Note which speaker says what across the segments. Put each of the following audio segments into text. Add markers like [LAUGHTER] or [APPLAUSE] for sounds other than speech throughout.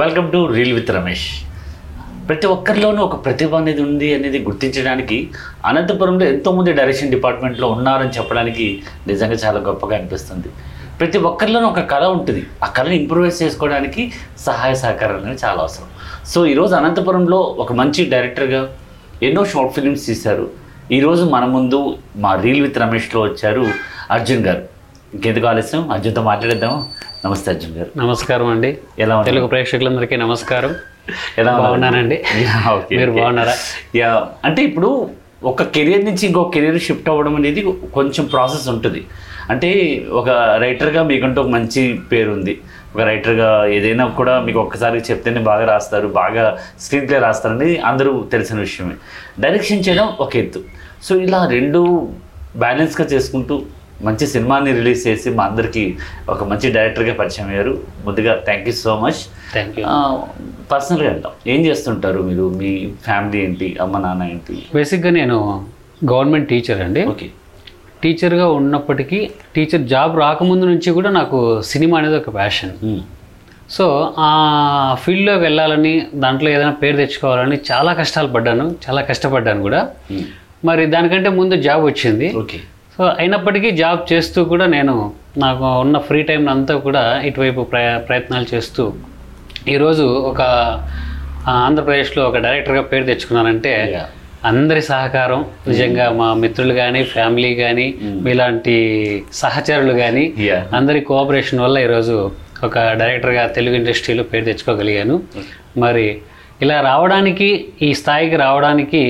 Speaker 1: Welcome to reel with Ramesh ప్రతి ఒక్కరిలోనూ ఒక ప్రతిభ అనేది ఉంది అనేది గుర్తించడానికి అనంతపురంలో ఎంతోమంది డైరెక్షన్ డిపార్ట్మెంట్లో ఉన్నారని చెప్పడానికి నిజంగా చాలా గొప్పగా అనిపిస్తుంది ప్రతి ఒక్కరిలోనూ ఒక కళ ఉంటుంది ఆ కళని ఇంప్రూవైజ్ చేసుకోవడానికి సహాయ సహకారాలు అనేవి చాలా అవసరం సో ఈరోజు అనంతపురంలో ఒక మంచి డైరెక్టర్గా ఎన్నో షార్ట్ ఫిలిమ్స్ తీశారు ఈరోజు మన ముందు మా రీల్ విత్ రమేష్లో వచ్చారు అర్జున్ గారు ఇంకెందుకు ఆలస్యం అర్జున్తో మాట్లాడేద్దాం నమస్తే అర్జున్ గారు
Speaker 2: నమస్కారం అండి
Speaker 1: ఎలా ఉన్నారు?
Speaker 2: తెలుగు ప్రేక్షకులందరికీ నమస్కారం
Speaker 1: ఎలా ఉన్నారు? [LAUGHS]
Speaker 2: బాగున్నానండి
Speaker 1: Yeah, okay,
Speaker 2: మీరు
Speaker 1: okay.
Speaker 2: బాగున్నారా
Speaker 1: యా అంటే ఇప్పుడు ఒక కెరియర్ నుంచి ఇంకో కెరియర్ షిఫ్ట్ అవ్వడం అనేది కొంచెం ప్రాసెస్ ఉంటుంది అంటే ఒక రైటర్గా మీకంటూ ఒక మంచి పేరు ఉంది ఒక రైటర్గా ఏదైనా కూడా మీకు ఒక్కసారి చెప్తేనే బాగా రాస్తారు బాగా స్క్రీన్ ప్లే రాస్తారని అందరూ తెలిసిన విషయమే డైరెక్షన్ చేయడం ఒక ఎత్తు సో ఇలా రెండు బ్యాలెన్స్గా చేసుకుంటూ మంచి సినిమాని రిలీజ్ చేసి మా అందరికీ ఒక మంచి డైరెక్టర్గా పరిచయం అయ్యారు ముందుగా thank you so much
Speaker 2: thank you
Speaker 1: పర్సనల్గా వెళ్తాం ఏం చేస్తుంటారు మీరు మీ ఫ్యామిలీ ఏంటి అమ్మ నాన్న ఏంటి
Speaker 2: బేసిక్గా నేను గవర్నమెంట్ టీచర్ అండి
Speaker 1: ఓకే
Speaker 2: టీచర్గా ఉన్నప్పటికీ టీచర్ జాబ్ రాకముందు నుంచి కూడా నాకు సినిమా అనేది ఒక ప్యాషన్
Speaker 1: Hmm.
Speaker 2: సో ఆ ఫీల్డ్లో వెళ్ళాలని దాంట్లో ఏదైనా పేరు తెచ్చుకోవాలని చాలా కష్టాలు పడ్డాను చాలా కష్టపడ్డాను కూడా
Speaker 1: Hmm.
Speaker 2: మరి దానికంటే ముందు జాబ్ వచ్చింది
Speaker 1: ఓకే
Speaker 2: సో అయినప్పటికీ జాబ్ చేస్తూ కూడా నేను నాకు ఉన్న ఫ్రీ టైం అంతా కూడా ఇటువైపు ప్రయ ప్రయత్నాలు చేస్తూ ఈరోజు ఒక ఆ, ఆంధ్రప్రదేశ్లో ఒక డైరెక్టర్గా పేరు తెచ్చుకున్నానంటే
Speaker 1: Yeah.
Speaker 2: అందరి సహకారం నిజంగా మా మిత్రులు కానీ ఫ్యామిలీ కానీ మీలాంటి సహచరులు కానీ
Speaker 1: Yeah.
Speaker 2: అందరి కోఆపరేషన్ వల్ల ఈరోజు ఒక డైరెక్టర్గా తెలుగు ఇండస్ట్రీలో పేరు తెచ్చుకోగలిగాను మరి ఇలా రావడానికి ఈ స్థాయికి రావడానికి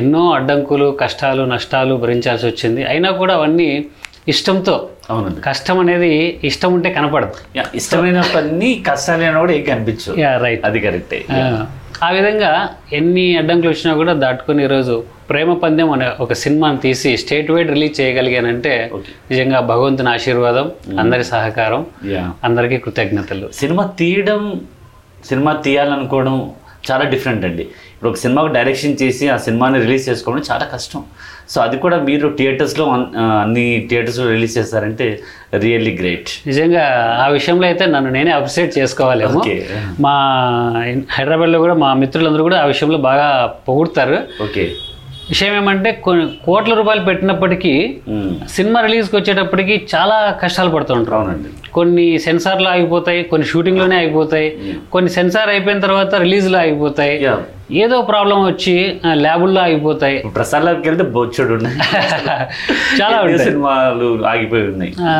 Speaker 2: ఎన్నో అడ్డంకులు కష్టాలు నష్టాలు భరించాల్సి వచ్చింది అయినా కూడా అవన్నీ ఇష్టంతో
Speaker 1: అవునండి
Speaker 2: కష్టం అనేది ఇష్టం ఉంటే కనపడదు
Speaker 1: యా, ఇష్టమైన పని కష్టాలైనా కూడా ఏం కనిపించవు
Speaker 2: యా రైట్
Speaker 1: అది కరెక్టే
Speaker 2: ఆ విధంగా ఎన్ని అడ్డంకులు వచ్చినా కూడా దాటుకుని ఈరోజు ప్రేమ పందెం అనే ఒక సినిమాని తీసి స్టేట్ వైడ్ రిలీజ్ చేయగలిగానంటే
Speaker 1: Okay.
Speaker 2: నిజంగా భగవంతుని ఆశీర్వాదం అందరి సహకారం
Speaker 1: యా
Speaker 2: అందరికీ కృతజ్ఞతలు
Speaker 1: సినిమా తీయడం సినిమా తీయాలనుకోవడం చాలా డిఫరెంట్ అండి ఇప్పుడు ఒక సినిమాకు డైరెక్షన్ చేసి ఆ సినిమాని రిలీజ్ చేసుకోవడం చాలా కష్టం సో అది కూడా మీరు థియేటర్స్లో అన్ని థియేటర్స్లో రిలీజ్ చేస్తారంటే రియల్లీ గ్రేట్
Speaker 2: నిజంగా ఆ విషయంలో అయితే నన్ను నేనే అప్సెట్ చేసుకోవాలేమో
Speaker 1: ఓకే
Speaker 2: మా ఇన్- హైదరాబాద్లో కూడా మా మిత్రులందరూ కూడా ఆ విషయంలో బాగా పొగుడుతారు
Speaker 1: ఓకే
Speaker 2: విషయం ఏమంటే కొన్ని కోట్ల రూపాయలు పెట్టినప్పటికీ
Speaker 1: ఉమ్.
Speaker 2: సినిమా రిలీజ్కి వచ్చేటప్పటికి చాలా కష్టాలు పడుతుంటారు
Speaker 1: అవునండి
Speaker 2: కొన్ని సెన్సార్లో ఆగిపోతాయి కొన్ని షూటింగ్లోనే ఆగిపోతాయి కొన్ని సెన్సార్ అయిపోయిన తర్వాత రిలీజ్లో ఆగిపోతాయి
Speaker 1: యా
Speaker 2: ఏదో ప్రాబ్లం వచ్చి ఆ, ల్యాబుల్లో ఆగిపోతాయి [LAUGHS]
Speaker 1: ప్రసాద్ లాబ్కి వెళ్తే బొచ్చుడు ఉన్నాయి
Speaker 2: చాలా
Speaker 1: ఎన్నో
Speaker 2: ఉంటాయి
Speaker 1: సినిమాలు ఆగిపోయి ఉన్నాయి
Speaker 2: ఆ,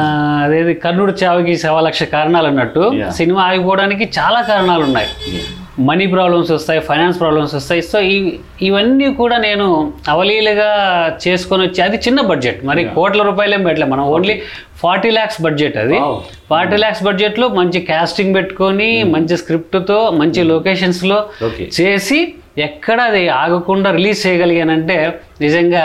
Speaker 2: అదేది కర్ణుడు చావుకి సవా లక్ష కారణాలు అన్నట్టు
Speaker 1: Yeah.
Speaker 2: సినిమా ఆగిపోవడానికి చాలా కారణాలు ఉన్నాయి
Speaker 1: Yeah.
Speaker 2: మనీ ప్రాబ్లమ్స్ వస్తాయి ఫైనాన్స్ ప్రాబ్లమ్స్ వస్తాయి సో ఈ ఇవన్నీ కూడా నేను అవలీలుగా చేసుకొని వచ్చి అది చిన్న బడ్జెట్ మరి కోట్ల రూపాయలేం పెట్టలే మనం ఓన్లీ ఫార్టీ ల్యాక్స్ బడ్జెట్ అది
Speaker 1: Wow. Hmm.
Speaker 2: ఫార్టీ ల్యాక్స్ బడ్జెట్లో మంచి కాస్టింగ్ పెట్టుకొని మంచి స్క్రిప్ట్తో మంచి లొకేషన్స్లో
Speaker 1: ఓకే
Speaker 2: చేసి ఎక్కడ అది ఆగకుండా రిలీజ్ చేయగలిగానంటే నిజంగా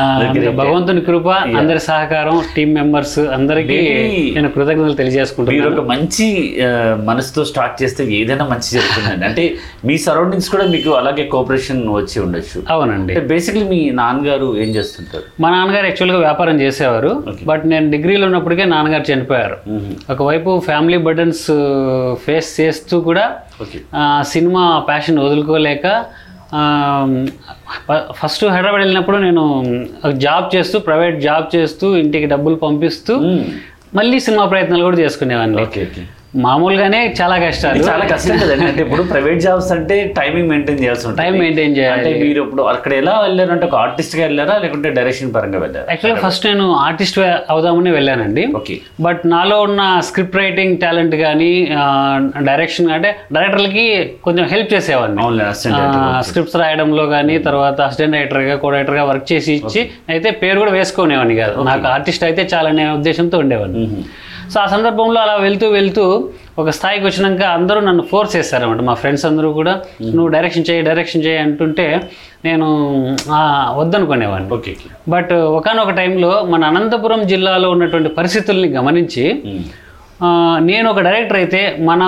Speaker 2: ఆ,
Speaker 1: Great.
Speaker 2: భగవంతుని కృప అందరి సహకారం టీం మెంబర్స్ అందరికీ
Speaker 1: Maybe-
Speaker 2: నేను కృతజ్ఞతలు తెలియజేసుకుంటున్నాను
Speaker 1: మీరు ఒక మంచి ఆ, మనసుతో స్టార్ట్ చేస్తే ఏదైనా మంచి జరుగుతుందండి అంటే మీ సరౌండింగ్స్ కూడా మీకు అలాగే కోఆపరేషన్ వచ్చి ఉండొచ్చు
Speaker 2: అవునండి
Speaker 1: అంటే బేసిక్లీ మీ నాన్నగారు ఏం చేస్తుంటారు
Speaker 2: మా నాన్నగారు యాక్చువల్గా వ్యాపారం చేసేవారు
Speaker 1: Okay.
Speaker 2: బట్ నేను డిగ్రీలో ఉన్నప్పటికే నాన్నగారు చనిపోయారు ఒకవైపు ఫ్యామిలీ బర్డన్స్ ఫేస్ చేస్తూ కూడా
Speaker 1: ఓకే
Speaker 2: ఆ, సినిమా ప్యాషన్ వదులుకోలేక ఆ, ఫ- ఫస్ట్ హైదరాబాద్ వెళ్ళినప్పుడు నేను ఒక జాబ్ చేస్తూ ప్రైవేట్ జాబ్ చేస్తూ ఇంటికి డబ్బులు పంపిస్తూ మళ్ళీ సినిమా ప్రయత్నాలు కూడా చేసుకునేవాడిని
Speaker 1: ఓకే ఓకే
Speaker 2: మామూలుగానే చాలా కష్టాలు
Speaker 1: ఇది చాలా కష్టం కదండి అంటే ఇప్పుడు ప్రైవేట్ జాబ్స్ అంటే టైమింగ్ మెయింటైన్ చేయాల్సి ఉంటుంది
Speaker 2: టైం మెయింటైన్
Speaker 1: అంటే
Speaker 2: చేయాలి
Speaker 1: మీరు ఇప్పుడు అక్కడ ఎలా వెళ్ళారు అంటే ఒక ఆర్టిస్ట్ గా వెళ్ళారా లేకుంటే డైరెక్షన్ పరంగా వెళ్ళారా
Speaker 2: యాక్చువల్గా ఫస్ట్ నేను ఆర్టిస్ట్ అవుదామని వెళ్ళానండి
Speaker 1: ఓకే
Speaker 2: బట్ నాలో ఉన్న స్క్రిప్ట్ రైటింగ్ టాలెంట్ కానీ డైరెక్షన్ అంటే డైరెక్టర్లకి కొంచెం హెల్ప్ చేసేవాడిని
Speaker 1: అవునులే assistant director.
Speaker 2: స్క్రిప్ట్స్ రాయడంలో కానీ తర్వాత అసిస్టెంట్ రైటర్గా కో రైటర్గా వర్క్ చేసి ఇచ్చి అయితే పేరు కూడా వేసుకునేవాడిని కాదు నాకు ఆర్టిస్ట్ అయితే చాలనే ఉద్దేశంతో ఉండేవాడిని
Speaker 1: మ్మ్.
Speaker 2: సో ఆ సందర్భంలో అలా వెళ్తూ వెళ్తూ ఒక స్థాయికి వచ్చినాక అందరూ నన్ను ఫోర్స్ చేశారన్నమాట మా ఫ్రెండ్స్ అందరూ కూడా నువ్వు డైరెక్షన్ చేయి డైరెక్షన్ చేయి అంటుంటే నేను ఆ, వద్దనుకునేవాడిని
Speaker 1: ఓకే ఓకే
Speaker 2: బట్ ఒకనొక టైంలో మన అనంతపురం జిల్లాలో ఉన్నటువంటి పరిస్థితుల్ని గమనించి
Speaker 1: మ్మ్.
Speaker 2: ఆ, నేను ఒక డైరెక్టర్ అయితే మన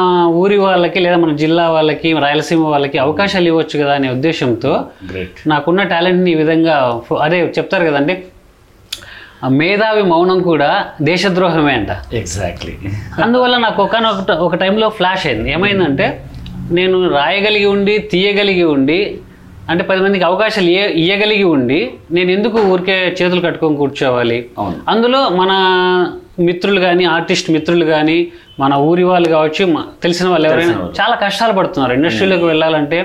Speaker 2: ఊరి వాళ్ళకి లేదా మన జిల్లా వాళ్ళకి రాయలసీమ వాళ్ళకి అవకాశాలు ఇవ్వచ్చు కదా అనే ఉద్దేశంతో
Speaker 1: గ్రేట్
Speaker 2: నాకున్న టాలెంట్ని ఈ విధంగా ఫో- అదే చెప్తారు కదండి ఆ మేధావి మౌనం కూడా దేశద్రోహమే అంట
Speaker 1: ఎగ్జాక్ట్లీ
Speaker 2: అందువల్ల నాకు ఒకనొక ఒక టైంలో ఫ్లాష్ అయింది ఏమైందంటే నేను రాయగలిగి ఉండి తీయగలిగి ఉండి అంటే పది మందికి అవకాశాలు ఇయ్య ఇయ్యగలిగి ఉండి నేను ఎందుకు ఊరికే చేతులు కట్టుకొని కూర్చోవాలి
Speaker 1: అవును
Speaker 2: అందులో మన మిత్రులు కానీ ఆర్టిస్ట్ మిత్రులు కానీ మన ఊరి వాళ్ళు కావచ్చు మ- తెలిసిన వాళ్ళు ఎవరైనా చాలా కష్టాలు పడుతున్నారు ఇండస్ట్రీలోకి వెళ్ళాలంటే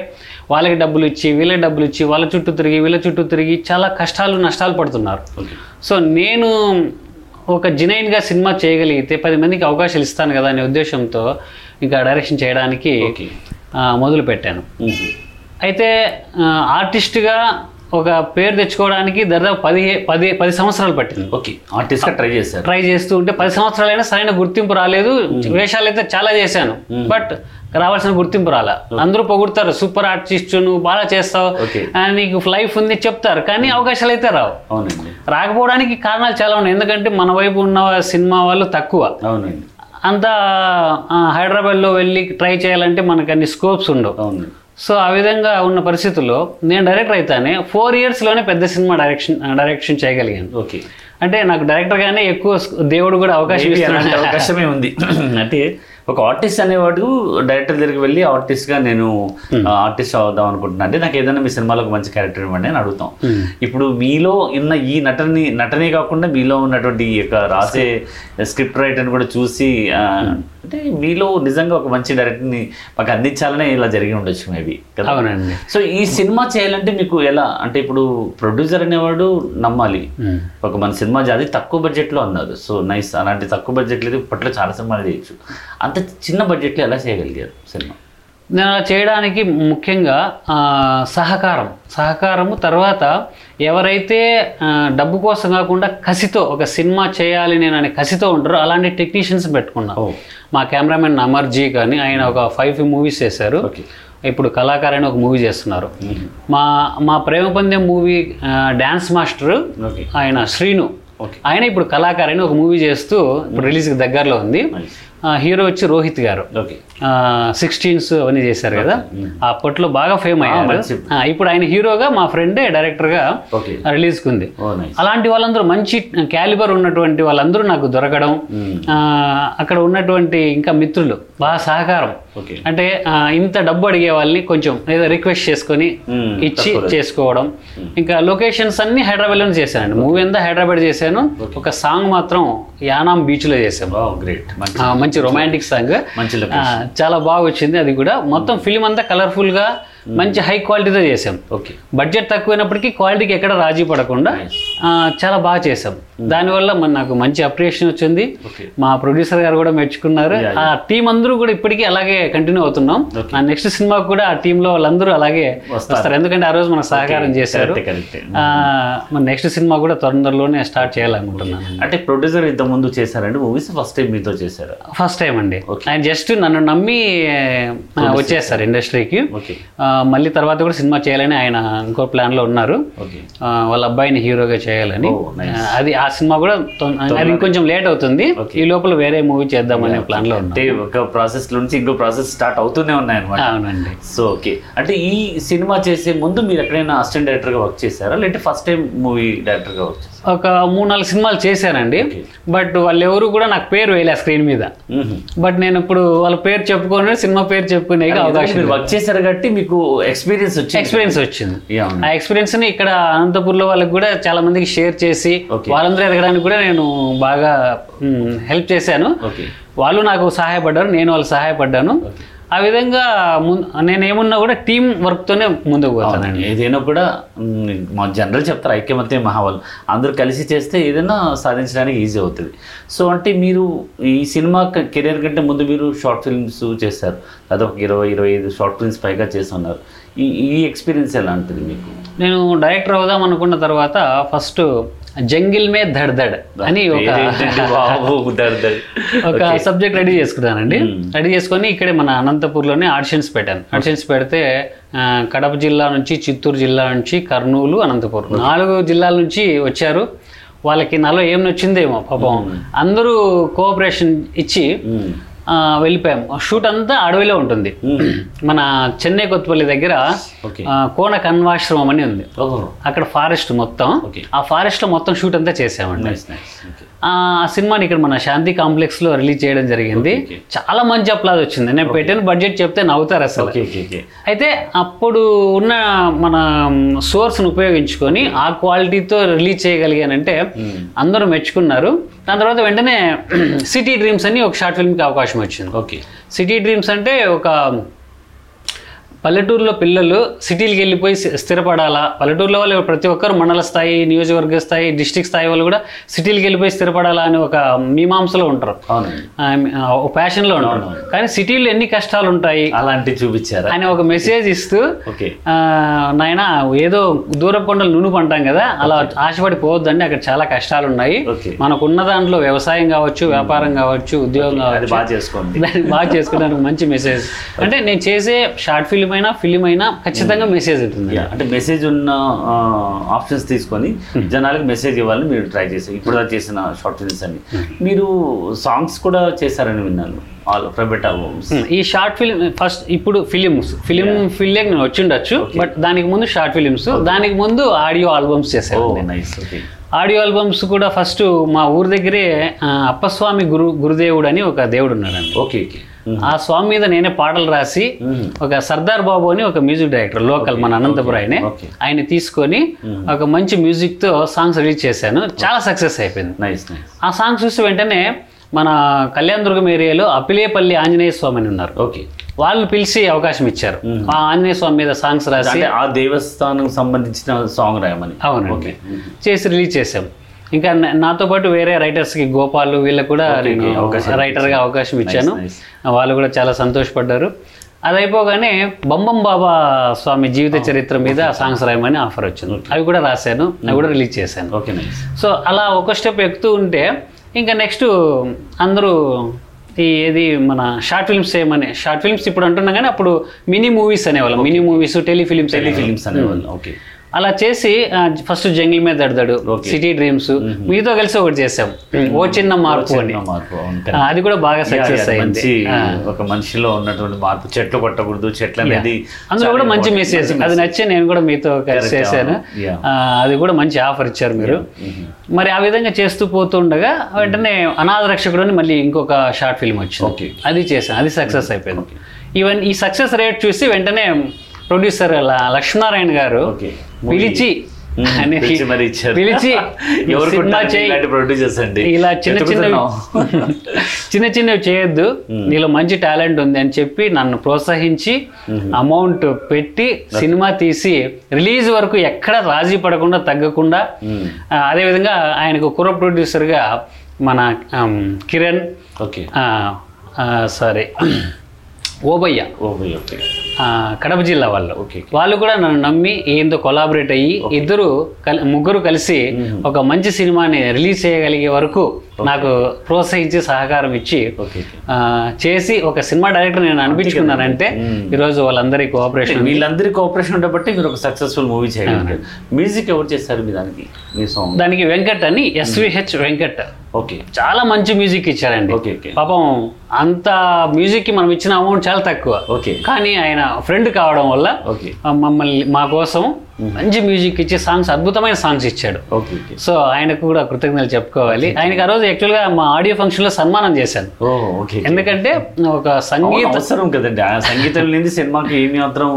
Speaker 2: వాళ్ళకి డబ్బులు ఇచ్చి వీళ్ళకి డబ్బులు ఇచ్చి వాళ్ళ చుట్టూ తిరిగి వీళ్ళ చుట్టూ తిరిగి చాలా కష్టాలు నష్టాలు పడుతున్నారు
Speaker 1: ఓకే
Speaker 2: సో నేను ఒక జెన్యున్గా సినిమా చేయగలిగితే పది మందికి అవకాశాలు ఇస్తాను కదా అనే ఉద్దేశంతో ఇంకా డైరెక్షన్ చేయడానికి
Speaker 1: ఓకే
Speaker 2: ఆ, మొదలు పెట్టాను
Speaker 1: మ్మ్.
Speaker 2: అయితే ఆ, ఆర్టిస్ట్గా ఒక పేరు తెచ్చుకోవడానికి దాదాపు పది పది పది సంవత్సరాలు పట్టింది
Speaker 1: ఓకే ఆర్టిస్ట్గా ట్రై చేశారు
Speaker 2: ట్రై చేస్తూ ఉంటే పది సంవత్సరాలైనా సరైన గుర్తింపు రాలేదు వేషాలు అయితే చాలా చేశాను బట్ రావాల్సిన గుర్తింపు రాలే అందరూ పొగుడతారు సూపర్ ఆర్టిస్ట్ నువ్వు బాగా చేస్తావు
Speaker 1: Okay.
Speaker 2: ఆ, నీకు లైఫ్ ఉంది చెప్తారు కానీ అవకాశాలు అయితే రావు
Speaker 1: అవునండి
Speaker 2: రాకపోవడానికి కారణాలు చాలా ఉన్నాయి ఎందుకంటే మన వైపు ఉన్న సినిమా వాళ్ళు తక్కువ
Speaker 1: అవునండి
Speaker 2: అంత ఆ, హైదరాబాద్లో వెళ్ళి ట్రై చేయాలంటే మనకు అన్ని స్కోప్స్ ఉండవు
Speaker 1: అవునండి
Speaker 2: సో ఆ విధంగా ఉన్న పరిస్థితుల్లో నేను డైరెక్టర్ అయితేనే ఫోర్ ఇయర్స్లోనే పెద్ద సినిమా డైరెక్షన్ డైరెక్షన్ చేయగలిగాను
Speaker 1: ఓకే
Speaker 2: అంటే నాకు డైరెక్టర్గానే ఎక్కువ స్- దేవుడు కూడా అవకాశం
Speaker 1: Maybe అలాంటి
Speaker 2: ఇస్తున్నాడు
Speaker 1: అవకాశమే ఉంది అంటే ఒక ఆర్టిస్ట్ అనేవాడు డైరెక్టర్ దగ్గరికి వెళ్ళి artist గా నేను Hmm. ఆర్టిస్ట్ అవుదాం అనుకుంటున్నా అంటే నాకు ఏదైనా మీ సినిమాలో ఒక మంచి క్యారెక్టర్ ఇవ్వండి అని అడుగుతాం ఇప్పుడు మీలో ఉన్న ఈ నటని నటనే కాకుండా మీలో ఉన్నటువంటి ఈ యొక్క రాసే స్క్రిప్ట్ రైటర్ని కూడా చూసి ఆ, అంటే మీలో నిజంగా ఒక మంచి డైరెక్టర్ని మాకు అందించాలనే ఇలా జరిగి ఉండొచ్చు మేబీ కదా
Speaker 2: అవునండి
Speaker 1: సో ఈ సినిమా చేయాలంటే మీకు ఎలా అంటే ఇప్పుడు ప్రొడ్యూసర్ అనేవాడు నమ్మాలి
Speaker 2: ఉమ్.
Speaker 1: ఒక మన సినిమా అది తక్కువ బడ్జెట్లో అన్నారు సో నైస్ అలాంటి తక్కువ బడ్జెట్లో ఇది ఇప్పట్లో చాలా సినిమాలు చేయొచ్చు అంత చిన్న బడ్జెట్లో ఎలా చేయగలిగారు సినిమా
Speaker 2: నేను అలా చేయడానికి ముఖ్యంగా ఆ, సహకారం సహకారము తర్వాత ఎవరైతే ఆ, డబ్బు కోసం కాకుండా కసితో ఒక సినిమా చేయాలి నేను అనే కసితో ఉంటారో అలాంటి టెక్నీషియన్స్ పెట్టుకున్నా
Speaker 1: ఓ
Speaker 2: మా కెమెరామెన్ అమర్జీ కానీ ఆయన ఒక ఫైవ్ మూవీస్ చేశారు
Speaker 1: ఓకే
Speaker 2: ఇప్పుడు కళాకారు అని ఒక మూవీ చేస్తున్నారు మా మా ప్రేమ పందే మూవీ డ్యాన్స్ మాస్టర్
Speaker 1: ఓకే
Speaker 2: ఆయన శ్రీను
Speaker 1: ఓకే
Speaker 2: ఆయన ఇప్పుడు కళాకారు అని ఒక మూవీ చేస్తూ ఇప్పుడు రిలీజ్కి దగ్గరలో ఉంది
Speaker 1: నైస్
Speaker 2: ఆ, హీరో వచ్చి రోహిత్ గారు
Speaker 1: ఓకే
Speaker 2: సిక్స్టీన్స్ అవన్నీ చేశారు కదా అప్పట్లో బాగా ఫేమ్ అయ్యారు
Speaker 1: మంచి.
Speaker 2: ఆ, ఇప్పుడు ఆయన హీరోగా మా ఫ్రెండే డైరెక్టర్గా
Speaker 1: ఓకే
Speaker 2: రిలీజ్కి ఉంది
Speaker 1: ఓ నైస్
Speaker 2: అలాంటి వాళ్ళందరూ మంచి క్యాలిబర్ ఉన్నటువంటి వాళ్ళందరూ నాకు దొరకడం
Speaker 1: Hmm.
Speaker 2: ఆ, అక్కడ ఉన్నటువంటి ఇంకా మిత్రులు బాగా సహకారం
Speaker 1: ఓకే
Speaker 2: అంటే ఆ, ఇంత డబ్బు అడిగే వాళ్ళని కొంచెం ఏదో రిక్వెస్ట్ చేసుకొని ఇచ్చి చేసుకోవడం ఇంకా లొకేషన్స్ అన్ని హైదరాబాద్లోనే చేశానండి మూవీ అంతా హైదరాబాద్ చేశాను ఒక సాంగ్ మాత్రం యానాం బీచ్లో చేశాము
Speaker 1: వావ్ గ్రేట్ మంచి
Speaker 2: ఆ, మంచి రొమాంటిక్ సాంగ్
Speaker 1: మంచి లొకేషన్
Speaker 2: ఆ, చాలా బాగా వచ్చింది అది కూడా మొత్తం ఫిలిం అంతా కలర్ఫుల్ గా మంచి హై క్వాలిటీతో చేసాం
Speaker 1: ఓకే
Speaker 2: బడ్జెట్ తక్కువైనప్పటికీ క్వాలిటీకి ఎక్కడ రాజీ పడకుండా
Speaker 1: Nice.
Speaker 2: ఆ, చాలా బాగా చేసాం దానివల్ల మన నాకు మంచి అప్రియేషన్ వచ్చింది
Speaker 1: ఓకే
Speaker 2: మా ప్రొడ్యూసర్ గారు కూడా మెచ్చుకున్నారు
Speaker 1: Yeah,
Speaker 2: ఆ టీం అందరూ కూడా ఇప్పటికీ అలాగే కంటిన్యూ అవుతున్నాం
Speaker 1: Okay.
Speaker 2: ఆ నెక్స్ట్ సినిమా కూడా ఆ టీంలో వాళ్ళందరూ అలాగే
Speaker 1: వస్తారు.
Speaker 2: వస్తారు ఎందుకంటే ఆ రోజు మనకు సహకారం చేశారు
Speaker 1: కరెక్ట్ కరెక్ట్
Speaker 2: ఆ, మన నెక్స్ట్ సినిమా కూడా తొందరలోనే స్టార్ట్ చేయాలనుకుంటున్నాను
Speaker 1: అంటే ప్రొడ్యూసర్ ఇంత ముందు చేశారండి మూవీస్ ఫస్ట్ టైం మీతో చేశారా
Speaker 2: ఫస్ట్ టైం అండి ఆయన జస్ట్ నన్ను నమ్మి ఆ, వచ్చేస్తారు ఇండస్ట్రీకి
Speaker 1: ఓకే
Speaker 2: ఆ, మళ్ళీ తర్వాత కూడా సినిమా చేయాలని ఆయన ఇంకో ప్లాన్లో ఉన్నారు
Speaker 1: ఓకే
Speaker 2: ఆ, వాళ్ళ అబ్బాయిని హీరోగా చేయాలని
Speaker 1: Oh, nice.
Speaker 2: ఆ, అది ఆ సినిమా కూడా తొం- అది ఇంకొంచెం లేట్ అవుతుంది ఈ లోపల వేరే మూవీ చేద్దామనే ప్లాన్లో ఉన్నాను
Speaker 1: అంటే ఒక ప్రాసెస్ నుంచి ఇంకో ప్రాసెస్ స్టార్ట్ అవుతూనే ఉన్నాయన్నమాట
Speaker 2: అవునండి
Speaker 1: సో ఓకే అంటే ఈ సినిమా చేసే ముందు మీరు ఎక్కడైనా అసిస్టెంట్ డైరెక్టర్ గా వర్క్ చేశారా లేదంటే ఫస్ట్ టైం మూవీ డైరెక్టర్ గా వర్క్ చేశారా
Speaker 2: ఒక మూడు నాలుగు సినిమాలు చేశానండి
Speaker 1: Okay.
Speaker 2: బట్ వాళ్ళు ఎవరు కూడా నాకు పేరు వేయలే స్క్రీన్ మీద బట్ నేను ఇప్పుడు వాళ్ళ పేరు చెప్పుకొని సినిమా పేరు చెప్పుకునే అవకాశం
Speaker 1: మీరు వర్క్ చేశారు కాబట్టి మీకు ఎక్స్పీరియన్స్ వచ్చింది
Speaker 2: ఎక్స్పీరియన్స్ వచ్చింది
Speaker 1: Yeah, అవును.
Speaker 2: ఆ ఎక్స్పీరియన్స్ ని ఇక్కడ అనంతపూర్లో వాళ్ళకి కూడా చాలా మందికి షేర్ చేసి
Speaker 1: Okay.
Speaker 2: వాళ్ళందరూ ఎదగడానికి కూడా నేను బాగా హెల్ప్ చేశాను
Speaker 1: ఓకే
Speaker 2: వాళ్ళు నాకు సహాయపడ్డారు నేను వాళ్ళు సహాయపడ్డాను
Speaker 1: Okay.
Speaker 2: ఆ విధంగా ముం- నేనేమున్నా కూడా టీం వర్క్ తోనే ముందుకు పోతాను
Speaker 1: అవునండి ఏదైనా కూడా మ్, మా జనరల్ చెప్తారు ఐక్యమత్య మహాబలం అందరూ కలిసి చేస్తే ఏదైనా సాధించడానికి ఈజీ అవుతుంది సో అంటే మీరు ఈ సినిమా కెరీర్ కంటే ముందు మీరు షార్ట్ ఫిల్మ్స్ చేశారు అదొక ఇరవై ఇరవై ఐదు షార్ట్ ఫిల్మ్స్ పైగా చేస్తున్నారు ఈ ఈ ఎక్స్పీరియన్స్ ఎలా ఉంటుంది మీకు
Speaker 2: నేను డైరెక్టర్ అవుదాం అనుకున్న తర్వాత ఫస్ట్ జంగిల్ మే ధడ్ ధడ్ అని ఒక
Speaker 1: పేరేంటండి బాబు దర్దర్.
Speaker 2: ఒక సబ్జెక్ట్ రెడీ చేసుకున్నానండి
Speaker 1: Hmm.
Speaker 2: రెడీ చేసుకొని ఇక్కడే మన అనంతపూర్లోనే ఆడిషన్స్ పెట్టాను ఆడిషన్స్ పెడితే ఆ, కడప జిల్లా నుంచి చిత్తూరు జిల్లా నుంచి కర్నూలు అనంతపూర్ నాలుగు జిల్లాల నుంచి వచ్చారు వాళ్ళకి నాలో ఏం నచ్చిందేమో పాపం
Speaker 1: Hmm.
Speaker 2: అందరూ కోఆపరేషన్ ఇచ్చి
Speaker 1: మ్మ్.
Speaker 2: ఆ, వెళ్ళిపోయాం షూట్ అంతా అడవిలో ఉంటుంది
Speaker 1: మ్మ్.
Speaker 2: మన చెన్నై కొత్తపల్లి దగ్గర
Speaker 1: ఓకే
Speaker 2: ఆ, కోన కన్వాశ్రమం అని ఉంది
Speaker 1: ఓహో
Speaker 2: అక్కడ ఫారెస్ట్ మొత్తం
Speaker 1: Okay.
Speaker 2: ఆ ఫారెస్ట్ లో మొత్తం షూట్ అంతా చేసామండి
Speaker 1: నైస్ నైస్ ఓకే
Speaker 2: ఆ సినిమాని ఇక్కడ మన శాంతి కాంప్లెక్స్లో రిలీజ్ చేయడం జరిగింది
Speaker 1: Okay, okay.
Speaker 2: చాలా మంచి అప్లాజ్ వచ్చింది నేను పెట్టిన బడ్జెట్ చెప్తే నవ్వుతారు అసలు
Speaker 1: ఓకే ఓకే ఓకే
Speaker 2: అయితే అప్పుడు ఉన్న మన సోర్స్ను ఉపయోగించుకొని ఆ క్వాలిటీతో రిలీజ్ చేయగలిగానంటే అందరూ మెచ్చుకున్నారు దాని తర్వాత వెంటనే [CLEARS THROAT] సిటీ డ్రీమ్స్ అని ఒక షార్ట్ ఫిల్మ్కి అవకాశం వచ్చింది
Speaker 1: ఓకే
Speaker 2: సిటీ డ్రీమ్స్ అంటే ఒక పల్లెటూరులో పిల్లలు సిటీలకు వెళ్ళిపోయి స్థి- స్థిరపడాలా పల్లెటూరులో వాళ్ళు ప్రతి ఒక్కరు మండల స్థాయి నియోజకవర్గ స్థాయి డిస్టిక్ స్థాయి వాళ్ళు కూడా సిటీలకు వెళ్ళిపోయి స్థిరపడాలా అని ఒక మీమాంసలో ఉంటారు
Speaker 1: అవునండి
Speaker 2: ఆ, ఒక ప్యాషన్లో ఉంటారు కానీ సిటీలో ఎన్ని కష్టాలు ఉంటాయి
Speaker 1: అలాంటి చూపించారా
Speaker 2: అని ఒక మెసేజ్ ఇస్తూ
Speaker 1: ఓకే
Speaker 2: ఆ, నాయన ఏదో దూర కొండలు నునుపు అంటాం కదా అలా ఆశపడి పోవద్దండి అక్కడ చాలా కష్టాలు ఉన్నాయి
Speaker 1: ఓకే
Speaker 2: మనకున్న దాంట్లో వ్యవసాయం కావచ్చు వ్యాపారం కావచ్చు ఉద్యోగం
Speaker 1: అది
Speaker 2: కావచ్చు
Speaker 1: బాగా చేసుకోండి
Speaker 2: దాన్ని బాగా చేసుకోవడానికి మంచి మెసేజ్ అంటే నేను చేసే షార్ట్ ఫిల్మ్ అయినా ఫిల్మ్ అయినా ఖచ్చితంగా మెసేజ్ ఉంటుంది
Speaker 1: Yeah, అంటే మెసేజ్ ఉన్న ఆప్షన్స్ తీసుకొని
Speaker 2: Hmm.
Speaker 1: జనాలకు మెసేజ్ ఇవ్వాలని మీరు ట్రై చేశారు ఇప్పుడు దాకా చేసిన షార్ట్ ఫిల్మ్స్ అన్ని
Speaker 2: Hmm.
Speaker 1: మీరు సాంగ్స్ కూడా చేశారని విన్నాను ఆల్ ప్రైవేట్ ఆల్బమ్స్
Speaker 2: Hmm. ఈ షార్ట్ ఫిలిం ఫస్ట్ ఇప్పుడు ఫిలిమ్స్ ఫిలిం ఫీల్డ్లోకి నేను వచ్చిండొచ్చు బట్ దానికి ముందు షార్ట్ ఫిలిమ్స్ దానికి ముందు ఆడియో ఆల్బమ్స్
Speaker 1: ఓ
Speaker 2: చేశాను నేను.
Speaker 1: నైస్ ఓకే
Speaker 2: ఆడియో ఆల్బమ్స్ కూడా ఫస్ట్ మా ఊరి దగ్గరే ఆ, అప్పస్వామి గురు గురుదేవుడు అని ఒక దేవుడు ఉన్నాడండి
Speaker 1: ఓకే ఓకే
Speaker 2: ఆ స్వామి మీద నేనే పాటలు రాసి
Speaker 1: Hmm.
Speaker 2: ఒక సర్దార్ బాబు అని ఒక మ్యూజిక్ డైరెక్టర్ లోకల్ మన అనంతపురం ఆయనే
Speaker 1: Okay.
Speaker 2: ఆయన తీసుకొని ఒక మంచి music తో సాంగ్స్ రిలీజ్ చేశాను చాలా సక్సెస్ అయిపోయింది
Speaker 1: నైస్ నైస్
Speaker 2: ఆ సాంగ్స్ చూసి వెంటనే మన కళ్యాణ దుర్గం ఏరియాలో అపిలేపల్లి ఆంజనేయ స్వామి అని ఉన్నారు
Speaker 1: ఓకే
Speaker 2: వాళ్ళు పిలిచి అవకాశం ఇచ్చారు ఆ ఆంజనేయ స్వామి మీద సాంగ్స్ రాసి
Speaker 1: అంటే ఆ దేవస్థానం సంబంధించిన సాంగ్ రాయమని Hmm.
Speaker 2: అవునండి చేసి రిలీజ్ చేశాం ఇంకా నా- నాతో పాటు వేరే రైటర్స్కి గోపాల్ వీళ్ళకి కూడా నేను
Speaker 1: అవకాశం
Speaker 2: రైటర్గా అవకాశం ఇచ్చాను
Speaker 1: nice.
Speaker 2: వాళ్ళు కూడా చాలా సంతోషపడ్డారు అది అయిపోగానే బొమ్మం బాబా స్వామి జీవిత చరిత్ర మీద సాంగ్స్ రాయమని ఆఫర్ వచ్చింది అవి కూడా రాశాను
Speaker 1: Hmm.
Speaker 2: అవి కూడా రిలీజ్ చేశాను
Speaker 1: ఓకే నైస్
Speaker 2: సో అలా ఒక స్టెప్ ఎక్కుతూ ఉంటే ఇంకా నెక్స్ట్ అందరూ ఈ ఏది మన షార్ట్ ఫిల్మ్స్ చేయమని షార్ట్ ఫిల్మ్స్ ఇప్పుడు అంటున్నాం కానీ అప్పుడు మినీ మూవీస్ అనేవాళ్ళం mini movies telefilms
Speaker 1: tele films అనేవాళ్ళు ఓకే
Speaker 2: అలా చేసి ఫస్ట్ జంగిల్ మీద దడదడు సిటీ డ్రీమ్స్ మీతో కలిసి ఒకటి చేసాం ఓ చిన్న మార్పు అని
Speaker 1: మార్పు అవును
Speaker 2: ఆ, అది కూడా బాగా సక్సెస్
Speaker 1: అది
Speaker 2: అయింది
Speaker 1: మంచి ఒక మనిషిలో ఉన్నటువంటి మార్పు చెట్లు కొట్టకూడదు చెట్లు అనేది
Speaker 2: అందులో కూడా మంచి మెసేజ్ అది నచ్చి నేను కూడా మీతో కలిసి
Speaker 1: Correct,
Speaker 2: చేశాను
Speaker 1: అవును. Yeah.
Speaker 2: ఆ, అది కూడా మంచి ఆఫర్ ఇచ్చారు మీరు మరి ఆ విధంగా చేస్తూ పోతుండగా వెంటనే అనాథ రక్షకుడు అని మళ్ళీ ఇంకొక షార్ట్ ఫిల్మ్ వచ్చింది
Speaker 1: Okay.
Speaker 2: అది చేశాను అది సక్సెస్ అయిపోయింది ఈవెన్ ఈ సక్సెస్ రేట్ చూసి వెంటనే ప్రొడ్యూసర్ లక్ష్మీనారాయణ గారు
Speaker 1: Okay.
Speaker 2: పిలిచి
Speaker 1: మ్మ్.
Speaker 2: [LAUGHS] అని
Speaker 1: పిలిచి మరి ఇచ్చారు.
Speaker 2: పిలిచి
Speaker 1: [LAUGHS] ఎవరు
Speaker 2: సినిమా
Speaker 1: కొట్టారు
Speaker 2: చేయి
Speaker 1: ఇలాంటి ప్రొడ్యూసర్స్ అండి
Speaker 2: ఇలా చిన్న చిన్నవి
Speaker 1: వెతుకుతున్నాం.
Speaker 2: [LAUGHS] చిన్న చిన్నవి చేయొద్దు నీలో మంచి టాలెంట్ ఉంది అని చెప్పి నన్ను ప్రోత్సహించి అమౌంట్ పెట్టి సినిమా తీసి రిలీజ్ వరకు ఎక్కడ రాజీ పడకుండా తగ్గకుండా
Speaker 1: మ్మ్.
Speaker 2: ఆ, అదేవిధంగా ఆయనకు కుర్ర ప్రొడ్యూసర్గా మన um, Kiran
Speaker 1: okay
Speaker 2: sorry [CLEARS THROAT] Obayya
Speaker 1: okay okay
Speaker 2: ఆ, కడప జిల్లా వాళ్ళు
Speaker 1: ఓకే
Speaker 2: వాళ్ళు కూడా నన్ను నమ్మి ఏందో కొలాబరేట్ అయ్యి ఇద్దరు కల్- ముగ్గురు కలిసి ఒక మంచి సినిమాని రిలీజ్ చేయగలిగే వరకు నాకు ప్రోత్సహించి సహకారం ఇచ్చి
Speaker 1: ఓకే
Speaker 2: ఆ, చేసి ఒక సినిమా డైరెక్టర్ నేను అనిపించుకున్నానంటే ఈరోజు వాళ్ళందరి కోఆపరేషన్
Speaker 1: వీళ్ళందరి కోఆపరేషన్ ఉండబట్టి మీరు ఒక సక్సెస్ఫుల్ మూవీ చేయగలిగారు మ్యూజిక్ ఎవరు చేస్తారు మీ దానికి మీ సాంగ్
Speaker 2: దానికి వెంకట్ అని ఎస్విహెచ్ వెంకట్
Speaker 1: ఓకే
Speaker 2: చాలా మంచి మ్యూజిక్ ఇచ్చారండి
Speaker 1: ఓకే ఓకే
Speaker 2: పాపం అంత మ్యూజిక్ కి మనం ఇచ్చిన అమౌంట్ చాలా తక్కువ
Speaker 1: ఓకే
Speaker 2: కానీ ఆయన ఫ్రెండ్ కావడం వల్ల
Speaker 1: ఓకే
Speaker 2: ఆ, మమ్మల్ని మా కోసం
Speaker 1: Hmm.
Speaker 2: మంచి మ్యూజిక్ ఇచ్చి సాంగ్స్ అద్భుతమైన సాంగ్స్ ఇచ్చాడు
Speaker 1: ఓకే ఓకే
Speaker 2: సో ఆయనకు కూడా కృతజ్ఞతలు చెప్పుకోవాలి ఆయనకు ఆ రోజు యాక్చువల్గా మా ఆడియో ఫంక్షన్లో సన్మానం చేశాను
Speaker 1: ఓ ఓకే
Speaker 2: ఎందుకంటే ఒక
Speaker 1: అవును,
Speaker 2: సంగీత
Speaker 1: అవసరం కదండి ఆ సంగీతం లేని సినిమాకి ఏమి మాత్రం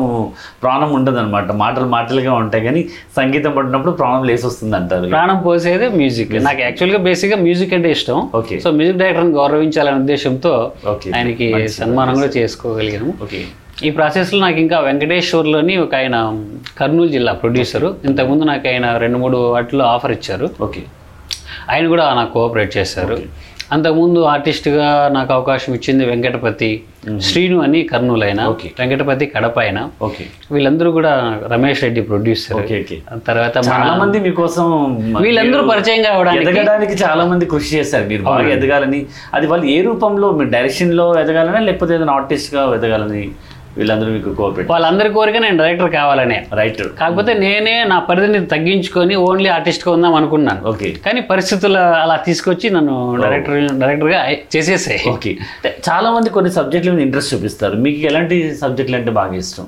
Speaker 1: ప్రాణం ఉండదు అనమాట మాటలు మాటలుగా ఉంటాయి కానీ సంగీతం పడినప్పుడు ప్రాణం లేసి వస్తుంది అంటారు
Speaker 2: ప్రాణం పోసేదే మ్యూజిక్ నాకు యాక్చువల్గా బేసిక్గా మ్యూజిక్ అంటే ఇష్టం
Speaker 1: ఓకే
Speaker 2: సో మ్యూజిక్ డైరెక్టర్ని గౌరవించాలనే ఉద్దేశంతో
Speaker 1: ఓకే
Speaker 2: ఆయనకి సన్మానం కూడా చేసుకోగలిగాము
Speaker 1: ఓకే
Speaker 2: ఈ ప్రాసెస్లో నాకు ఇంకా వెంకటేశ్వర్లోని ఒక ఆయన కర్నూలు జిల్లా ప్రొడ్యూసరు ఇంతకుముందు నాకు ఆయన రెండు మూడు వాటిలో ఆఫర్ ఇచ్చారు
Speaker 1: ఓకే
Speaker 2: ఆయన కూడా నాకు కోఆపరేట్ చేశారు అంతకుముందు ఆర్టిస్ట్గా నాకు అవకాశం ఇచ్చింది వెంకటపతి శ్రీను అని కర్నూలు ఆయన
Speaker 1: Okay.
Speaker 2: వెంకటపతి కడప ఆయన
Speaker 1: ఓకే
Speaker 2: వీళ్ళందరూ కూడా Ramesh Reddy producer
Speaker 1: okay okay
Speaker 2: తర్వాత మన-
Speaker 1: చాలా మంది మీకోసం
Speaker 2: వీళ్ళందరూ పరిచయం కావడానికి
Speaker 1: ఎదగడానికి చాలా మంది కృషి చేశారు మీరు బాగా ఎదగాలని అది వాళ్ళు ఏ రూపంలో మీరు డైరెక్షన్ లో ఎదగాలని లేకపోతే ఏదైనా ఆర్టిస్ట్ గా ఎదగాలని వీళ్ళందరూ మీకు కోఆపరేట్
Speaker 2: వాళ్ళందరి కోరిక నేను డైరెక్టర్ కావాలనే
Speaker 1: రైట్
Speaker 2: కాకపోతే నేనే నా పరిధిని తగ్గించుకొని ఓన్లీ ఆర్టిస్ట్గా ఉందాం అనుకున్నాను
Speaker 1: ఓకే
Speaker 2: కానీ పరిస్థితులు అలా తీసుకొచ్చి నన్ను డైరెక్టర్ డైరెక్టర్గా చేసేసాయి
Speaker 1: ఓకే అంటే చాలా మంది కొన్ని సబ్జెక్టుల మీద ఇంట్రెస్ట్ చూపిస్తారు మీకు ఎలాంటి సబ్జెక్టులు అంటే బాగా ఇష్టం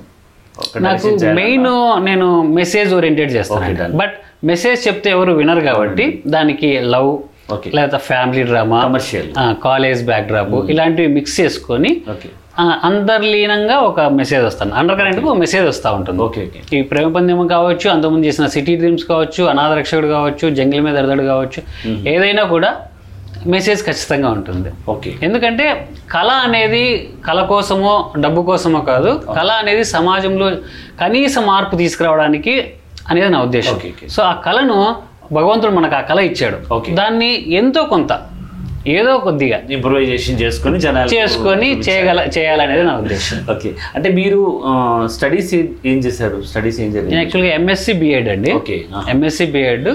Speaker 1: ఒక
Speaker 2: నాకు
Speaker 1: direction చేయాలి.
Speaker 2: మెయిన్ నేను మెసేజ్ ఓరియంటెడ్ చేస్తాను
Speaker 1: Okay, done.
Speaker 2: బట్ మెసేజ్ చెప్తే ఎవరు వినరు కాబట్టి దానికి లవ్
Speaker 1: ఓకే
Speaker 2: లేకపోతే family drama
Speaker 1: commercial
Speaker 2: college backdrop ఇలాంటివి మిక్స్ చేసుకొని
Speaker 1: ఓకే
Speaker 2: ఆ, అంతర్లీనంగా ఒక మెసేజ్ వస్తాను అండర్ కరెంట్కి ఒక మెసేజ్ వస్తూ ఉంటుంది
Speaker 1: ఓకే ఓకే
Speaker 2: ఈ ప్రేమ పందెం కావచ్చు అంతకుముందు చేసిన సిటీ డ్రీమ్స్ కావచ్చు అనాథ రక్షకుడు కావచ్చు జంగిల్ మీద దరదడు కావచ్చు ఏదైనా కూడా మెసేజ్ ఖచ్చితంగా ఉంటుంది
Speaker 1: ఓకే
Speaker 2: ఎందుకంటే కళ అనేది కళ కోసమో డబ్బు కోసమో కాదు కళ అనేది సమాజంలో కనీస మార్పు తీసుకురావడానికి అనేది నా ఉద్దేశం
Speaker 1: ఓకే, ఓకే.
Speaker 2: సో ఆ కళను భగవంతుడు మనకు ఆ కళ ఇచ్చాడు
Speaker 1: ఓకే.
Speaker 2: దాన్ని ఎంతో కొంత ఏదో కొద్దిగా
Speaker 1: ఇంప్రూవైజేషన్ చేసుకుని జనాలు
Speaker 2: చేసుకొని చేయగల చేయాలనేది నా ఉద్దేశం
Speaker 1: ఓకే అంటే మీరు స్టడీస్ ఏం చేశారు స్టడీస్ ఏం
Speaker 2: నేను
Speaker 1: జరిగింది
Speaker 2: యాక్చువల్గా ఎంఎస్సి బిఎడ్ అండి
Speaker 1: okay
Speaker 2: MSc BEd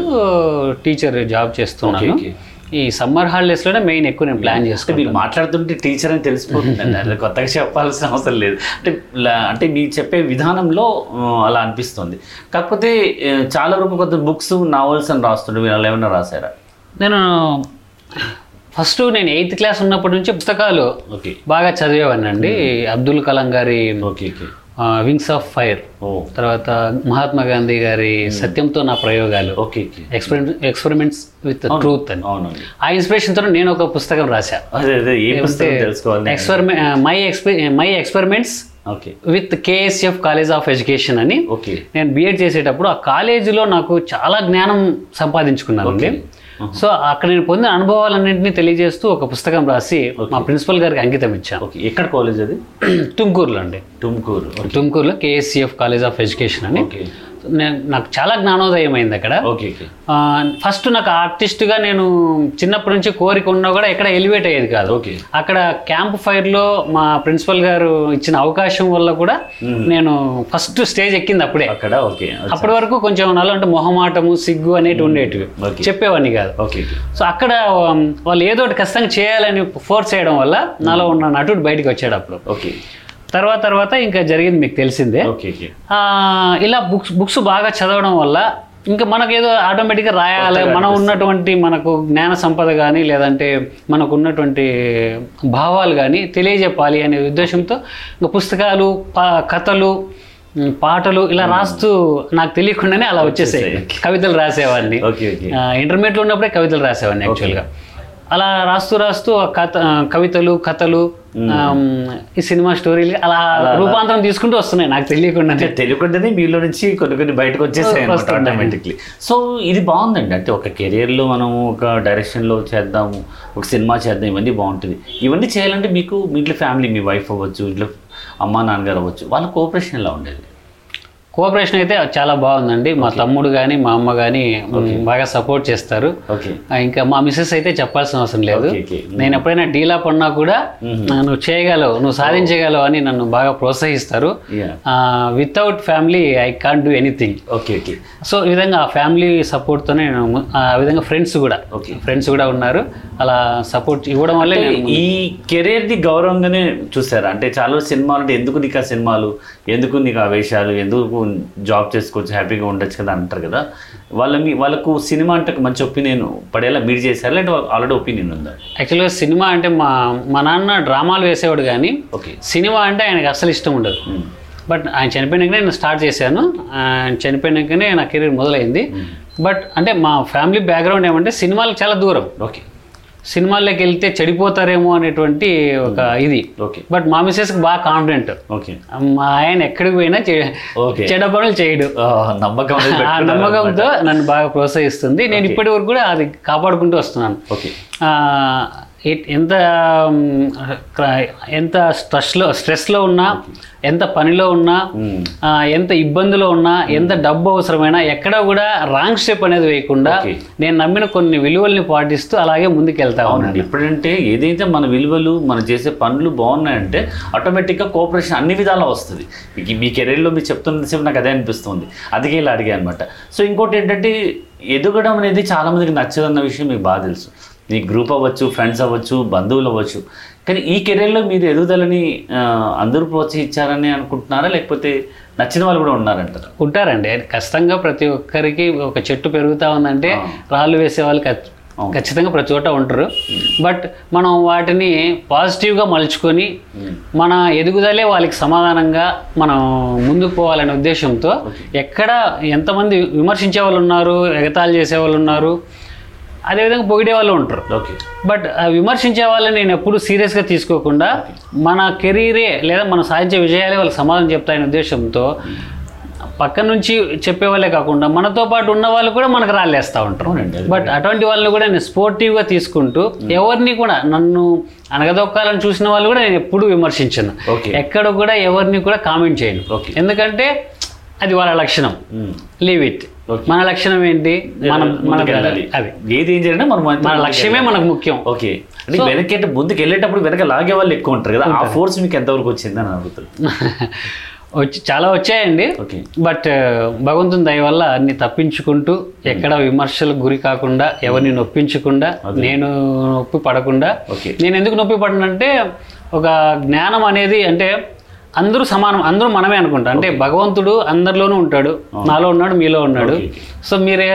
Speaker 2: teacher job చేస్తున్నాను
Speaker 1: ఓకే, Mm-hmm.
Speaker 2: ఈ సమ్మర్ హాలిడేస్లోనే మెయిన్ ఎక్కువ నేను ప్లాన్
Speaker 1: అంటే
Speaker 2: చేసుకుంటాను
Speaker 1: మీరు మాట్లాడుతుంటే టీచర్ అని తెలిసిపోతుందండి అది కొత్తగా చెప్పాల్సిన అవసరం లేదు అంటే లా- అంటే మీరు చెప్పే విధానంలో ఆ, అలా అనిపిస్తుంది కాకపోతే ఆ, చాలా వరకు కొంత బుక్స్ నావల్స్ అని రాస్తుండే మీరు అలా ఏమైనా రాశారా
Speaker 2: నేను ఫస్ట్ నేను ఎయిత్ క్లాస్ ఉన్నప్పటి నుంచి పుస్తకాలు
Speaker 1: ఓకే
Speaker 2: బాగా చదివేవానండి అబ్దుల్ కలాం గారి
Speaker 1: okay okay
Speaker 2: wings of fire
Speaker 1: ఓ
Speaker 2: తర్వాత మహాత్మా గాంధీ గారి సత్యంతో నా ప్రయోగాలు
Speaker 1: okay okay
Speaker 2: experiment experiments with truth అని
Speaker 1: అవునండి
Speaker 2: ఆ ఇన్స్పిరేషన్తో నేను ఒక పుస్తకం రాశాను
Speaker 1: అదే అదే ఏ పుస్తకం తెలుసుకోవాలి నేను.
Speaker 2: ఎక్స్పెరిమె my ఎక్స్పె my experiments
Speaker 1: okay
Speaker 2: with KSF college of education అని
Speaker 1: ఓకే
Speaker 2: నేను బీఎడ్ చేసేటప్పుడు ఆ కాలేజీలో నాకు చాలా జ్ఞానం సంపాదించుకున్నానండి సో అక్కడ నేను పొందిన అనుభవాలన్నింటినీ తెలియజేస్తూ ఒక పుస్తకం రాసి మా ప్రిన్సిపల్ గారికి అంకితం ఇచ్చాను
Speaker 1: ఓకే ఎక్కడ కాలేజ్ అది
Speaker 2: [CLEARS THROAT] తుమ్కూరులో అండి
Speaker 1: టుమ్కూరు ఓకే
Speaker 2: తుమ్కూరులో కేఎస్సిఎఫ్ కాలేజ్ ఆఫ్ ఎడ్యుకేషన్ అని
Speaker 1: ఓకే
Speaker 2: నేను నాకు చాలా జ్ఞానోదయం అయింది అక్కడ
Speaker 1: ఓకే ఓకే
Speaker 2: ఆ, ఫస్ట్ నాకు ఆర్టిస్ట్గా నేను చిన్నప్పటి నుంచి కోరిక ఉన్నా కూడా ఎక్కడ ఎలివేట్ అయ్యేది కాదు
Speaker 1: ఓకే
Speaker 2: అక్కడ క్యాంప్ ఫైర్లో మా ప్రిన్సిపల్ గారు ఇచ్చిన అవకాశం వల్ల కూడా
Speaker 1: మ్మ్.
Speaker 2: నేను ఫస్ట్ స్టేజ్ ఎక్కింది అప్పుడే
Speaker 1: అక్కడ ఓకే
Speaker 2: అప్పటి వరకు కొంచెం నాలో అంటే మొహమాటము సిగ్గు అనేటివి ఉండేటివి
Speaker 1: ఓకే.
Speaker 2: చెప్పేవాడిని కాదు
Speaker 1: ఓకే ఓకే
Speaker 2: సో అక్కడ ఉమ్, వాళ్ళు ఏదో ఒకటి ఖచ్చితంగా చేయాలని ఫోర్స్ చేయడం వల్ల నాలో ఉన్న నటుడు బయటకు వచ్చాడు అప్పుడు
Speaker 1: ఓకే
Speaker 2: తర్వాత తర్వాత ఇంకా జరిగింది మీకు తెలిసిందే
Speaker 1: ఓకే ఓకే
Speaker 2: ఆ, ఇలా బుక్స్ బుక్స్ బాగా చదవడం వల్ల ఇంకా మనకు ఏదో ఆటోమేటిక్గా రాయాలి మనం ఉన్నటువంటి మనకు జ్ఞాన సంపద కానీ లేదంటే మనకు ఉన్నటువంటి భావాలు కానీ తెలియజెప్పాలి అనే ఉద్దేశంతో ఇంకా పుస్తకాలు పా- కథలు ఉమ్, పాటలు ఇలా రాస్తూ నాకు తెలియకుండానే అలా వచ్చేసాయి కవితలు రాసేవాడిని
Speaker 1: ఓకే ఓకే
Speaker 2: ఆ, ఇంటర్మీడియట్లో ఉన్నప్పుడే కవితలు రాసేవాడిని యాక్చువల్గా అలా రాస్తూ రాస్తూ ఆ కథ ఆ, కవితలు కథలు ఆమ్, ఈ సినిమా స్టోరీలు అలా రూపాంతరం తీసుకుంటూ వస్తున్నాయి నాకు తెలియకుండా
Speaker 1: అంటే తెలియకుండానే మీలో నుంచి కొన్ని కొన్ని బయటకు వచ్చేసాయి అనమాట
Speaker 2: వస్తున్నాయి.
Speaker 1: ఆటోమేటిక్లీ సో ఇది బాగుందండి అంటే ఒక కెరియర్లో మనం ఒక డైరెక్షన్లో చేద్దాము ఒక సినిమా చేద్దాం ఇవన్నీ బాగుంటుంది ఇవన్నీ చేయాలంటే మీకు మీ ఇంట్లో ఫ్యామిలీ మీ వైఫ్ అవ్వచ్చు ఇంట్లో అమ్మా నాన్నగారు అవ్వచ్చు వాళ్ళ కోఆపరేషన్ ఎలా ఉండేది
Speaker 2: కోఆపరేషన్ అయితే చాలా బాగుందండి మా తమ్ముడు కానీ మా అమ్మ కానీ బాగా సపోర్ట్ చేస్తారు
Speaker 1: ఓకే
Speaker 2: ఆ, ఇంకా మా మిస్సెస్ అయితే చెప్పాల్సిన అవసరం లేదు
Speaker 1: ఓకే, ఓకే.
Speaker 2: నేను ఎప్పుడైనా డీలాప్ అన్నా కూడా "ఆ, నువ్వు చేయగలవు నువ్వు సాధించగలవు అని నన్ను బాగా ప్రోత్సహిస్తారు
Speaker 1: yeah
Speaker 2: without family I can't do anything
Speaker 1: okay okay
Speaker 2: so ఈ విధంగా ఫ్యామిలీ సపోర్ట్తోనే నేను ము- ఆ విధంగా ఫ్రెండ్స్ కూడా
Speaker 1: ఓకే
Speaker 2: ఫ్రెండ్స్ కూడా ఉన్నారు అలా సపోర్ట్ ఇవ్వడం వల్లే
Speaker 1: అంటే
Speaker 2: నేను
Speaker 1: ఈ కెరీర్ ది గౌరవంగానే చూసారా అంటే చాలా సినిమాలు అంటే ఎందుకు నీకు ఆ సినిమాలు ఎందుకు నీకు ఆ వేషాలు ఎందుకు జాబ్ చేసుకోవచ్చు హ్యాపీగా ఉండొచ్చు కదా అంటారు కదా వాళ్ళ మీ వాళ్ళకు సినిమా అంటే ఒక మంచి ఒపీనియన్ పడేలా మీరు చేశారు అంటే ఆల్రెడీ ఒపీనియన్ ఉందా
Speaker 2: యాక్చువల్గా సినిమా అంటే మా మా నాన్న డ్రామాలు వేసేవాడు కానీ
Speaker 1: ఓకే
Speaker 2: సినిమా అంటే ఆయనకు అస్సలు ఇష్టం ఉండదు బట్ ఆయన చనిపోయినాకనే నేను స్టార్ట్ చేశాను ఆయన చనిపోయినాకనే నా కెరీర్ మొదలైంది బట్ అంటే మా ఫ్యామిలీ బ్యాక్గ్రౌండ్ ఏమంటే సినిమాలకు చాలా దూరం
Speaker 1: ఓకే
Speaker 2: సినిమాల్లోకి వెళ్తే చెడిపోతారేమో అనేటువంటి ఒక
Speaker 1: Hmm.
Speaker 2: ఇది
Speaker 1: ఓకే
Speaker 2: బట్ మా మిస్సెస్కి బాగా కాన్ఫిడెంట్
Speaker 1: ఓకే
Speaker 2: మా ఆయన ఎక్కడికి పోయినా చె-
Speaker 1: ఓకే
Speaker 2: చెడ పనులు చేయడు
Speaker 1: నమ్మకం అనేది
Speaker 2: [LAUGHS] ఆ
Speaker 1: పెట్టుకున్నారు అన్నమాట.
Speaker 2: నమ్మకంతో నన్ను బాగా ప్రోత్సహిస్తుంది నేను ఇప్పటి వరకు కూడా అది కాపాడుకుంటూ వస్తున్నాను
Speaker 1: ఓకే
Speaker 2: ఆ, ఎట్- ఎంత మ్, క్ర- ఎంత స్ట్రెస్లో స్ట్రెస్లో ఉన్నా
Speaker 1: Hmm.
Speaker 2: ఎంత పనిలో ఉన్నా
Speaker 1: మ్మ్.
Speaker 2: ఆ, ఎంత ఇబ్బందులో ఉన్నా ఎంత డబ్బు అవసరమైనా ఎక్కడ కూడా రాంగ్ స్టెప్ అనేది వేయకుండా
Speaker 1: Okay.
Speaker 2: నేను నమ్మిన కొన్ని విలువల్ని పాటిస్తూ అలాగే ముందుకెళ్తా ఉన్నాను
Speaker 1: అవునండి ఇప్పుడంటే ఏదైతే మన విలువలు మనం చేసే పనులు బాగున్నాయంటే ఆటోమేటిక్గా కోఆపరేషన్ అన్ని విధాలా వస్తుంది మీకు మీ కెరీర్లో మీరు చెప్తున్నంతసేపు నాకు అదే అనిపిస్తుంది అందుకే ఇలా అడిగా అనమాట సో ఇంకోటి ఏంటంటే ఎదగడం అనేది చాలామందికి నచ్చదన్న విషయం మీకు బాగా తెలుసు మీ గ్రూప్ అవ్వచ్చు ఫ్రెండ్స్ అవ్వచ్చు బంధువులు అవ్వచ్చు కానీ ఈ కెరీర్లో మీరు ఎదుగుదలని ఆ, అందరూ ప్రోత్సహించారని అనుకుంటున్నారా లేకపోతే నచ్చిన వాళ్ళు కూడా ఉన్నారంటారా
Speaker 2: ఉంటారండి ఖచ్చితంగా ప్రతి ఒక్కరికి ఒక చెట్టు పెరుగుతా ఉందంటే రాళ్ళు వేసే వాళ్ళు ఖచ్- ఖచ్చితంగా ప్రతి చోట ఉంటారు బట్ మనం వాటిని పాజిటివ్గా మలుచుకొని మన ఎదుగుదలే వాళ్ళకి సమాధానంగా మనం ముందుకు పోవాలనే ఉద్దేశంతో ఎక్కడ ఎంతమంది విమర్శించే వాళ్ళు ఉన్నారు ఎగతాళి చేసే వాళ్ళు ఉన్నారు అదేవిధంగా పొగిడే వాళ్ళు ఉంటారు
Speaker 1: ఓకే
Speaker 2: బట్ ఆ విమర్శించే వాళ్ళని నేను ఎప్పుడు సీరియస్గా తీసుకోకుండా మన కెరీరే లేదా మన సాధించే విజయాలే వాళ్ళకి సమాధానం చెప్తాయనే ఉద్దేశంతో పక్క నుంచి చెప్పేవాళ్ళే కాకుండా మనతో పాటు ఉన్న వాళ్ళు కూడా మనకు రాళ్ళేస్తూ ఉంటారు
Speaker 1: అవునండి అది
Speaker 2: బట్ అటువంటి వాళ్ళని కూడా నేను స్పోర్టివ్గా తీసుకుంటూ ఎవరిని కూడా నన్ను అనగదొక్కాలని చూసిన వాళ్ళు కూడా నేను ఎప్పుడూ విమర్శించను
Speaker 1: ఓకే
Speaker 2: ఎక్కడ కూడా ఎవరిని కూడా కామెంట్ చేయను
Speaker 1: Okay.
Speaker 2: ఎందుకంటే అది వాళ్ళ లక్షణం
Speaker 1: ఉమ్.
Speaker 2: Leave it
Speaker 1: Okay.
Speaker 2: మన లక్షణం ఏంటి Hmm. మనం మన
Speaker 1: ముందుకు వెళ్ళాలి.
Speaker 2: అది
Speaker 1: ఏది ఏం చేయాలంటే మనం
Speaker 2: మన లక్ష్యమే మనకు ముఖ్యం
Speaker 1: ఓకే అంటే వెనక్కి అంటే ముందుకు వెళ్ళేటప్పుడు వెనక లాగే వాళ్ళు ఎక్కువ ఉంటారు కదా ఆ ఫోర్స్ మీకు ఎంతవరకు వచ్చిందని అడుగుతారు
Speaker 2: వచ్చి చాలా వచ్చాయండి
Speaker 1: ఓకే
Speaker 2: బట్ ఆ, భగవంతుని దయ వల్ల అన్ని తప్పించుకుంటూ ఎక్కడ
Speaker 1: Hmm.
Speaker 2: విమర్శలకు గురి కాకుండా ఎవరిని నొప్పించకుండా నేను నొప్పి పడకుండా
Speaker 1: ఓకే
Speaker 2: నేను ఎందుకు నొప్పి పడనంటే ఒక జ్ఞానం అనేది అంటే అందరూ సమానం అందరూ మనమే అనుకుంటా అంటే భగవంతుడు అందరిలోనూ ఉంటాడు నాలో ఉన్నాడు మీలో ఉన్నాడు
Speaker 1: Ah. Okay, Ah,
Speaker 2: సో మీరే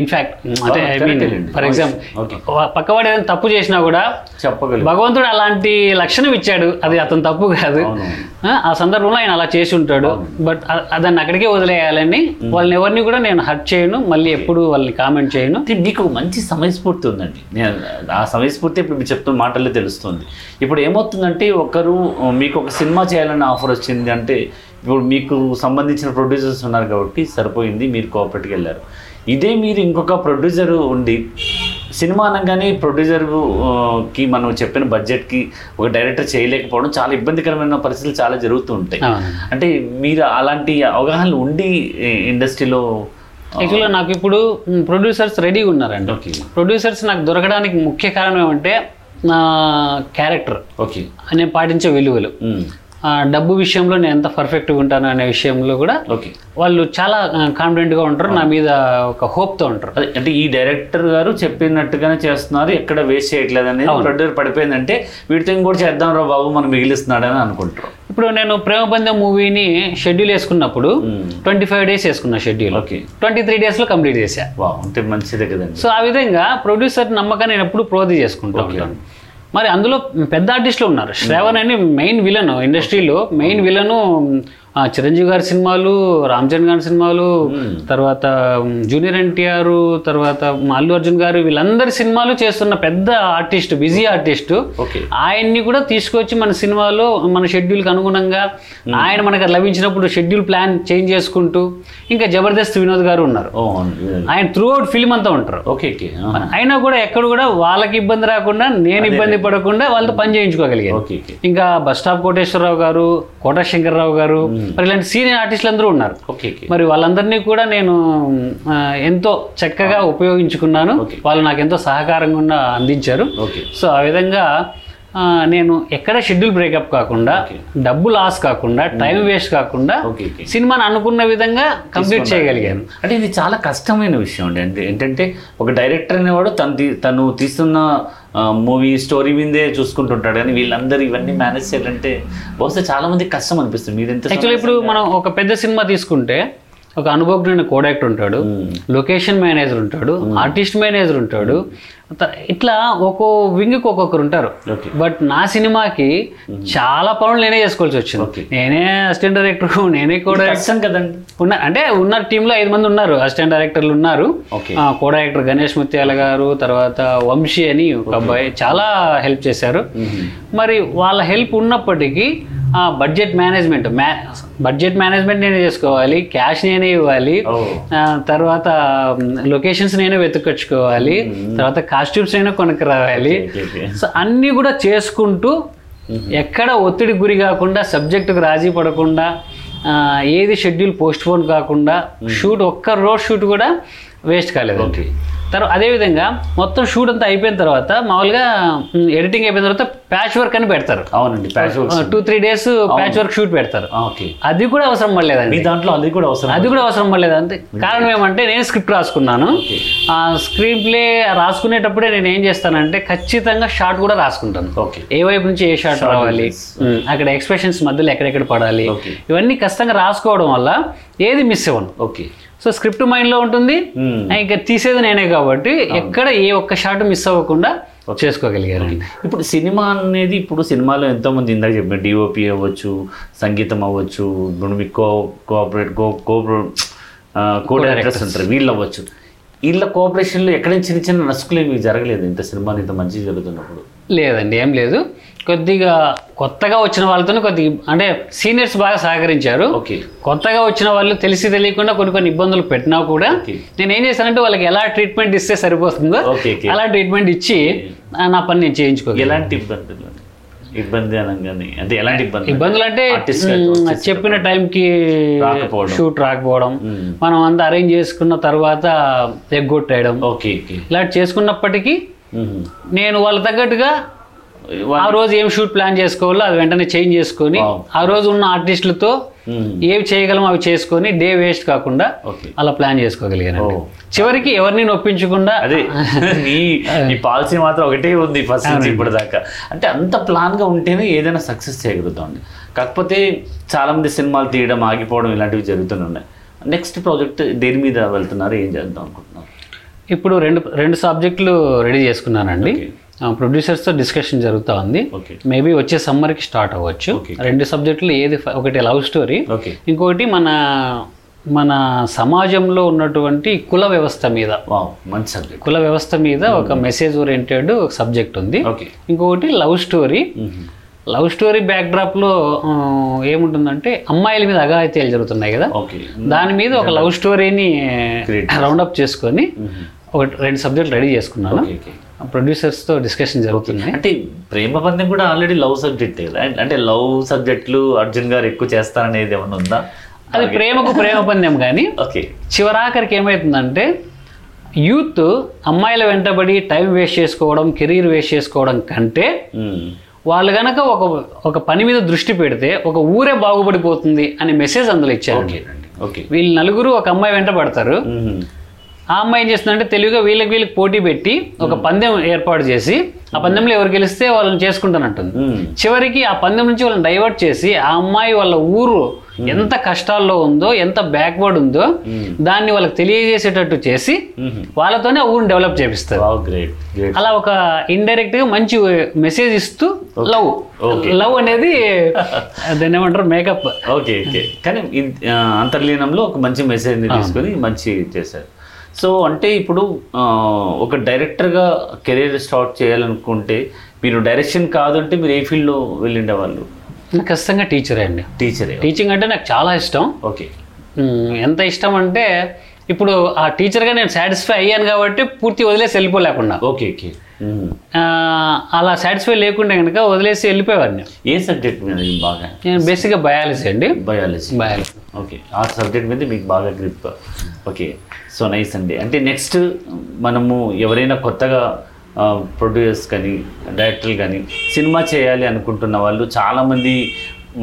Speaker 2: ఇన్ఫ్యాక్ట్ అంటే ఐ
Speaker 1: correct
Speaker 2: మీన్
Speaker 1: అండి.
Speaker 2: For example
Speaker 1: Okay.
Speaker 2: పక్కవాడు ఏదైనా తప్పు చేసినా కూడా
Speaker 1: చెప్పగలరు
Speaker 2: భగవంతుడు అలాంటి లక్షణం ఇచ్చాడు అది అతని తప్పు కాదు
Speaker 1: అవును
Speaker 2: ఆ, ఆ సందర్భంలో ఆయన అలా చేసి ఉంటాడు బట్ ఆ- ఆ దాన్ని అక్కడికే వదిలేయాలని వాళ్ళని ఎవరిని కూడా నేను హర్ట్ చేయను మళ్ళీ ఎప్పుడు వాళ్ళని కామెంట్ చేయను
Speaker 1: అంటే మీకు మంచి సమయస్ఫూర్తి ఉందండి నేను ఆ సమయస్ఫూర్తి ఇప్పుడు మీరు చెప్తున్న మాటల్లో తెలుస్తుంది ఇప్పుడు ఏమవుతుందంటే ఒకరు ఆ, మీకు ఒక సినిమా చేయాలని ఆఫర్ వచ్చింది అంటే ఇప్పుడు మీకు సంబంధించిన ప్రొడ్యూసర్స్ ఉన్నారు కాబట్టి సరిపోయింది మీరు కోఆపరేట్కి వెళ్ళారు ఇదే మీరు ఇంకొక ప్రొడ్యూసర్ ఉండి సినిమా అనగానే ప్రొడ్యూసర్ ఆ, కి మనం చెప్పిన బడ్జెట్కి ఒక డైరెక్టర్ చేయలేకపోవడం చాలా ఇబ్బందికరమైన పరిస్థితులు చాలా జరుగుతూ ఉంటాయి
Speaker 2: అవును.
Speaker 1: అంటే మీరు అలాంటి అవగాహనలు ఉండి ఇండస్ట్రీలో
Speaker 2: యాక్చువల్గా నాకు ఇప్పుడు ప్రొడ్యూసర్స్ రెడీగా ఉన్నారండి
Speaker 1: ఓకే
Speaker 2: ప్రొడ్యూసర్స్ నాకు దొరకడానికి ముఖ్య కారణం ఏమంటే నా క్యారెక్టర్
Speaker 1: ఓకే
Speaker 2: నేను పాటించే విలువలు
Speaker 1: ఉమ్.
Speaker 2: ఆ, డబ్బు విషయంలో నేను ఎంత పర్ఫెక్ట్గా ఉంటాను అనే విషయంలో కూడా
Speaker 1: ఓకే
Speaker 2: వాళ్ళు చాలా కాన్ఫిడెంట్గా ఉంటారు నా మీద ఒక హోప్తో ఉంటారు
Speaker 1: అదే అంటే ఈ డైరెక్టర్ గారు చెప్పినట్టుగానే చేస్తున్నారు ఎక్కడ వేస్ట్ చేయట్లేదు అనేది ప్రొడ్యూసర్ పడిపోయిందంటే వీటితో ఇంకోటి చేద్దాం రా బాబు మనం మిగిలిస్తున్నాడు అని అనుకుంటారు
Speaker 2: ఇప్పుడు నేను ప్రేమబంధం మూవీని షెడ్యూల్ వేసుకున్నప్పుడు ట్వంటీ ఫైవ్ డేస్ వేసుకున్న షెడ్యూల్
Speaker 1: ఓకే
Speaker 2: ట్వంటీ త్రీ డేస్లో కంప్లీట్ చేశా
Speaker 1: వా అంటే మంచిదే కదండి
Speaker 2: సో ఆ విధంగా ప్రొడ్యూసర్ నమ్మకాన్ని నేను ఎప్పుడు ప్రోది చేసుకుంటూ ఉంటాను మరి అందులో పెద్ద ఆర్టిస్టులు ఉన్నారు శ్రావణ్ అని మెయిన్ విలన్ ఇండస్ట్రీలో మెయిన్ విలను ఆ, చిరంజీవి గారి సినిమాలు రామ్ చరణ్ గారి సినిమాలు తర్వాత ఉమ్, జూనియర్ ఎన్టీఆర్ తర్వాత మా అల్లు అర్జున్ గారు వీళ్ళందరి సినిమాలు చేస్తున్న పెద్ద ఆర్టిస్ట్ బిజీ ఆర్టిస్ట్
Speaker 1: ఓకే
Speaker 2: ఆయన్ని కూడా తీసుకొచ్చి మన సినిమాలో మన షెడ్యూల్కి అనుగుణంగా ఆయన మనకు లభించినప్పుడు షెడ్యూల్ ప్లాన్ చేంజ్ చేసుకుంటూ ఇంకా జబర్దస్త్ వినోద్ గారు ఉన్నారు
Speaker 1: ఓ అవును.
Speaker 2: ఆయన త్రూ అవుట్ ఫిల్మ్ అంతా ఉంటారు
Speaker 1: ఓకే ఓకే ఆ.
Speaker 2: అయినా కూడా ఎక్కడ కూడా వాళ్ళకి ఇబ్బంది రాకుండా నేను ఇబ్బంది పడకుండా వాళ్ళతో పని చేయించుకోగలిగాను
Speaker 1: ఓకే ఓకే
Speaker 2: ఇంకా బస్ స్టాప్ కోటేశ్వరరావు గారు కోట శంకర్రావు గారు మరి ఇలాంటి సీనియర్ ఆర్టిస్టులు అందరూ ఉన్నారు
Speaker 1: ఓకే ఓకే
Speaker 2: మరి వాళ్ళందరినీ కూడా నేను ఆ, ఎంతో చక్కగా ఉపయోగించుకున్నాను
Speaker 1: Okay.
Speaker 2: వాళ్ళు నాకు ఎంతో సహకారంగా ఉన్న అందించారు
Speaker 1: ఓకే
Speaker 2: సో ఆ విధంగా ఆ, నేను ఎక్కడ షెడ్యూల్ బ్రేకప్ కాకుండా
Speaker 1: Okay.
Speaker 2: డబ్బు లాస్ కాకుండా టైం వేస్ట్ కాకుండా
Speaker 1: ఓకే ఓకే
Speaker 2: సినిమాని అనుకున్న విధంగా కంప్లీట్ చేయగలిగాను
Speaker 1: అంటే ఇది చాలా కష్టమైన విషయం అండి అంటే ఏంటంటే ఒక డైరెక్టర్ అనేవాడు తను తీ- తను తీస్తున్న మూవీ స్టోరీ మీదే చూసుకుంటుంటాడు కానీ వీళ్ళందరూ ఇవన్నీ మేనేజ్ చేయాలంటే బహుశా చాలా మంది కష్టం అనిపిస్తుంది మీరు ఎంత
Speaker 2: యాక్చువల్లీ ఇప్పుడు మనం ఒక పెద్ద సినిమా తీసుకుంటే ఒక అనుభవజ్ఞుడైన కోడాక్టర్ ఉంటాడు
Speaker 1: Hmm.
Speaker 2: లొకేషన్ మేనేజర్ ఉంటాడు ఆర్టిస్ట్ మేనేజర్ ఉంటాడు త- ఇట్లా ఒక్కో వింగ్కి ఒక్కొక్కరు ఉంటారు
Speaker 1: ఓకే
Speaker 2: బట్ నా సినిమాకి చాలా పనులు నేనే చేసుకోవాల్సి వచ్చింది
Speaker 1: Okay.
Speaker 2: నేనే అసిస్టెంట్ డైరెక్టర్ నేనే కో
Speaker 1: కష్టం కదండి
Speaker 2: ఉన్న అంటే ఉన్న టీంలో ఐదు మంది ఉన్నారు అసిస్టెంట్ డైరెక్టర్లు ఉన్నారు
Speaker 1: ఓకే
Speaker 2: ఆ, కో డైరెక్టర్ గణేష్ ముత్యాల గారు తర్వాత వంశీ అని ఒక అబ్బాయి చాలా హెల్ప్ చేశారు మరి వాళ్ళ హెల్ప్ ఉన్నప్పటికీ ఆ బడ్జెట్ మేనేజ్మెంట్ మ్యా బడ్జెట్ మేనేజ్మెంట్ నేనే చేసుకోవాలి క్యాష్ నేనే ఇవ్వాలి
Speaker 1: ఓ
Speaker 2: ఆ, తర్వాత లొకేషన్స్ నేనే వెతుకొచ్చుకోవాలి తర్వాత కాస్ట్యూమ్స్ నేనే కొనుక్కు రావాలి
Speaker 1: ఓకే, ఓకే.
Speaker 2: సో అన్నీ కూడా చేసుకుంటూ
Speaker 1: Mm-hmm.
Speaker 2: ఎక్కడ ఒత్తిడి గురి కాకుండా సబ్జెక్టుకు రాజీ పడకుండా ఆ, ఏది షెడ్యూల్ పోస్ట్పోన్ కాకుండా
Speaker 1: Mm-hmm.
Speaker 2: షూట్ ఒక్క రోజు షూట్ కూడా వేస్ట్ కాలేదు
Speaker 1: ఓకే
Speaker 2: తర్వాత అదేవిధంగా మొత్తం షూట్ అంతా అయిపోయిన తర్వాత మామూలుగా మ్, ఎడిటింగ్ అయిపోయిన తర్వాత ప్యాచ్ వర్క్ అని పెడతారు
Speaker 1: అవునండి patch works
Speaker 2: two three days patch work shoot పెడతారు
Speaker 1: ఓకే
Speaker 2: అది కూడా అవసరం పడలేదండి
Speaker 1: మీ దాంట్లో అది కూడా అవసరం
Speaker 2: అది కూడా అవసరం పడలేదు అంతే కారణం ఏమంటే నేను స్క్రిప్ట్ రాసుకున్నాను ఆ స్క్రీన్ ప్లే రాసుకునేటప్పుడే నేను ఏం చేస్తానంటే ఖచ్చితంగా షార్ట్ కూడా రాసుకుంటాను
Speaker 1: ఓకే
Speaker 2: ఏ వైపు నుంచి ఏ షాట్ రావాలి ఉమ్, అక్కడ ఎక్స్ప్రెషన్స్ మధ్యలో ఎక్కడెక్కడ పడాలి
Speaker 1: ఓకే
Speaker 2: ఇవన్నీ ఖచ్చితంగా రాసుకోవడం వల్ల ఏది మిస్ అవ్వను
Speaker 1: ఓకే
Speaker 2: సో స్క్రిప్ట్ మైండ్లో ఉంటుంది
Speaker 1: మ్మ్.
Speaker 2: ఇంకా తీసేది నేనే కాబట్టి ఎక్కడ ఏ ఒక్క షాట్ మిస్ అవ్వకుండా చేసుకోగలిగాను
Speaker 1: ఇప్పుడు సినిమా అనేది ఇప్పుడు సినిమాలో ఎంతోమంది ఇందాక చెప్పారు డిఓపి అవ్వచ్చు సంగీతం అవ్వచ్చు ఇప్పుడు మీకు co cooperate co co co directors ఉంటారు వీళ్ళు అవ్వచ్చు వీళ్ళ కోఆపరేషన్లో ఎక్కడైనా చిన్న చిన్న నసుకులు ఏమి జరగలేదు ఇంత సినిమాని ఇంత మంచి జరుగుతున్నప్పుడు
Speaker 2: లేదండి ఏం లేదు కొద్దిగా కొత్తగా వచ్చిన వాళ్ళతోనే కొద్దిగా అంటే సీనియర్స్ బాగా సహకరించారు
Speaker 1: ఓకే
Speaker 2: కొత్తగా వచ్చిన వాళ్ళు తెలిసి తెలియకుండా కొన్ని కొన్ని ఇబ్బందులు పెట్టినా కూడా
Speaker 1: Okay.
Speaker 2: నేను ఏం చేశానంటే వాళ్ళకి ఎలా ట్రీట్మెంట్ ఇస్తే సరిపోతుందో
Speaker 1: ఓకే ఓకే
Speaker 2: అలా ట్రీట్మెంట్ ఇచ్చి ఆ, నా పని నేను చేయించుకోగలను
Speaker 1: ఎలాంటి ఇబ్బందులు ఇబ్బంది అనగానే అంటే ఎలాంటి ఇబ్బంది
Speaker 2: ఇబ్బందులు అంటే
Speaker 1: Artist గా
Speaker 2: మ్,
Speaker 1: వచ్చేసి
Speaker 2: చెప్పిన టైంకి
Speaker 1: రాకపోవడం.
Speaker 2: షూట్ రాకపోవడం
Speaker 1: మ్మ్.
Speaker 2: మనం అంతా అరేంజ్ చేసుకున్న తర్వాత ఎగ్గొట్టేయడం
Speaker 1: ఓకే ఓకే
Speaker 2: ఇలాంటి చేసుకున్నప్పటికీ
Speaker 1: మ్మ్.
Speaker 2: నేను వాళ్ళ తగ్గట్టుగా ఆ
Speaker 1: వా-
Speaker 2: రోజు ఏం షూట్ ప్లాన్ చేసుకోవాలో అది వెంటనే చేంజ్ చేసుకొని
Speaker 1: Wow.
Speaker 2: ఆ రోజు ఉన్న ఆర్టిస్టులతో
Speaker 1: మ్మ్.
Speaker 2: ఏవి చేయగలమో అవి చేసుకొని డే వేస్ట్ కాకుండా
Speaker 1: ఓకే
Speaker 2: అలా ప్లాన్ చేసుకోగలిగాను
Speaker 1: Oh.
Speaker 2: చివరికి ఎవరిని నొప్పించకుండా
Speaker 1: అదే నీ ఈ పాలసీ మాత్రం ఒకటే ఉంది ఫస్ట్ నుంచి ఇప్పుడు దాకా అంటే అంత ప్లాన్ గా ఉంటేనే ఏదైనా సక్సెస్ చేయగలుగుతాం కాకపోతే చాలా మంది సినిమాలు తీయడం ఆగిపోవడం ఇలాంటివి జరుగుతున్నాయి నెక్స్ట్ ప్రాజెక్ట్ దేని మీద వెళ్తున్నారు ఏం చేద్దాం అనుకుంటున్నారు
Speaker 2: [LAUGHS] ఇప్పుడు రెండు రెండు సబ్జెక్టులు రెడీ చేసుకున్నానండి
Speaker 1: Okay.
Speaker 2: ఆ, producers తో డిస్కషన్ జరుగుతూ ఉంది
Speaker 1: ఓకే
Speaker 2: మేబీ వచ్చే సమ్మర్కి స్టార్ట్ అవ్వచ్చు
Speaker 1: Okay.
Speaker 2: రెండు సబ్జెక్టులు ఏది ఫ- ఒకటి లవ్ స్టోరీ
Speaker 1: ఓకే
Speaker 2: ఇంకోటి మన మన సమాజంలో ఉన్నటువంటి కుల వ్యవస్థ మీద
Speaker 1: వావ్ మంచి సబ్జెక్ట్
Speaker 2: కుల వ్యవస్థ మీద
Speaker 1: Hmm.
Speaker 2: ఒక మెసేజ్ ఓరియంటెడ్ సబ్జెక్ట్ ఉంది
Speaker 1: ఓకే
Speaker 2: ఇంకొకటి లవ్ స్టోరీ
Speaker 1: మ్మ్.
Speaker 2: లవ్ స్టోరీ బ్యాక్డ్రాప్లో ఏముంటుందంటే అమ్మాయిల మీద అఘాయిత్యాలు జరుగుతున్నాయి కదా
Speaker 1: ఓకే
Speaker 2: దాని మీద ఒక లవ్ స్టోరీని
Speaker 1: Great.
Speaker 2: రౌండప్ చేసుకొని
Speaker 1: మ్మ్.
Speaker 2: ఒక రెండు సబ్జెక్టులు రెడీ చేసుకున్నాను
Speaker 1: ఓకే ఓకే
Speaker 2: ప్రొడ్యూసర్స్తో డిస్కషన్ జరుగుతున్నాయి
Speaker 1: అంటే ప్రేమ బంధం కూడా ఆల్రెడీ లవ్ సబ్జెక్ట్ కదా అంటే- అంటే లవ్ సబ్జెక్టులు అర్జున్ గారు ఎక్కువ చేస్తారనేది ఏమైనా ఉందా
Speaker 2: అది ప్రేమకు ప్రేమ పందెం కానీ
Speaker 1: ఓకే
Speaker 2: చివరాఖరికి ఏమవుతుందంటే యూత్ అమ్మాయిల వెంటబడి టైం వేస్ట్ చేసుకోవడం కెరీర్ వేస్ట్ చేసుకోవడం కంటే
Speaker 1: మ్మ్.
Speaker 2: వాళ్ళు గనక ఒక ఒక పని మీద దృష్టి పెడితే ఒక ఊరే బాగుపడిపోతుంది అనే మెసేజ్ అందులో ఇచ్చారు
Speaker 1: ఓకే అండి ఓకే
Speaker 2: వీళ్ళు నలుగురు ఒక అమ్మాయి వెంట పడతారు
Speaker 1: మ్మ్.
Speaker 2: ఆ అమ్మాయి ఏం చేస్తుందంటే తెలివిగా వీళ్ళకి వీళ్ళకి పోటీ పెట్టి ఒక పందెం ఏర్పాటు చేసి ఆ పందెంలో ఎవరు గెలిస్తే వాళ్ళని చేసుకుంటానంటుంది
Speaker 1: మ్మ్.
Speaker 2: చివరికి ఆ పందెం నుంచి వాళ్ళని డైవర్ట్ చేసి ఆ అమ్మాయి వాళ్ళ ఊరు ఎంత కష్టాల్లో ఉందో ఎంత బ్యాక్వర్డ్ ఉందో
Speaker 1: మ్మ్.
Speaker 2: దాన్ని వాళ్ళకి తెలియజేసేటట్టు చేసి
Speaker 1: మ్మ్.
Speaker 2: వాళ్ళతోనే ఆ ఊరిని డెవలప్ చేపిస్తారు
Speaker 1: వావ్ గ్రేట్ గ్రేట్
Speaker 2: అలా ఒక ఇండైరెక్ట్ గా మంచి మెసేజ్ ఇస్తూ లవ్
Speaker 1: Okay.
Speaker 2: లవ్
Speaker 1: [LAUGHS]
Speaker 2: అనేది దాన్ని ఏమంటారు మేకప్
Speaker 1: ఓకే ఓకే కానీ ఇద్- ఆ, అంతర్లీనంలో ఒక మంచి మెసేజ్ని తీసుకొని మంచి చేశారు సో అంటే ఇప్పుడు ఆ, ఒక డైరెక్టర్గా కెరీర్ స్టార్ట్ చేయాలనుకుంటే మీరు డైరెక్షన్ కాదు అంటే మీరు ఏ ఫీల్డ్లో వెళ్ళిండే వాళ్ళు
Speaker 2: నాకు ఖచ్చితంగా టీచరే అండి
Speaker 1: టీచరే
Speaker 2: టీచింగ్ అంటే నాకు చాలా ఇష్టం
Speaker 1: ఓకే
Speaker 2: ఉమ్, ఎంత ఇష్టం అంటే ఇప్పుడు ఆ టీచర్గా నేను సాటిస్ఫై అయ్యాను కాబట్టి పూర్తి వదిలేసి వెళ్ళిపోలేకుండా
Speaker 1: ఓకే ఓకే మ్మ్.
Speaker 2: ఆ, అలా సాటిస్ఫై లేకుండా కనుక వదిలేసి వెళ్ళిపోయేవాడిని
Speaker 1: ఏ సబ్జెక్ట్ మీద మీకు బాగా
Speaker 2: నేను బేసిక్గా బయాలజీ అండి
Speaker 1: బయాలజీ
Speaker 2: బయాలజీ
Speaker 1: ఓకే ఆ సబ్జెక్ట్ మీద మీకు బాగా గ్రిప్ ఓకే సో నైస్ అండి అంటే నెక్స్ట్ మనము ఎవరైనా కొత్తగా ప్రొడ్యూసర్స్ కానీ డైరెక్టర్లు కానీ సినిమా చేయాలి అనుకుంటున్న వాళ్ళు చాలామంది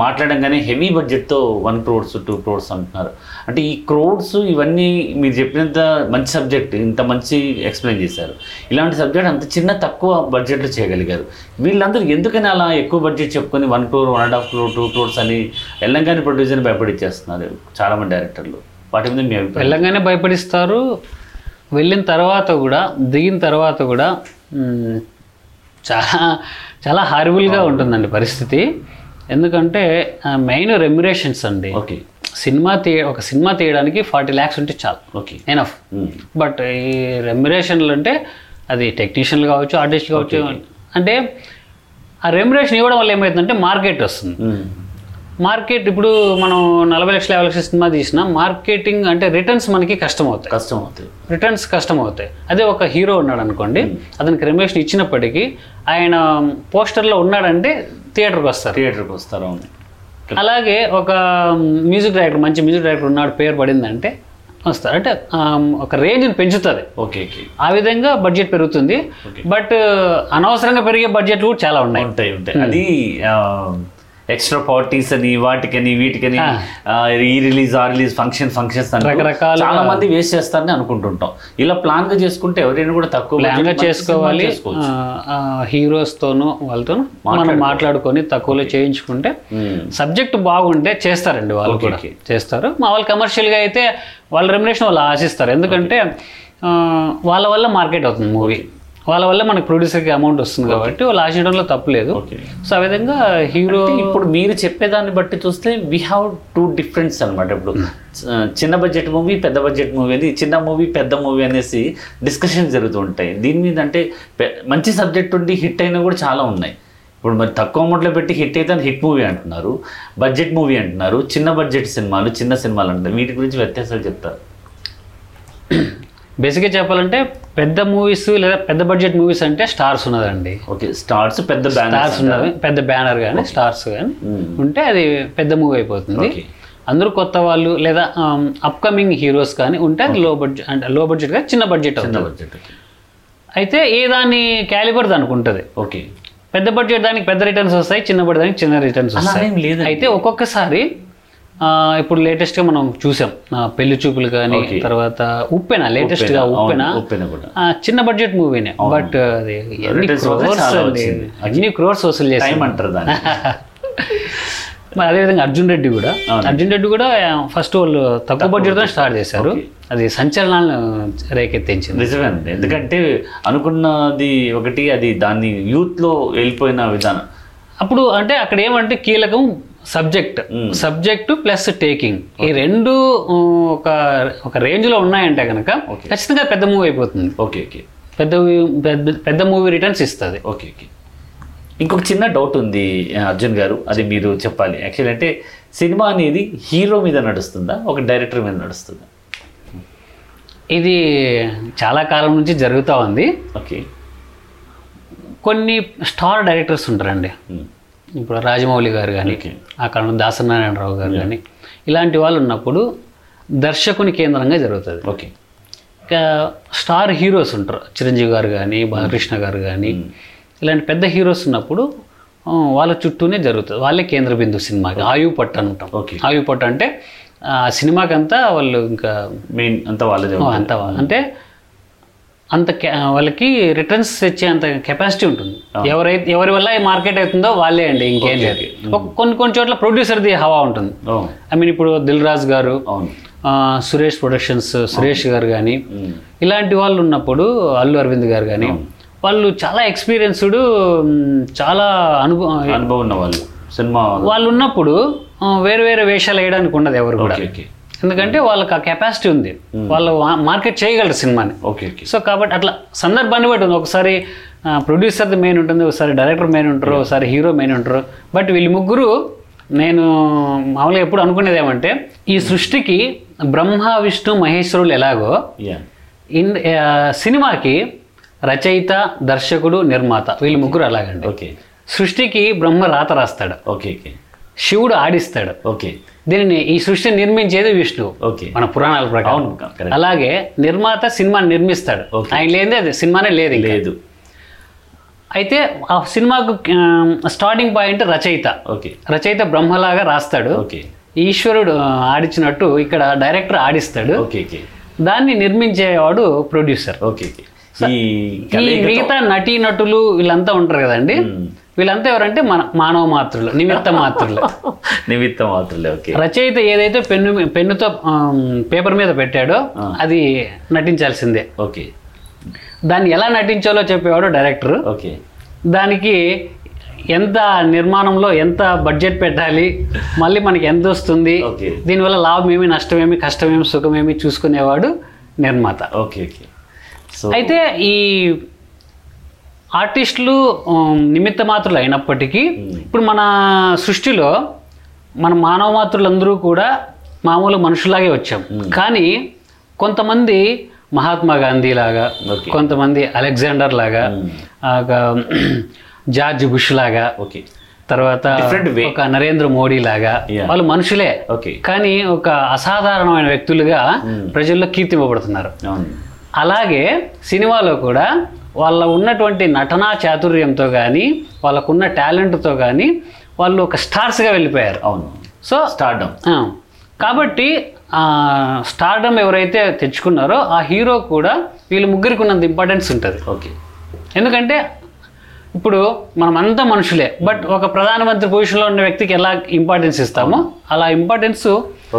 Speaker 1: మాట్లాడంగానే హెవీ బడ్జెట్తో వన్ క్రోడ్స్ టూ క్రోడ్స్ అంటున్నారు అంటే ఈ క్రోడ్స్ ఇవన్నీ మీరు చెప్పినంత మంచి సబ్జెక్ట్ ఇంత మంచి ఎక్స్ప్లెయిన్ చేశారు ఇలాంటి సబ్జెక్ట్ అంత చిన్న తక్కువ బడ్జెట్లో చేయగలిగారు వీళ్ళందరూ ఎందుకని అలా ఎక్కువ బడ్జెట్ చెప్పుకొని one crore one and half crore two crores అని ఎల్లంగాని ప్రొడ్యూసర్ని భయపడిచ్చేస్తున్నారు చాలామంది డైరెక్టర్లు వాటి మీద మీ అభిప్రాయం
Speaker 2: వెళ్ళంగానే భయపడిస్తారు వెళ్ళిన తర్వాత కూడా దిగిన తర్వాత కూడా ఉమ్, చాలా చాలా హారిబుల్గా ఉంటుందండి పరిస్థితి ఎందుకంటే మెయిన్ రెమ్యురేషన్స్ అండి
Speaker 1: ఓకే
Speaker 2: సినిమా తీయ ఒక సినిమా తీయడానికి ఫార్టీ ల్యాక్స్ ఉంటే చాలు
Speaker 1: ఓకే
Speaker 2: ఎనఫ్ బట్ ఈ రెమ్యురేషన్లు అంటే అది టెక్నీషియన్లు కావచ్చు ఆర్టిస్టులు కావచ్చు అంటే ఆ రెమ్యురేషన్ ఇవ్వడం వల్ల ఏమవుతుందంటే మార్కెట్ వస్తుంది మార్కెట్ ఇప్పుడు మనం నలభై లక్షల యాభై లక్షల సినిమా తీసినా మార్కెటింగ్ అంటే రిటర్న్స్ మనకి కష్టం అవుతాయి
Speaker 1: కష్టం అవుతుంది
Speaker 2: రిటర్న్స్ కష్టం అవుతాయి అదే ఒక హీరో ఉన్నాడు అనుకోండి అతనికి రెమ్యురేషన్ ఇచ్చినప్పటికీ ఆయన పోస్టర్లో ఉన్నాడంటే థియేటర్కి వస్తారు
Speaker 1: థియేటర్కి వస్తారు అవును
Speaker 2: అలాగే ఒక మ్యూజిక్ డైరెక్టర్ మంచి మ్యూజిక్ డైరెక్టర్ ఉన్నాడు పేరు పడిందంటే వస్తారు అంటే ఆ, ఒక రేంజ్ని పెంచుతుంది
Speaker 1: ఓకే ఓకే
Speaker 2: ఆ విధంగా బడ్జెట్ పెరుగుతుంది
Speaker 1: Okay.
Speaker 2: బట్ అనవసరంగా పెరిగే బడ్జెట్లు కూడా చాలా ఉన్నాయి
Speaker 1: ఉంటాయి ఉంటాయి
Speaker 2: Hmm.
Speaker 1: అది ఎక్స్ట్రా పార్టీస్ అని వాటికని వీటికని
Speaker 2: ఆ.
Speaker 1: ఆ, ఈ రిలీజ్ ఆ రిలీజ్ ఫంక్షన్ ఫంక్షన్స్ అని
Speaker 2: రకరకాల-
Speaker 1: చాలా మంది వేస్ట్ చేస్తారని అనుకుంటుంటాం ఇలా ప్లాన్ గా చేసుకుంటే ఎవరైనా కూడా తక్కువ
Speaker 2: ప్లాన్ గా
Speaker 1: budget మంచి
Speaker 2: చేసుకోవాలి
Speaker 1: సినిమా చేసుకోవచ్చు.
Speaker 2: హీరోస్ తోను వాళ్ళతోను మనం మాట్లాడుకొని తక్కువలో చేయించుకుంటే
Speaker 1: మ్మ్.
Speaker 2: సబ్జెక్ట్ బాగుంటే చేస్తారండి వాళ్ళు
Speaker 1: Okay,
Speaker 2: కూడా
Speaker 1: okay.
Speaker 2: చేస్తారు మా వాళ్ళు కమర్షియల్గా అయితే వాళ్ళ రెమ్యునేషన్ వాళ్ళు ఆశిస్తారు ఎందుకంటే ఆ, వాళ్ళ వల్ల మార్కెట్ అవుతుంది మూవీ వాళ్ళ వల్ల మనకు ప్రొడ్యూసర్కి అమౌంట్ వస్తుంది కాబట్టి వాళ్ళు ఆశించడంలో తప్పలేదు
Speaker 1: ఓకే
Speaker 2: సో ఆ విధంగా హీరో
Speaker 1: అంటే ఇప్పుడు మీరు చెప్పేదాన్ని బట్టి చూస్తే వీ హ్యావ్ టూ డిఫరెన్స్ అనమాట ఇప్పుడు చ- చిన్న బడ్జెట్ మూవీ పెద్ద బడ్జెట్ మూవీ అని చిన్న మూవీ పెద్ద మూవీ అనేసి డిస్కషన్ జరుగుతూ ఉంటాయి దీని మీద అంటే పె- మంచి సబ్జెక్ట్ ఉండి హిట్ అయినా కూడా చాలా ఉన్నాయి ఇప్పుడు మరి తక్కువ అమౌంట్లో పెట్టి హిట్ అయితే అది హిట్ మూవీ అంటున్నారు బడ్జెట్ మూవీ అంటున్నారు చిన్న బడ్జెట్ సినిమాలు చిన్న సినిమాలు అంటారు వీటి గురించి వ్యత్యాసాలు చెప్తారు
Speaker 2: బేసిక్గా చెప్పాలంటే పెద్ద మూవీస్ లేదా పెద్ద బడ్జెట్ మూవీస్ అంటే స్టార్స్ ఉన్నదండి
Speaker 1: ఓకే స్టార్స్ పెద్ద Hmm, బ్యానర్స్
Speaker 2: స్టార్స్ ఉన్నవి పెద్ద బ్యానర్ కానీ స్టార్స్ కానీ ఉంటే అది పెద్ద మూవీ అయిపోతుంది
Speaker 1: Okay.
Speaker 2: అందరూ కొత్త వాళ్ళు లేదా అప్కమింగ్ హీరోస్ కానీ ఉంటే అది లో బడ్జెట్ అంటే లో బడ్జెట్ కానీ చిన్న బడ్జెట్
Speaker 1: చిన్న
Speaker 2: అవుతుంది
Speaker 1: బడ్జెట్
Speaker 2: అయితే ఏ దాని క్యాలిబర్ దానికి ఉంటుంది
Speaker 1: ఓకే
Speaker 2: పెద్ద బడ్జెట్ దానికి పెద్ద రిటర్న్స్ వస్తాయి చిన్న బడ్జెట్ దానికి చిన్న రిటర్న్స్
Speaker 1: అలా
Speaker 2: వస్తాయి
Speaker 1: ఏం లేదండి.
Speaker 2: అయితే ఒక్కొక్కసారి ఆ, ఇప్పుడు లేటెస్ట్గా మనం చూసాం ఆ, పెళ్లి చూపులు కానీ
Speaker 1: Okay.
Speaker 2: తర్వాత ఉప్పెన లేటెస్ట్గా ఉప్పెన
Speaker 1: ఓపెన్ కూడా
Speaker 2: ఆ, చిన్న బడ్జెట్ మూవీనే బట్ అది ఎన్ని
Speaker 1: Returns వల్ల
Speaker 2: క్రోర్స్
Speaker 1: చాలా
Speaker 2: అండి
Speaker 1: వచ్చింది.
Speaker 2: అన్ని క్రోర్స్ వసూలు చేస్తాయి
Speaker 1: టైం అంటారు దాన్ని
Speaker 2: [LAUGHS] మరి అదేవిధంగా అర్జున్ రెడ్డి కూడా
Speaker 1: అవును.
Speaker 2: అర్జున్ రెడ్డి కూడా ఫస్ట్ వాళ్ళు తక్కువ బడ్జెట్తో స్టార్ట్ చేశారు
Speaker 1: Okay.
Speaker 2: అది సంచలనాలను రేకెత్తించింది
Speaker 1: నిజమేనండి ఎందుకంటే అనుకున్నది ఒకటి అది దాన్ని youth లో వెళ్ళిపోయిన విధానం
Speaker 2: అప్పుడు అంటే అక్కడ ఏమంటే కీలకం subject
Speaker 1: Hmm.
Speaker 2: Subject plus taking ఈ రెండు ఉమ్, ఒక ఒక range లో ఉన్నాయంటే కనుక
Speaker 1: Okay.
Speaker 2: ఖచ్చితంగా పెద్ద మూవీ అయిపోతుంది
Speaker 1: ఓకే ఓకే
Speaker 2: పెద్ద movie- పెద్ద- పెద్ద మూవీ రిటర్న్స్ ఇస్తుంది
Speaker 1: ఓకే ఓకే ఇంకొక చిన్న డౌట్ ఉంది అర్జున్ గారు అది మీరు చెప్పాలి యాక్చువల్ అంటే సినిమా అనేది హీరో మీద నడుస్తుందా ఒక డైరెక్టర్ మీద నడుస్తుందా
Speaker 2: ఇది చాలా కాలం నుంచి జరుగుతూ ఉంది
Speaker 1: ఓకే
Speaker 2: కొన్ని స్టార్ డైరెక్టర్స్ ఉంటారండి
Speaker 1: ఉమ్.
Speaker 2: ఇప్పుడు రాజమౌళి గారు కానీ
Speaker 1: ఓకే
Speaker 2: అక్కడ ఉన్న దాసనారాయణరావు గారు కానీ ఇలాంటి వాళ్ళు ఉన్నప్పుడు దర్శకుని కేంద్రంగా జరుగుతుంది
Speaker 1: ఓకే
Speaker 2: ఇక స్టార్ హీరోస్ ఉంటారు చిరంజీవి గారు కానీ బాలకృష్ణ గారు కానీ ఇలాంటి పెద్ద హీరోస్ ఉన్నప్పుడు ఆ, వాళ్ళ చుట్టూనే జరుగుతుంది వాళ్ళే కేంద్ర బిందు సినిమాకి ఆయువు పట్టు అంటాం
Speaker 1: ఓకే.
Speaker 2: ఆయువు పట్టు అంటే ఆ సినిమాకంతా వాళ్ళు ఇంకా
Speaker 1: మెయిన్ అంతా వాళ్ళదే
Speaker 2: ఓ,
Speaker 1: ఉంటుంది.
Speaker 2: అంత అంటే అంత కె- వాళ్ళకి రిటర్న్స్ తెచ్చే అంత కెపాసిటీ ఉంటుంది ఎవరైతే ఎవరి వల్ల మార్కెట్ అవుతుందో వాళ్ళే అండి ఇంకేం
Speaker 1: ఓకే,
Speaker 2: లేదు ఒక- కొన్ని కొన్ని చోట్ల ప్రొడ్యూసర్ది హవా ఉంటుంది
Speaker 1: ఓ,
Speaker 2: ఐ మీన్ ఇప్పుడు దిల్ రాజు గారు
Speaker 1: అవును
Speaker 2: ఆ, సురేష్ ప్రొడక్షన్స్ సురేష్ గారు కానీ
Speaker 1: ఉమ్.
Speaker 2: ఇలాంటి వాళ్ళు ఉన్నప్పుడు అల్లు అరవింద్ గారు కానీ వాళ్ళు చాలా ఎక్స్పీరియన్స్డ్ చాలా అనుభవం
Speaker 1: అనుభవం ఉన్న వాళ్ళు సినిమా
Speaker 2: వాళ్ళు ఉన్నప్పుడు ఆ, వేరు వేరే వేషాలు వేయడానికి ఉండదు ఎవరు కూడా
Speaker 1: ఓకే ఓకే
Speaker 2: ఎందుకంటే వాళ్ళకి ఆ కెపాసిటీ ఉంది వాళ్ళు మార్కెట్ చేయగలరు సినిమాని
Speaker 1: ఓకే ఓకే
Speaker 2: సో కాబట్టి అట్లా సందర్భాన్ని బట్టి ఉంది ఒకసారి ప్రొడ్యూసర్ది మెయిన్ ఉంటుంది ఒకసారి డైరెక్టర్ మెయిన్ ఉంటారు ఒకసారి హీరో మెయిన్ ఉంటారు బట్ వీళ్ళు ముగ్గురు నేను మామూలుగా ఎప్పుడు అనుకునేది ఏమంటే ఈ సృష్టికి బ్రహ్మ విష్ణు మహేశ్వరులు ఎలాగో
Speaker 1: యా
Speaker 2: ఇన్ ఆ, సినిమాకి రచయిత దర్శకుడు నిర్మాత వీళ్ళు ముగ్గురు అలాగండి
Speaker 1: ఓకే
Speaker 2: సృష్టికి బ్రహ్మ రాత రాస్తాడు
Speaker 1: ఓకే ఓకే
Speaker 2: శివుడు ఆడిస్తాడు
Speaker 1: ఓకే
Speaker 2: దీనిని ఈ సృష్టిని నిర్మించేది విష్ణువు
Speaker 1: ఓకే
Speaker 2: మన పురాణాల ప్రకారం
Speaker 1: అవును కరెక్ట్
Speaker 2: అలాగే నిర్మాత సినిమాని నిర్మిస్తాడు
Speaker 1: Okay.
Speaker 2: ఆయన లేనిదే అది సినిమానే లేదు ఇంకా.
Speaker 1: లేదు
Speaker 2: అయితే ఆ సినిమాకు స్టార్టింగ్ పాయింట్ రచయిత
Speaker 1: ఓకే
Speaker 2: రచయిత బ్రహ్మలాగా రాస్తాడు
Speaker 1: ఓకే
Speaker 2: ఈశ్వరుడు ఆ, ఆడించినట్టు ఇక్కడ డైరెక్టర్ ఆడిస్తాడు
Speaker 1: ఓకే ఓకే
Speaker 2: దాన్ని నిర్మించేవాడు ప్రొడ్యూసర్
Speaker 1: ఓకే ఓకే ఈ
Speaker 2: ఈ మిగతా నటీ నటులు వీళ్ళంతా ఉంటారు కదండి
Speaker 1: మ్మ్.
Speaker 2: వీళ్ళంతా ఎవరంటే మన మానవ మాత్రులు నిమిత్త మాత్రులు
Speaker 1: [LAUGHS] నిమిత్తం మాత్రలే ఓకే
Speaker 2: రచయిత ఏదైతే పెన్ను పెన్నుతో పేపర్ మీద పెట్టాడో
Speaker 1: ఆ.
Speaker 2: అది నటించాల్సిందే
Speaker 1: ఓకే
Speaker 2: దాన్ని ఎలా నటించాలో చెప్పేవాడు డైరెక్టర్
Speaker 1: ఓకే
Speaker 2: దానికి ఎంత నిర్మాణంలో ఎంత బడ్జెట్ పెట్టాలి మళ్ళీ మనకి ఎంత వస్తుంది
Speaker 1: ఓకే.
Speaker 2: దీనివల్ల లాభం ఏమి నష్టమేమి కష్టమేమి సుఖమేమి చూసుకునేవాడు నిర్మాత
Speaker 1: ఓకే ఓకే సో
Speaker 2: అయితే ఈ ఆర్టిస్టులు ఉమ్, నిమిత్త మాత్రులు అయినప్పటికీ
Speaker 1: Hmm.
Speaker 2: ఇప్పుడు మన సృష్టిలో మన మానవ మాతృలందరూ కూడా మామూలు మనుషులాగే వచ్చాం
Speaker 1: Hmm.
Speaker 2: కానీ కొంతమంది మహాత్మా గాంధీ లాగా
Speaker 1: Okay. Hmm.
Speaker 2: కొంతమంది అలెగ్జాండర్ లాగా
Speaker 1: um,
Speaker 2: ఆ, ఒక [CLEARS THROAT] జార్జ్ బుష్ లాగా
Speaker 1: ఓకే
Speaker 2: తర్వాత
Speaker 1: Different way.
Speaker 2: ఒక నరేంద్ర మోడీ లాగా
Speaker 1: Yeah.
Speaker 2: వాళ్ళు మనుషులే
Speaker 1: ఓకే
Speaker 2: కానీ ఒక అసాధారణమైన వ్యక్తులుగా
Speaker 1: Hmm.
Speaker 2: ప్రజల్లో కీర్తింపబడుతున్నారు
Speaker 1: అవును
Speaker 2: అలాగే సినిమాలో కూడా వాళ్ళ ఉన్నటువంటి నటనా చాతుర్యంతో కానీ వాళ్ళకున్న టాలెంట్తో కానీ వాళ్ళు ఒక స్టార్స్గా వెళ్ళిపోయారు
Speaker 1: అవును
Speaker 2: సో
Speaker 1: స్టార్డమ్
Speaker 2: ఆ, కాబట్టి ఆ, స్టార్డమ్ ఎవరైతే తెచ్చుకున్నారో ఆ హీరో కూడా వీళ్ళు ముగ్గురికి ఉన్నంత ఇంపార్టెన్స్ ఉంటుంది
Speaker 1: ఓకే
Speaker 2: ఎందుకంటే ఇప్పుడు మనమంతా మనుషులే బట్ ఒక ప్రధానమంత్రి పొజిషన్లో ఉన్న వ్యక్తికి ఎలా ఇంపార్టెన్స్ ఇస్తామో అలా ఇంపార్టెన్స్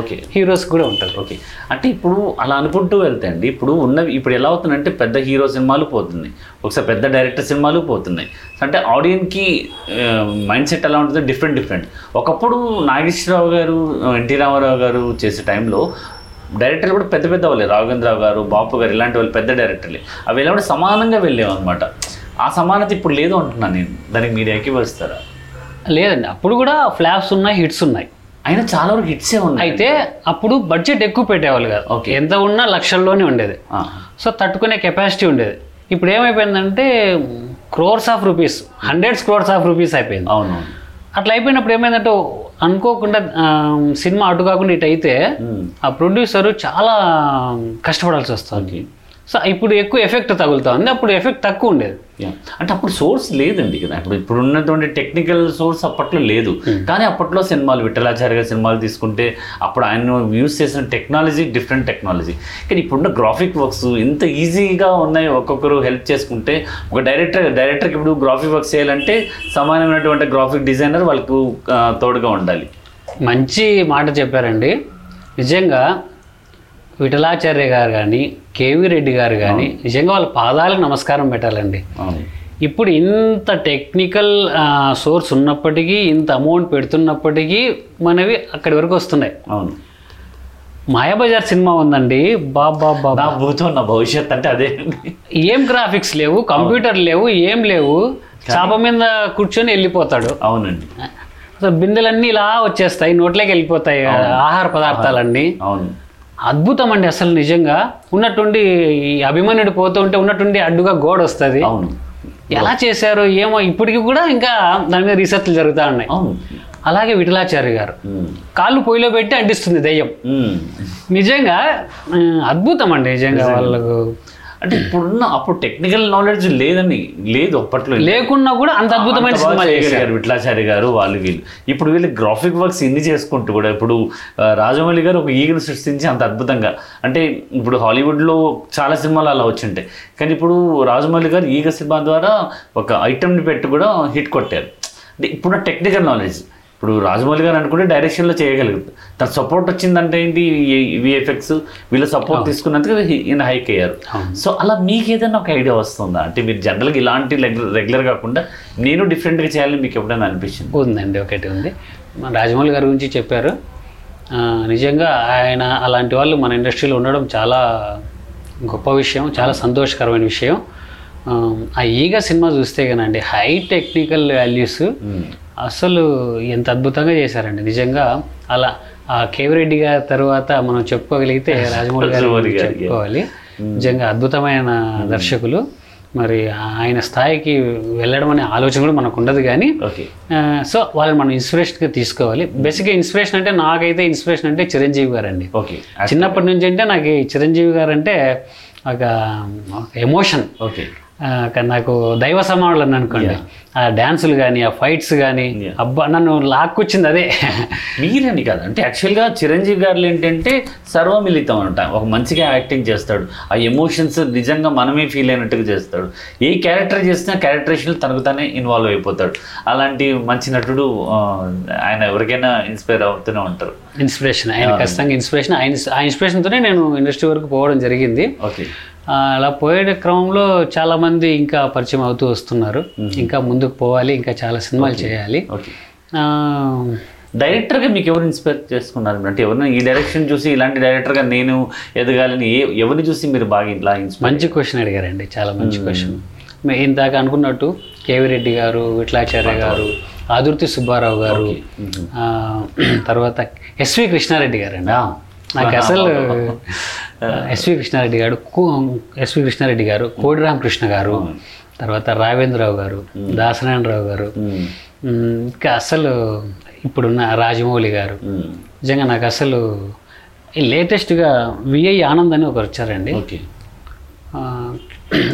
Speaker 1: ఓకే
Speaker 2: హీరోస్ కూడా ఉంటుంది
Speaker 1: ఓకే అంటే ఇప్పుడు అలా అనుకుంటూ వెళ్తే అండి ఇప్పుడు ఉన్నవి ఇప్పుడు ఎలా అవుతుందంటే పెద్ద హీరో సినిమాలు పోతున్నాయి ఒకసారి పెద్ద డైరెక్టర్ సినిమాలు పోతున్నాయి అంటే ఆడియన్కి మైండ్ సెట్ ఎలా ఉంటుందో డిఫరెంట్ డిఫరెంట్ ఒకప్పుడు నాగేశ్వరరావు గారు ఎన్టీ రామారావు గారు చేసే టైంలో డైరెక్టర్లు కూడా పెద్ద పెద్ద వాళ్ళే రాఘవేంద్రరావు గారు బాపు గారు ఇలాంటి వాళ్ళు పెద్ద డైరెక్టర్లే అవి ఎలా కూడా సమానంగా వెళ్ళేవన్నమాట ఆ సమానత ఇప్పుడు లేదు అంటున్నాను నేను దానికి మీరు ఏకీపరుస్తారా
Speaker 2: లేదండి అప్పుడు కూడా ఫ్లాప్స్ ఉన్నాయి హిట్స్ ఉన్నాయి
Speaker 1: అయినా చాలా వరకు హిట్సే ఉన్నాయి
Speaker 2: అయితే అప్పుడు బడ్జెట్ ఎక్కువ పెట్టేవాళ్ళు కాదు
Speaker 1: ఓకే.
Speaker 2: ఎంత ఉన్నా లక్షల్లోనే ఉండేది
Speaker 1: ఆ,
Speaker 2: సో తట్టుకునే కెపాసిటీ ఉండేది ఇప్పుడు ఏమైపోయిందంటే crores of rupees hundreds crores of rupees అయిపోయింది
Speaker 1: అవును
Speaker 2: అట్లా అయిపోయినప్పుడు ఏమైందంటే అనుకోకుండా ఆ, సినిమా అటు కాకుండా ఇటు అయితే
Speaker 1: ఉమ్,
Speaker 2: ఆ ప్రొడ్యూసర్ చాలా కష్టపడాల్సి వస్తుంది సో ఇప్పుడు ఎక్కువ ఎఫెక్ట్ తగులుతా ఉంది అప్పుడు ఎఫెక్ట్ తక్కువ ఉండేది
Speaker 1: Yeah. అంటే అప్పుడు సోర్స్ లేదండి కదా ఇప్పుడు ఇప్పుడు ఉన్నటువంటి టెక్నికల్ సోర్స్ అప్పట్లో లేదు కానీ అప్పట్లో సినిమాలు విఠలాచార్య గారి సినిమాలు తీసుకుంటే అప్పుడు ఆయన యూజ్ చేసిన టెక్నాలజీ డిఫరెంట్ టెక్నాలజీ కానీ ఇప్పుడున్న గ్రాఫిక్ వర్క్స్ ఇంత ఈజీగా ఉన్నాయి ఒక్కొక్కరు హెల్ప్ చేసుకుంటే ఒక డైరెక్టర్ డైరెక్టర్కి ఇప్పుడు గ్రాఫిక్ వర్క్స్ చేయాలంటే సమానమైనటువంటి గ్రాఫిక్ డిజైనర్ వాళ్ళకు ఆ, తోడుగా ఉండాలి
Speaker 2: మంచి మాట చెప్పారండి నిజంగా విఠలాచార్య గారు కానీ కేవీ రెడ్డి గారు కానీ నిజంగా వాళ్ళ పాదాలకు నమస్కారం పెట్టాలండి
Speaker 1: అవును
Speaker 2: ఇప్పుడు ఇంత టెక్నికల్ సోర్స్ ఉన్నప్పటికీ ఇంత అమౌంట్ పెడుతున్నప్పటికీ మనవి అక్కడి వరకు వస్తున్నాయి
Speaker 1: అవును
Speaker 2: మాయాబజార్ సినిమా ఉందండి బాబా బాబా
Speaker 1: నా భూతం నా భవిష్యత్ అంటే అదే
Speaker 2: ఏం గ్రాఫిక్స్ లేవు కంప్యూటర్ లేవు ఏం లేవు చాప మీద కూర్చొని వెళ్ళిపోతాడు
Speaker 1: అవునండి
Speaker 2: సో బిందెలన్నీ ఇలా వచ్చేస్తాయి నోట్లోకి వెళ్ళిపోతాయి ఆహార పదార్థాలన్నీ
Speaker 1: అవును
Speaker 2: అద్భుతం అండి అసలు నిజంగా ఉన్నట్టుండి ఈ అభిమన్యుడు పోతూ ఉంటే ఉన్నట్టుండి అడ్డుగా గోడ వస్తుంది
Speaker 1: అవును
Speaker 2: ఎలా చేశారు ఏమో ఇప్పటికి కూడా ఇంకా దాని మీద రీసెర్చ్లు జరుగుతూ ఉన్నాయి
Speaker 1: అవును Hmm.
Speaker 2: అలాగే విఠలాచార్య గారు
Speaker 1: ఉమ్.
Speaker 2: కాళ్ళు పొయ్యిలో పెట్టి అడ్డిస్తుంది దెయ్యం
Speaker 1: ఉమ్.
Speaker 2: నిజంగా ఆ, అద్భుతం అండి నిజంగా వాళ్ళకు
Speaker 1: అంటే ఇప్పుడున్న అప్పుడు టెక్నికల్ నాలెడ్జ్ లేదని లేదు అప్పట్లో
Speaker 2: లేకున్నా కూడా అంత అద్భుతమైన
Speaker 1: అంత బాగా
Speaker 2: సినిమా చేశారు
Speaker 1: చేయగలిగారు విట్లాచారి గారు వాళ్ళు వీళ్ళు ఇప్పుడు వీళ్ళు గ్రాఫిక్ వర్క్స్ ఇన్ని చేసుకుంటూ కూడా ఇప్పుడు ఆ, రాజమౌళి గారు ఒక ఈగను సృష్టించి అంత అద్భుతంగా అంటే ఇప్పుడు హాలీవుడ్లో చాలా సినిమాలు అలా వచ్చింటాయి కానీ ఇప్పుడు రాజమౌళి గారు ఈగ సినిమా ద్వారా ఒక ఐటెంని పెట్టి కూడా హిట్ కొట్టారు అంటే ఇప్పుడున్న టెక్నికల్ నాలెడ్జ్ ఇప్పుడు రాజమౌళి గారు అనుకుంటే డైరెక్షన్లో చేయగలుగుతారు తన సపోర్ట్ వచ్చిందంటే ఏంటి విఎఫ్ఎక్స్ వీళ్ళ సపోర్ట్ తీసుకున్నందుకు ఈయన హైక్ అయ్యారు సో అలా మీకు ఏదైనా ఒక ఐడియా వస్తుందా అంటే మీరు జనరల్గా ఇలాంటి రెగ్యులర్ కాకుండా నేను డిఫరెంట్గా చేయాలని మీకు ఎప్పుడైనా అనిపించింది
Speaker 2: ఉందండి ఒకటి ఉంది మన రాజమౌళి గారి గురించి చెప్పారు ఆ, నిజంగా ఆయన అలాంటి వాళ్ళు మన ఇండస్ట్రీలో ఉండడం చాలా గొప్ప విషయం చాలా సంతోషకరమైన విషయం ఆ, ఆ ఈగ సినిమా చూస్తే కానండి హై టెక్నికల్ వాల్యూస్ అసలు ఎంత అద్భుతంగా చేశారండి నిజంగా అలా ఆ కేవి రెడ్డి గారి తర్వాత మనం చెప్పుకోగలిగితే రాజమౌళి గారు
Speaker 1: రాజమౌళి గారికి.
Speaker 2: చెప్పుకోవాలి నిజంగా అద్భుతమైన దర్శకులు మరి ఆయన స్థాయికి వెళ్ళడం అనే ఆలోచన కూడా మనకు ఉండదు కానీ
Speaker 1: ఓకే
Speaker 2: ఆ, సో వాళ్ళని మనం ఇన్స్పిరేషన్గా తీసుకోవాలి బేసిక్గా ఇన్స్పిరేషన్ అంటే నాకైతే ఇన్స్పిరేషన్ అంటే చిరంజీవి గారండి
Speaker 1: ఓకే
Speaker 2: చిన్నప్పటి నుంచి అంటే నాకు ఈ చిరంజీవి గారు అంటే ఒక ఒక ఎమోషన్
Speaker 1: ఓకే
Speaker 2: ఆ, క- నాకు దైవ సమానులు అని అనుకోండి ఆ డ్యాన్సులు కానీ ఆ ఫైట్స్ కానీ
Speaker 1: Yeah.
Speaker 2: అబ్బా నన్ను లాక్కొచ్చింది అదే
Speaker 1: మీరని కాదు అంటే యాక్చువల్గా చిరంజీవి గారు ఏంటంటే సర్వమిళితం అనట ఒక మంచిగా యాక్టింగ్ చేస్తాడు ఆ ఎమోషన్స్ నిజంగా మనమే ఫీల్ అయినట్టుగా చేస్తాడు ఏ క్యారెక్టర్ చేసినా క్యారెక్టరేషన్ తనకు తానే ఇన్వాల్వ్ అయిపోతాడు అలాంటి మంచి నటుడు ఆ, ఆయన ఎవరికైనా ఇన్స్పైర్ అవుతూనే ఉంటారు
Speaker 2: ఇన్స్పిరేషన్ ఆయన ఖచ్చితంగా ఇన్స్పిరేషన్ ఆయన ఆ ఇన్స్పిరేషన్తోనే నేను ఇండస్ట్రీ వరకు పోవడం జరిగింది
Speaker 1: ఓకే
Speaker 2: ఆ, అలా పోయే క్రమంలో చాలామంది ఇంకా పరిచయం అవుతూ వస్తున్నారు ఇంకా ముందుకు పోవాలి ఇంకా చాలా సినిమాలు చేయాలి
Speaker 1: ఓకే
Speaker 2: ఆ,
Speaker 1: డైరెక్టర్గా మీకు ఎవరు ఇన్స్పైర్ చేసుకున్నారు అంటే ఎవరిని ఈ డైరెక్షన్ చూసి ఇలాంటి డైరెక్టర్గా నేను ఎదగాలని ఏ ఎవరిని చూసి మీరు బాగా ఇలా ఇన్స్పైర్
Speaker 2: మంచి క్వశ్చన్ అడిగారండి చాలా మంచి క్వశ్చన్ మే- ఇందాక అనుకున్నట్టు కేవి రెడ్డి గారు విఠలాచార్య గారు ఆదుర్తి సుబ్బారావు గారు ఆ, తర్వాత ఎస్వి కృష్ణారెడ్డి గారు అండి నాకు అసలు ఎస్వి కృష్ణారెడ్డి గారు కో- ఎస్వి కృష్ణారెడ్డి గారు కోడి రామకృష్ణ గారు తర్వాత రావేంద్రరావు గారు దాసనారాయణరావు గారు ఉమ్, ఇంకా అసలు ఇప్పుడున్న రాజమౌళి గారు నిజంగా నాకు అసలు ఈ లేటెస్ట్గా విఐ ఆనంద్ అని ఒకరు వచ్చారండి
Speaker 1: ఓకే
Speaker 2: ఆ,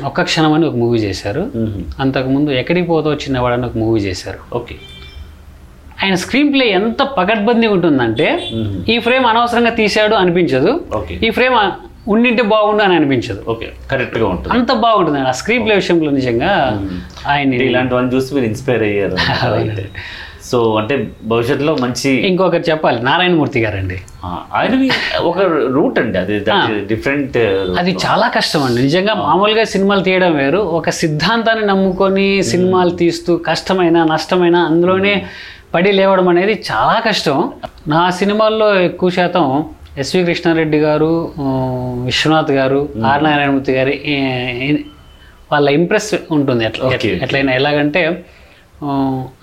Speaker 2: ఒక్క క్షణం అని ఒక మూవీ చేశారు అంతకుముందు ఎక్కడికి పోతో చిన్నవాడు అని ఒక మూవీ చేశారు
Speaker 1: ఓకే
Speaker 2: ఆయన స్క్రీన్ ప్లే ఎంత పకడ్బందీ ఉంటుందంటే ఈ ఫ్రేమ్ అనవసరంగా తీశాడు అనిపించదు
Speaker 1: ఓకే
Speaker 2: ఈ ఫ్రేమ్ ఆ- ఉండింటే బాగుండు అని అనిపించదు
Speaker 1: ఓకే కరెక్ట్గా ఉంటుంది
Speaker 2: అంత బాగుంటుంది ఆ స్క్రీన్ ప్లే విషయంలో నిజంగా ఆయన
Speaker 1: ఇలాంటివన్నీ చూసి మీరు ఇన్స్పైర్ అయ్యారు అయితే. సో అంటే భవిష్యత్తులో మంచి
Speaker 2: ఇంకొకరు చెప్పాలి నారాయణమూర్తి గారండి
Speaker 1: ఆ, ఆయనవి ఒక రూట్ అండి అది uh, డిఫరెంట్
Speaker 2: అది చాలా కష్టం అండి నిజంగా మామూలుగా సినిమాలు తీయడం వేరు ఒక సిద్ధాంతాన్ని నమ్ముకొని సినిమాలు తీస్తూ కష్టమైన నష్టమైన అందులోనే పడి లేవడం అనేది చాలా కష్టం నా సినిమాల్లో ఎక్కువ శాతం ఎస్వి కృష్ణారెడ్డి గారు ఆ, విశ్వనాథ్ గారు ఆర్ నారాయణమూర్తి గారి ఏ- వాళ్ళ ఇంప్రెస్ ఉంటుంది ఎట్లా
Speaker 1: Okay.
Speaker 2: ఎట్లయినా ఎలాగంటే ఆ,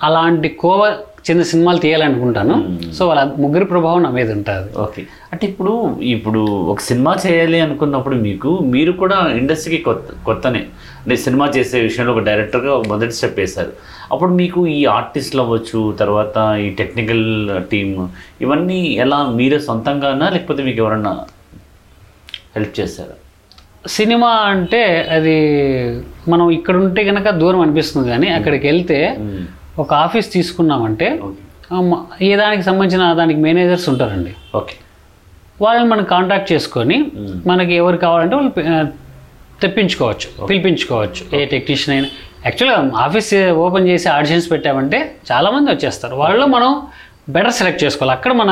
Speaker 2: అలాంటి కోవ చిన్న సినిమాలు తీయాలనుకుంటాను సో వాళ్ళ ముగ్గురి ప్రభావం నా మీద ఉంటుంది
Speaker 1: ఓకే అంటే ఇప్పుడు ఇప్పుడు ఒక సినిమా చేయాలి అనుకున్నప్పుడు మీకు మీరు కూడా ఇండస్ట్రీకి కొత్త కొత్తనే అంటే సినిమా చేసే విషయంలో ఒక డైరెక్టర్గా ఒక మొదటి స్టెప్ వేశారు అప్పుడు మీకు ఈ ఆర్టిస్టులు అవ్వచ్చు తర్వాత ఈ టెక్నికల్ టీమ్ ఇవన్నీ ఎలా మీరే సొంతంగానా లేకపోతే మీకు ఎవరన్నా హెల్ప్ చేశారా
Speaker 2: సినిమా అంటే అది మనం ఇక్కడ ఉంటే కనుక దూరం అనిపిస్తుంది కానీ అక్కడికి వెళ్తే ఒక ఆఫీస్ తీసుకున్నామంటే
Speaker 1: ఓకే
Speaker 2: ఆ మ- ఏ దానికి సంబంధించిన దానికి మేనేజర్స్ ఉంటారండి
Speaker 1: ఓకే
Speaker 2: వాళ్ళని మనం కాంటాక్ట్ చేసుకొని
Speaker 1: మ్మ్.
Speaker 2: మనకి ఎవరు కావాలంటే వాళ్ళు పి- ఆ, తెప్పించుకోవచ్చు పిలిపించుకోవచ్చు ఏ టెక్నీషియన్ అయినా యాక్చువల్గా ఆఫీస్ ఓపెన్ చేసి ఆడిషన్స్ పెట్టామంటే చాలామంది వచ్చేస్తారు వాళ్ళలో మనం బెటర్ సెలెక్ట్ చేసుకోవాలి అక్కడ మన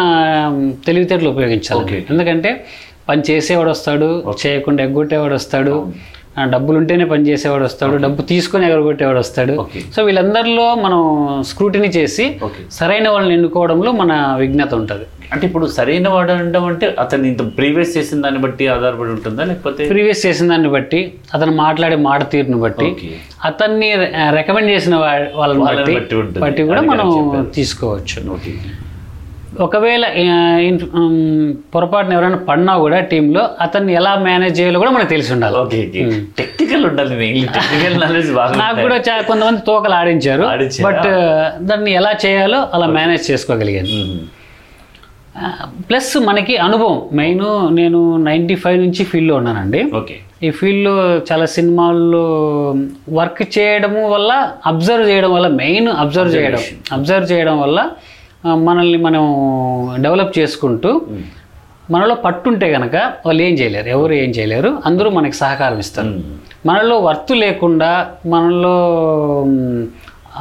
Speaker 2: మ్, తెలివితేటలు ఉపయోగించాలి
Speaker 1: Okay.
Speaker 2: ఎందుకంటే పని చేసేవాడు వస్తాడు చేయకుండా ఎగ్గొట్టేవాడు వస్తాడు ఆ, డబ్బులు ఉంటేనే పని చేసేవాడు వస్తాడు డబ్బు తీసుకొని ఎగరగొట్టేవాడు వస్తాడు
Speaker 1: Okay.
Speaker 2: సో వీళ్ళందరిలో మనం స్క్రూటినీ చేసి
Speaker 1: ఓకే
Speaker 2: సరైన వాళ్ళని ఎన్నుకోవడంలో మన విజ్ఞత ఉంటుంది
Speaker 1: అంటే ఇప్పుడు సరైన వాడు అనడం అంటే అతను ఇంత ప్రీవియస్ చేసిన దాన్ని బట్టి ఆధారపడి ఉంటుందా లేకపోతే
Speaker 2: ప్రీవియస్ చేసిన దాన్ని బట్టి అతను మాట్లాడే మాట తీరును బట్టి
Speaker 1: ఓకే
Speaker 2: అతన్ని రికమెండ్ చేసిన వా- వాళ్ళని
Speaker 1: వాళ్ళని
Speaker 2: బట్టి
Speaker 1: బట్టి ఉంటుంది.
Speaker 2: బట్టి కూడా
Speaker 1: అది
Speaker 2: మనం
Speaker 1: కరెక్ట్ చెప్పారు.
Speaker 2: తీసుకోవచ్చు
Speaker 1: ఓకే
Speaker 2: ఒకవేళ ఆ, ఇన్- ఉమ్, పొరపాటున ఎవరైనా పడినా కూడా టీంలో అతన్ని ఎలా మేనేజ్ చేయాలో కూడా మనకు తెలిసి ఉండాలి
Speaker 1: ఓకే ఓకే టెక్నికల్ ఉండాలి మెయిన్లీ టెక్నికల్ నాలెడ్జ్ బాగా
Speaker 2: నాకు కూడా చా- కొంతమంది తోకలు ఆడించారు
Speaker 1: ఆడించారా?
Speaker 2: బట్ ఆ, దాన్ని ఎలా చేయాలో అలా మేనేజ్ చేసుకోగలిగాను ప్లస్ మనకి అనుభవం మెయిన్ నేను నైంటీ ఫైవ్ నుంచి ఫీల్డ్లో ఉన్నానండి
Speaker 1: ఓకే
Speaker 2: ఈ ఫీల్డ్లో చాలా సినిమాల్లో వర్క్ చేయడము వల్ల అబ్జర్వ్ చేయడం వల్ల మెయిన్ అబ్జర్వ్ చేయడం అబ్జర్వ్ చేయడం వల్ల ఆ, మనల్ని మనం డెవలప్ చేసుకుంటూ మనలో పట్టుంటే కనుక వాళ్ళు ఏం చేయలేరు ఎవరు ఏం చేయలేరు అందరూ మనకి సహకారం ఇస్తారు మనలో వర్తు లేకుండా మనలో మ్,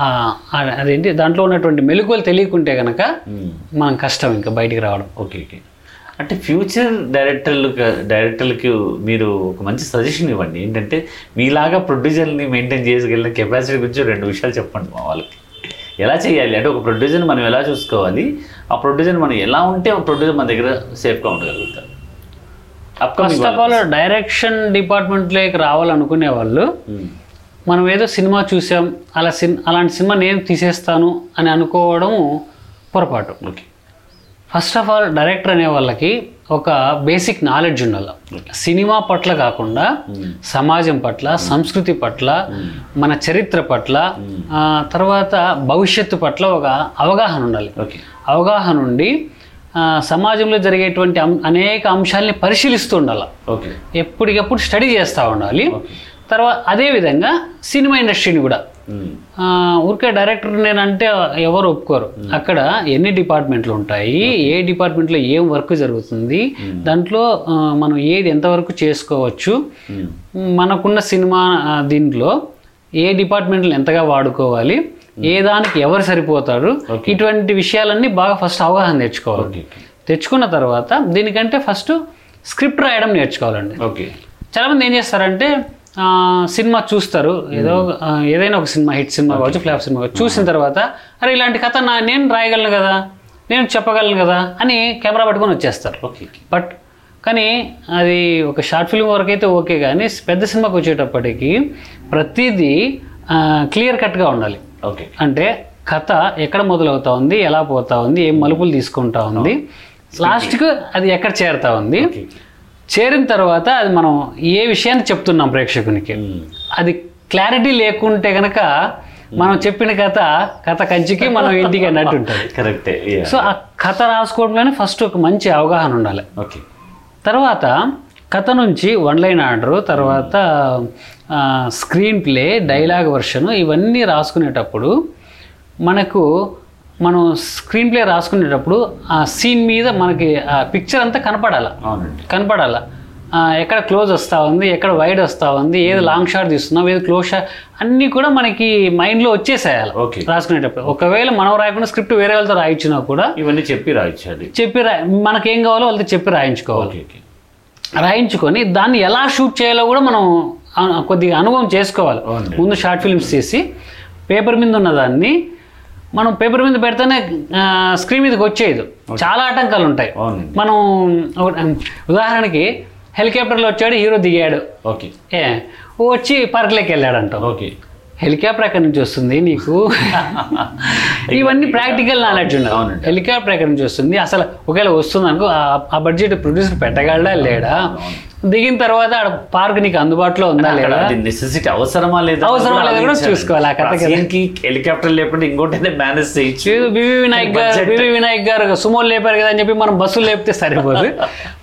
Speaker 2: ఆ, ఆ, అదేంటి దాంట్లో ఉన్నటువంటి మెలకువలు తెలియకుంటే కనుక మనం కష్టం ఇంకా బయటికి రావడం
Speaker 1: ఓకే ఓకే అంటే ఫ్యూచర్ డైరెక్టర్లు డైరెక్టర్లకి మీరు ఒక మంచి సజెషన్ ఇవ్వండి ఏంటంటే మీలాగా ప్రొడ్యూసర్ని మెయింటైన్ చేయగలిగిన కెపాసిటీ గురించి రెండు విషయాలు చెప్పండి మా వాళ్ళకి ఎలా చేయాలి అంటే ఒక ప్రొడ్యూసర్ని మనం ఎలా చూసుకోవాలి ఆ ప్రొడ్యూసర్ మనం ఎలా ఉంటే ఆ ప్రొడ్యూసర్ మన దగ్గర సేఫ్గా ఉండగలుగుతారు
Speaker 2: first of
Speaker 1: upcoming
Speaker 2: all direction డిపార్ట్మెంట్లోకి రావాలనుకునే వాళ్ళు మనం ఏదో సినిమా చూసాం అలా సిన్ అలాంటి సినిమా నేను తీసేస్తాను అని అనుకోవడం పొరపాటు
Speaker 1: okay
Speaker 2: first of all director అనే వాళ్ళకి ఒక బేసిక్ నాలెడ్జ్ ఉండాలి సినిమా పట్ల కాకుండా
Speaker 1: Hmm.
Speaker 2: సమాజం పట్ల సంస్కృతి పట్ల మన చరిత్ర పట్ల ఆ, తర్వాత భవిష్యత్తు పట్ల ఒక అవగాహన ఉండాలి
Speaker 1: ఓకే
Speaker 2: అవగాహన ఉండి ఆ, సమాజంలో జరిగేటువంటి అం- అనేక అంశాలని పరిశీలిస్తూ ఉండాలి
Speaker 1: ఓకే
Speaker 2: ఎప్పటికప్పుడు స్టడీ చేస్తూ ఉండాలి తర్వాత అదేవిధంగా సినిమా ఇండస్ట్రీని కూడా
Speaker 1: Hmm.
Speaker 2: ఆ, ఊరికే డైరెక్టర్ నేనంటే ఎవరు ఒప్పుకోరు అక్కడ ఎన్ని డిపార్ట్మెంట్లు ఉంటాయి ఏ డిపార్ట్మెంట్లో ఏం వర్క్ జరుగుతుంది దాంట్లో ఆ, మనం ఏది ఎంతవరకు చేసుకోవచ్చు
Speaker 1: Hmm.
Speaker 2: మనకున్న సినిమా ఆ, దీంట్లో ఏ డిపార్ట్మెంట్లు ఎంతగా వాడుకోవాలి ఏ దానికి ఎవరు సరిపోతారు ఇటువంటి విషయాలన్నీ బాగా ఫస్ట్ అవగాహన తెచ్చుకోవాలి
Speaker 1: ఓకే
Speaker 2: తెచ్చుకున్న తర్వాత దీనికంటే ఫస్ట్ స్క్రిప్ట్ రాయడం నేర్చుకోవాలండి
Speaker 1: ఓకే
Speaker 2: చాలామంది ఏం చేస్తారంటే ఆ, సినిమా చూస్తారు ఏదో ఆ, ఏదైనా ఒక సినిమా హిట్ సినిమా కావచ్చు ఫ్లాప్ సినిమా కావచ్చు చూసిన తర్వాత అరే ఇలాంటి కథ నా నేను రాయగలను కదా నేను చెప్పగలను కదా అని కెమెరా పట్టుకొని వచ్చేస్తారు
Speaker 1: ఓకే
Speaker 2: బట్ కానీ అది ఒక షార్ట్ ఫిల్మ్ వరకు అయితే ఓకే కానీ పెద్ద సినిమాకి వచ్చేటప్పటికి ప్రతిదీ క్లియర్ కట్గా ఉండాలి
Speaker 1: ఓకే
Speaker 2: అంటే కథ ఎక్కడ మొదలవుతా ఉంది ఎలా పోతా ఉంది ఏం మలుపులు తీసుకుంటా ఉంది లాస్ట్కు అది ఎక్కడ చేరుతా ఉంది
Speaker 1: ఓకే
Speaker 2: చేరిన తర్వాత అది మనం ఏ విషయాన్ని చెప్తున్నాం ప్రేక్షకునికి
Speaker 1: Hmm.
Speaker 2: అది క్లారిటీ లేకుంటే గనక మనం చెప్పిన కథ కథ కంచికి మనం ఇంటికి అన్నట్టు ఉంటుంది
Speaker 1: కరెక్టే యా
Speaker 2: సో ఆ కథ రాసుకోవడంలోనే ఫస్ట్ ఒక మంచి అవగాహన ఉండాలి
Speaker 1: ఓకే
Speaker 2: తర్వాత కథ నుంచి వన్ లైన్ ఆర్డరు తర్వాత స్క్రీన్ ప్లే డైలాగ్ వర్షన్ ఇవన్నీ రాసుకునేటప్పుడు మనకు మనం స్క్రీన్ ప్లే రాసుకునేటప్పుడు ఆ సీన్ మీద మనకి ఆ పిక్చర్ అంతా కనపడాలి
Speaker 1: అవునండి
Speaker 2: కనపడాల ఆ, ఆ, ఎక్కడ క్లోజ్ వస్తూ ఉంది ఎక్కడ వైడ్ వస్తూ ఉంది
Speaker 1: Hmm.
Speaker 2: ఏది లాంగ్ షాట్ తీస్తున్నాం ఏది క్లోజ్ షాట్ అన్నీ కూడా మనకి మైండ్లో వచ్చేసేయాలి
Speaker 1: ఓకే
Speaker 2: రాసుకునేటప్పుడు ఒకవేళ మనం రాయకుండా స్క్రిప్ట్ వేరే వాళ్ళతో రాయించినా కూడా
Speaker 1: ఇవన్నీ చెప్పి రాయించాలి
Speaker 2: చెప్పి రా మనకేం కావాలో వాళ్ళతో చెప్పి రాయించుకోవాలి
Speaker 1: ఓకే ఓకే
Speaker 2: రాయించుకొని దాన్ని ఎలా షూట్ చేయాలో కూడా మనం అను- కొద్దిగా అనుభవం చేసుకోవాలి
Speaker 1: అవునండి.
Speaker 2: ముందు షార్ట్ ఫిల్మ్స్ చేసి పేపర్ మీద ఉన్న దాన్ని మనం పేపర్ మీద పెడితేనే స్క్రీన్ మీదకి వచ్చేది చాలా ఆటంకాలు ఉంటాయి
Speaker 1: అవునండి
Speaker 2: మనం ఒక- ఉదాహరణకి హెలికాప్టర్లో వచ్చాడు హీరో దిగాడు
Speaker 1: ఓకే
Speaker 2: ఏ వచ్చి పార్క్లోకి వెళ్ళాడు అంటాం
Speaker 1: ఓకే
Speaker 2: హెలికాప్టర్ ఎక్కడి నుంచి వస్తుంది
Speaker 1: [LAUGHS]
Speaker 2: నీకు ఇవన్నీ ప్రాక్టికల్ నాలెడ్జ్ ఉండాలి
Speaker 1: అవునండి.
Speaker 2: హెలికాప్టర్ ఎక్కడి నుంచి వస్తుంది అసలు ఒకవేళ వస్తుంది అనుకో ఆ- ఆ బడ్జెట్ ప్రొడ్యూసర్ పెట్టగలడా లేడా దిగిన తర్వాత ఆడ పార్క్ నీకు అందుబాటులో ఉందా
Speaker 1: అక్కడ
Speaker 2: లేదా
Speaker 1: అది necessity అవసరమా లేదా
Speaker 2: అవసరమా లేదా కూడా
Speaker 1: ఆలోచించాలి.
Speaker 2: చూసుకోవాలి ఆ కథకి.
Speaker 1: ఆ scene కి హెలికాప్టర్ లేకుండా ఇంకోటి మేనేజ్ చేయొచ్చు
Speaker 2: బివి వినాయక్ గారు
Speaker 1: Budget.
Speaker 2: బివి వినాయక్ గారు సుమోలు లేపారు కదా అని చెప్పి మనం బస్సులు లేపితే
Speaker 1: [LAUGHS]
Speaker 2: సరిపోదు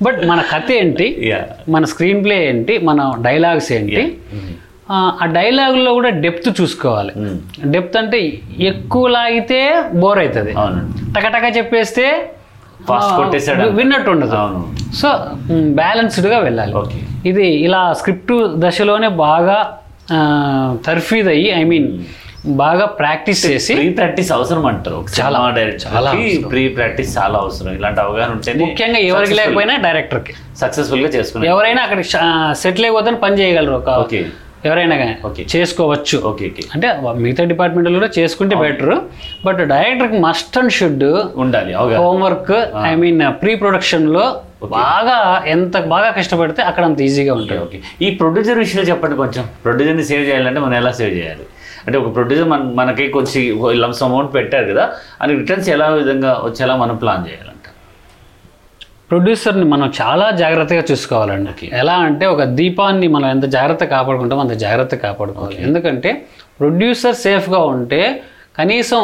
Speaker 2: బట్ మన కథ ఏంటి
Speaker 1: Yeah.
Speaker 2: మన స్క్రీన్ ప్లే ఏంటి మన డైలాగ్స్ ఏంటి ఆ, ఆ డైలాగుల్లో కూడా డెప్త్ చూసుకోవాలి
Speaker 1: Mm.
Speaker 2: డెప్త్ అంటే ఎక్కువ లాగితే బోర్ అవుతుంది
Speaker 1: అవునండి
Speaker 2: టకటక చెప్పేస్తే
Speaker 1: ఫాస్ట్
Speaker 2: ఆ,
Speaker 1: కొట్టేసాడు
Speaker 2: వి- విన్నట్టు ఉండదు
Speaker 1: అవును
Speaker 2: సో బ్యాలెన్స్డ్గా వెళ్ళాలి
Speaker 1: ఓకే
Speaker 2: ఇది ఇలా స్క్రిప్ట్ దశలోనే బాగా ఆ, తర్ఫీద్ అయ్యి ఐ మీన్ బాగా ప్రాక్టీస్ చేసి
Speaker 1: ప్రీ ప్రాక్టీస్ అవసరం అంటారు చాలా
Speaker 2: చాలా
Speaker 1: డైరెక్ట్ ప్రీ ప్రాక్టీస్ చాలా అవసరం ఇలాంటి అవగాహన ఉంటే
Speaker 2: ముఖ్యంగా ఎవరికి లేకపోయినా డైరెక్టర్కి
Speaker 1: సక్సెస్ఫుల్ గా చేసుకున్నాయి
Speaker 2: ఎవరైనా అక్కడ సెటిల్ అయిపోతే పని చేయగలరు ఒక
Speaker 1: ఓకే
Speaker 2: ఎవరైనా కానీ
Speaker 1: Okay.
Speaker 2: చేసుకోవచ్చు
Speaker 1: ఓకే ఓకే
Speaker 2: అంటే వ- మిగతా డిపార్ట్మెంట్లో కూడా చేసుకుంటే బెటర్ బట్ డైరెక్టర్కి మస్ట్ అండ్ షుడ్
Speaker 1: ఉండాలి అవగాహన
Speaker 2: హోంవర్క్ ఐ మీన్ ప్రీ ప్రొడక్షన్లో బాగా ఎంత బాగా కష్టపడితే అక్కడ అంత ఈజీగా ఉంటుంది
Speaker 1: ఓకే ఓకే ఈ ప్రొడ్యూసర్ విషయంలో చెప్పండి కొంచెం ప్రొడ్యూసర్ని సేవ్ చేయాలంటే మనం ఎలా సేవ్ చేయాలి అంటే ఒక ప్రొడ్యూసర్ మన మనకి కొంచెం లంప్స్ అమౌంట్ పెట్టారు కదా అని రిటర్న్స్ ఎలా విధంగా వచ్చేలా మనం ప్లాన్ చేయాలంట
Speaker 2: ప్రొడ్యూసర్ని మనం చాలా జాగ్రత్తగా చూసుకోవాలండి ఎలా అంటే ఒక దీపాన్ని మనం ఎంత జాగ్రత్త కాపాడుకుంటామో అంత జాగ్రత్త కాపాడుకోవాలి ఎందుకంటే ప్రొడ్యూసర్ సేఫ్గా ఉంటే కనీసం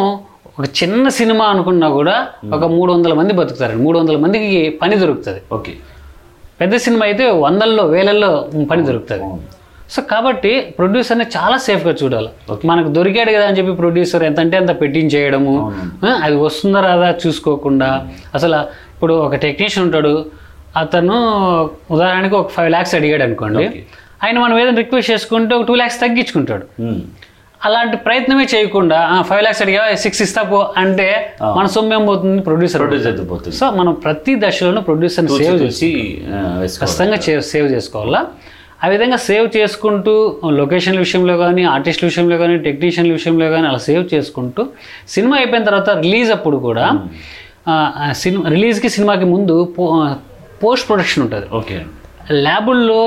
Speaker 2: ఒక చిన్న సినిమా అనుకున్నా కూడా ఒక మూడు వందల మంది బతుకుతారండి మూడు వందల మందికి పని దొరుకుతుంది
Speaker 1: ఓకే
Speaker 2: పెద్ద సినిమా అయితే వందల్లో వేలల్లో పని దొరుకుతుంది సో కాబట్టి ప్రొడ్యూసర్ని చాలా సేఫ్గా చూడాలి మనకు దొరికాడు కదా అని చెప్పి ప్రొడ్యూసర్ ఎంత అంటే అంత పెట్టించేయడము ఆ, అది వస్తుందా రాదా చూసుకోకుండా అసలు ఇప్పుడు ఒక టెక్నీషియన్ ఉంటాడు అతను ఉదాహరణకి ఒక ఫైవ్ ల్యాక్స్ అడిగాడు అనుకోండి ఆయన మనం ఏదైనా రిక్వెస్ట్ చేసుకుంటే ఒక టూ ల్యాక్స్ తగ్గించుకుంటాడు
Speaker 1: ఉమ్.
Speaker 2: అలాంటి ప్రయత్నమే చేయకుండా ఫైవ్ ల్యాక్స్ అడిగా సిక్స్ ఇస్తా పో అంటే మన సొమ్మేం పోతుంది ప్రొడ్యూసర్
Speaker 1: ప్రొడ్యూసర్ పోతుంది
Speaker 2: సో మనం ప్రతి దశలోనూ ప్రొడ్యూసర్ని సేవ్
Speaker 1: చూసి ఆ, వేసుకోవాలి
Speaker 2: ఖచ్చితంగా చే సేవ్ చేసుకోవాలా ఆ విధంగా సేవ్ చేసుకుంటూ లొకేషన్ విషయంలో కానీ ఆర్టిస్ట్ విషయంలో కానీ టెక్నీషియన్ల విషయంలో కానీ అలా సేవ్ చేసుకుంటూ సినిమా అయిపోయిన తర్వాత రిలీజ్ అప్పుడు కూడా సినిమా రిలీజ్కి సినిమాకి ముందు పోస్ట్ ప్రొడక్షన్ ఉంటుంది
Speaker 1: ఓకే
Speaker 2: ల్యాబుల్లో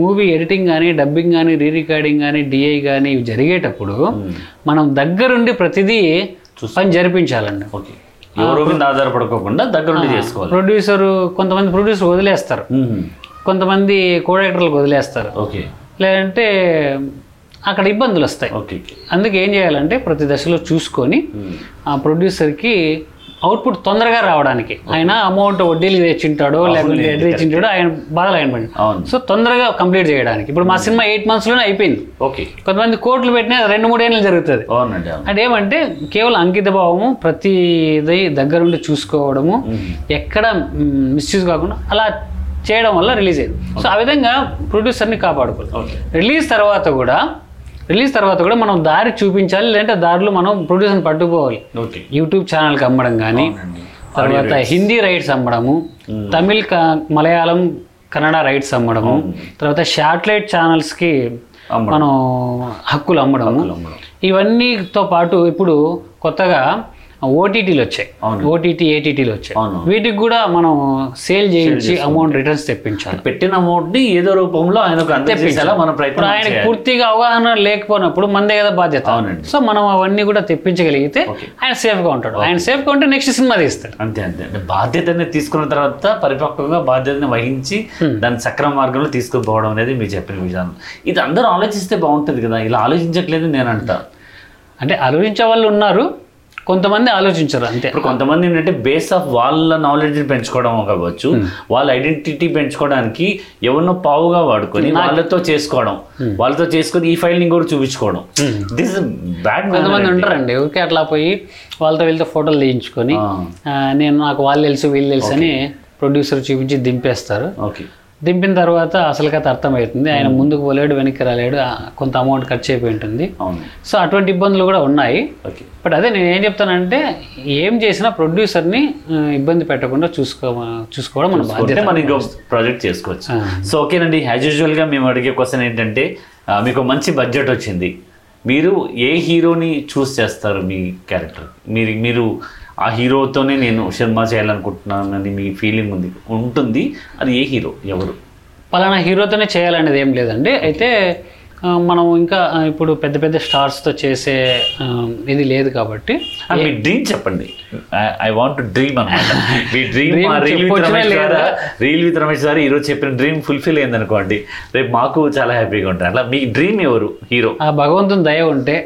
Speaker 2: మూవీ ఎడిటింగ్ కానీ డబ్బింగ్ కానీ రీ రికార్డింగ్ కానీ డిఐ కానీ ఇవి జరిగేటప్పుడు
Speaker 1: Hmm.
Speaker 2: మనం దగ్గరుండి ప్రతిదీ పని జరిపించాలండి
Speaker 1: ఓకే ఎవరో మీద ఆధారపడుకోకుండా దగ్గరుండి చేసుకోవాలి Hmm.
Speaker 2: ప్రొడ్యూసరు కొంతమంది ప్రొడ్యూసర్ వదిలేస్తారు
Speaker 1: ఉమ్.
Speaker 2: కొంతమంది కోడక్టర్లకు వదిలేస్తారు
Speaker 1: ఓకే
Speaker 2: లేదంటే అక్కడ ఇబ్బందులు వస్తాయి
Speaker 1: ఓకే ఓకే
Speaker 2: అందుకే ఏం చేయాలంటే ప్రతి దశలో చూసుకొని
Speaker 1: ఉమ్.
Speaker 2: ఆ ప్రొడ్యూసర్కి అవుట్పుట్ తొందరగా రావడానికి ఆయన అమౌంట్ వడ్డీలు తెచ్చింటాడో లేకపోతే ఎడ్ తెచ్చింటాడో ఆయన బాధలు ఆయన పడి
Speaker 1: అవును
Speaker 2: సో తొందరగా కంప్లీట్ చేయడానికి ఇప్పుడు మా సినిమా ఎయిట్ మంత్స్లోనే అయిపోయింది
Speaker 1: ఓకే
Speaker 2: కొంతమంది కోట్లు పెట్టినా రెండు మూడేళ్ళు జరుగుతుంది
Speaker 1: అవునండి అవును
Speaker 2: అంటే ఏమంటే కేవలం అంకిత భావము ప్రతిది దగ్గరుండి చూసుకోవడము
Speaker 1: Hmm.
Speaker 2: ఎక్కడ మిస్యూజ్ కాకుండా అలా చేయడం వల్ల రిలీజ్ అయింది సో ఆ విధంగా ప్రొడ్యూసర్ని కాపాడుకోవాలి
Speaker 1: ఓకే
Speaker 2: రిలీజ్ తర్వాత కూడా రిలీజ్ తర్వాత కూడా మనం దారి చూపించాలి లేదంటే దారిలో మనం ప్రొడ్యూసర్ని పట్టుకోవాలి
Speaker 1: ఓకే
Speaker 2: యూట్యూబ్ ఛానల్కి అమ్మడం కానీ
Speaker 1: అవునండి
Speaker 2: తర్వాత హిందీ రైట్స్ అమ్మడము తమిళ్ క- మలయాళం కన్నడ రైట్స్ అమ్మడము తర్వాత శాటిలైట్ ఛానల్స్కి
Speaker 1: అమ్మడం.
Speaker 2: మనం హక్కులు అమ్మడము
Speaker 1: అమ్మడం.
Speaker 2: ఇవన్నీతో పాటు ఇప్పుడు కొత్తగా ఓటీటీలు వచ్చాయి
Speaker 1: అవును.
Speaker 2: ఓటీటీ ఏటీటీలు వచ్చాయి
Speaker 1: అవును.
Speaker 2: వీటికి కూడా మనం సేల్ చేయించి అమౌంట్ రిటర్న్స్ తెప్పించాలి
Speaker 1: పెట్టిన అమౌంట్ ని ఏదో రూపంలో ఆయనకు అందజేసేలా మన
Speaker 2: ఇప్పుడు
Speaker 1: ప్రయత్నం
Speaker 2: ఆయనకు
Speaker 1: చేయాలి.
Speaker 2: పూర్తిగా అవగాహన లేకపోయినప్పుడు మనదే కదా బాధ్యత
Speaker 1: అవునండి
Speaker 2: సో మనం అవన్నీ కూడా తెప్పించగలిగితే
Speaker 1: Okay.
Speaker 2: ఆయన సేఫ్గా ఉంటాడు ఆయన సేఫ్గా ఉంటే నెక్స్ట్ సినిమా తీస్తాడు
Speaker 1: అంతే అంతే అంటే బాధ్యతని తీసుకున్న తర్వాత పరిపక్వంగా బాధ్యతని వహించి దాన్ని సక్రమ మార్గంలో తీసుకుపోవడం అనేది మీరు చెప్పిన విధానం ఇది అందరూ ఆలోచిస్తే బాగుంటుంది కదా ఇలా ఆలోచించట్లేదు నేను అంటా
Speaker 2: అంటే ఆలోచించే వాళ్ళు ఉన్నారు కొంతమంది ఆలోచించరు అంతే
Speaker 1: ఇప్పుడు కొంతమంది ఏంటంటే బేస్ ఆఫ్ వాళ్ళ నాలెడ్జ్ని పెంచుకోవడం కావచ్చు వాళ్ళ ఐడెంటిటీ పెంచుకోవడానికి ఎవరినో పావుగా వాడుకొని వాళ్ళతో చేసుకోవడం వాళ్ళతో చేసుకొని ఈ ఫైల్ కూడా చూపించుకోవడం దిస్ ఇస్ బ్యాడ్
Speaker 2: కొంతమంది ఉంటారండి ఊరికే అట్లా పోయి వాళ్ళతో వీళ్ళతో ఫోటోలు తీయించుకొని ఆ, నేను నాకు వాళ్ళు తెలుసు వీళ్ళు తెలుసు అని ప్రొడ్యూసర్ చూపించి దింపేస్తారు
Speaker 1: ఓకే
Speaker 2: దింపిన తర్వాత అసలు కథ అర్థమవుతుంది ఆయన ముందుకు పోలేడు వెనక్కి రాలేడు ఆ, కొంత అమౌంట్ ఖర్చు అయిపోయి ఉంటుంది
Speaker 1: అవును
Speaker 2: సో అటువంటి ఇబ్బందులు కూడా ఉన్నాయి
Speaker 1: ఓకే
Speaker 2: బట్ అదే నేను ఏం చెప్తానంటే ఏం చేసినా ప్రొడ్యూసర్ని ఇబ్బంది పెట్టకుండా చూసుకో చూసుకోవడం మన
Speaker 1: అంటే
Speaker 2: బాధ్యత
Speaker 1: మనం ఇంకో ప్రాజెక్ట్ చేసుకోవచ్చు
Speaker 2: ఆ.
Speaker 1: సో ఓకేనండి యాజ్ యూజువల్గా మేము అడిగే క్వశ్చన్ ఏంటంటే ఆ, మీకు మంచి బడ్జెట్ వచ్చింది మీరు ఏ హీరోని చూస్ చేస్తారు మీ క్యారెక్టర్ మీరు మీరు ఆ హీరోతోనే నేను సినిమా చేయాలనుకుంటున్నానని మీ ఫీలింగ్ ఉంది ఉంటుంది అది ఏ హీరో ఎవరు
Speaker 2: పలానా హీరోతోనే చేయాలనేది ఏం లేదండి అయితే ఆ, మనం ఇంకా ఆ, ఇప్పుడు పెద్ద పెద్ద స్టార్స్తో చేసే ఆ, ఇది లేదు కాబట్టి
Speaker 1: ఆ, Ah, మీ డ్రీమ్ చెప్పండి ఐ వాంట్ డ్రీమ్ అనమాట
Speaker 2: [LAUGHS]
Speaker 1: మీ డ్రీమ్
Speaker 2: Dream
Speaker 1: రీల్ విత్
Speaker 2: చెప్పొచ్చా
Speaker 1: రమేష్
Speaker 2: లేదా?
Speaker 1: ద్వారా రీల్ విత్ రమేష్ ద్వారా ఈరోజు చెప్పిన డ్రీమ్ ఫుల్ఫిల్ అయిందనుకోండి రేపు మాకు చాలా హ్యాపీగా ఉంటారు అలా మీ డ్రీమ్ ఎవరు హీరో
Speaker 2: ఆ భగవంతుని దయ ఉంటే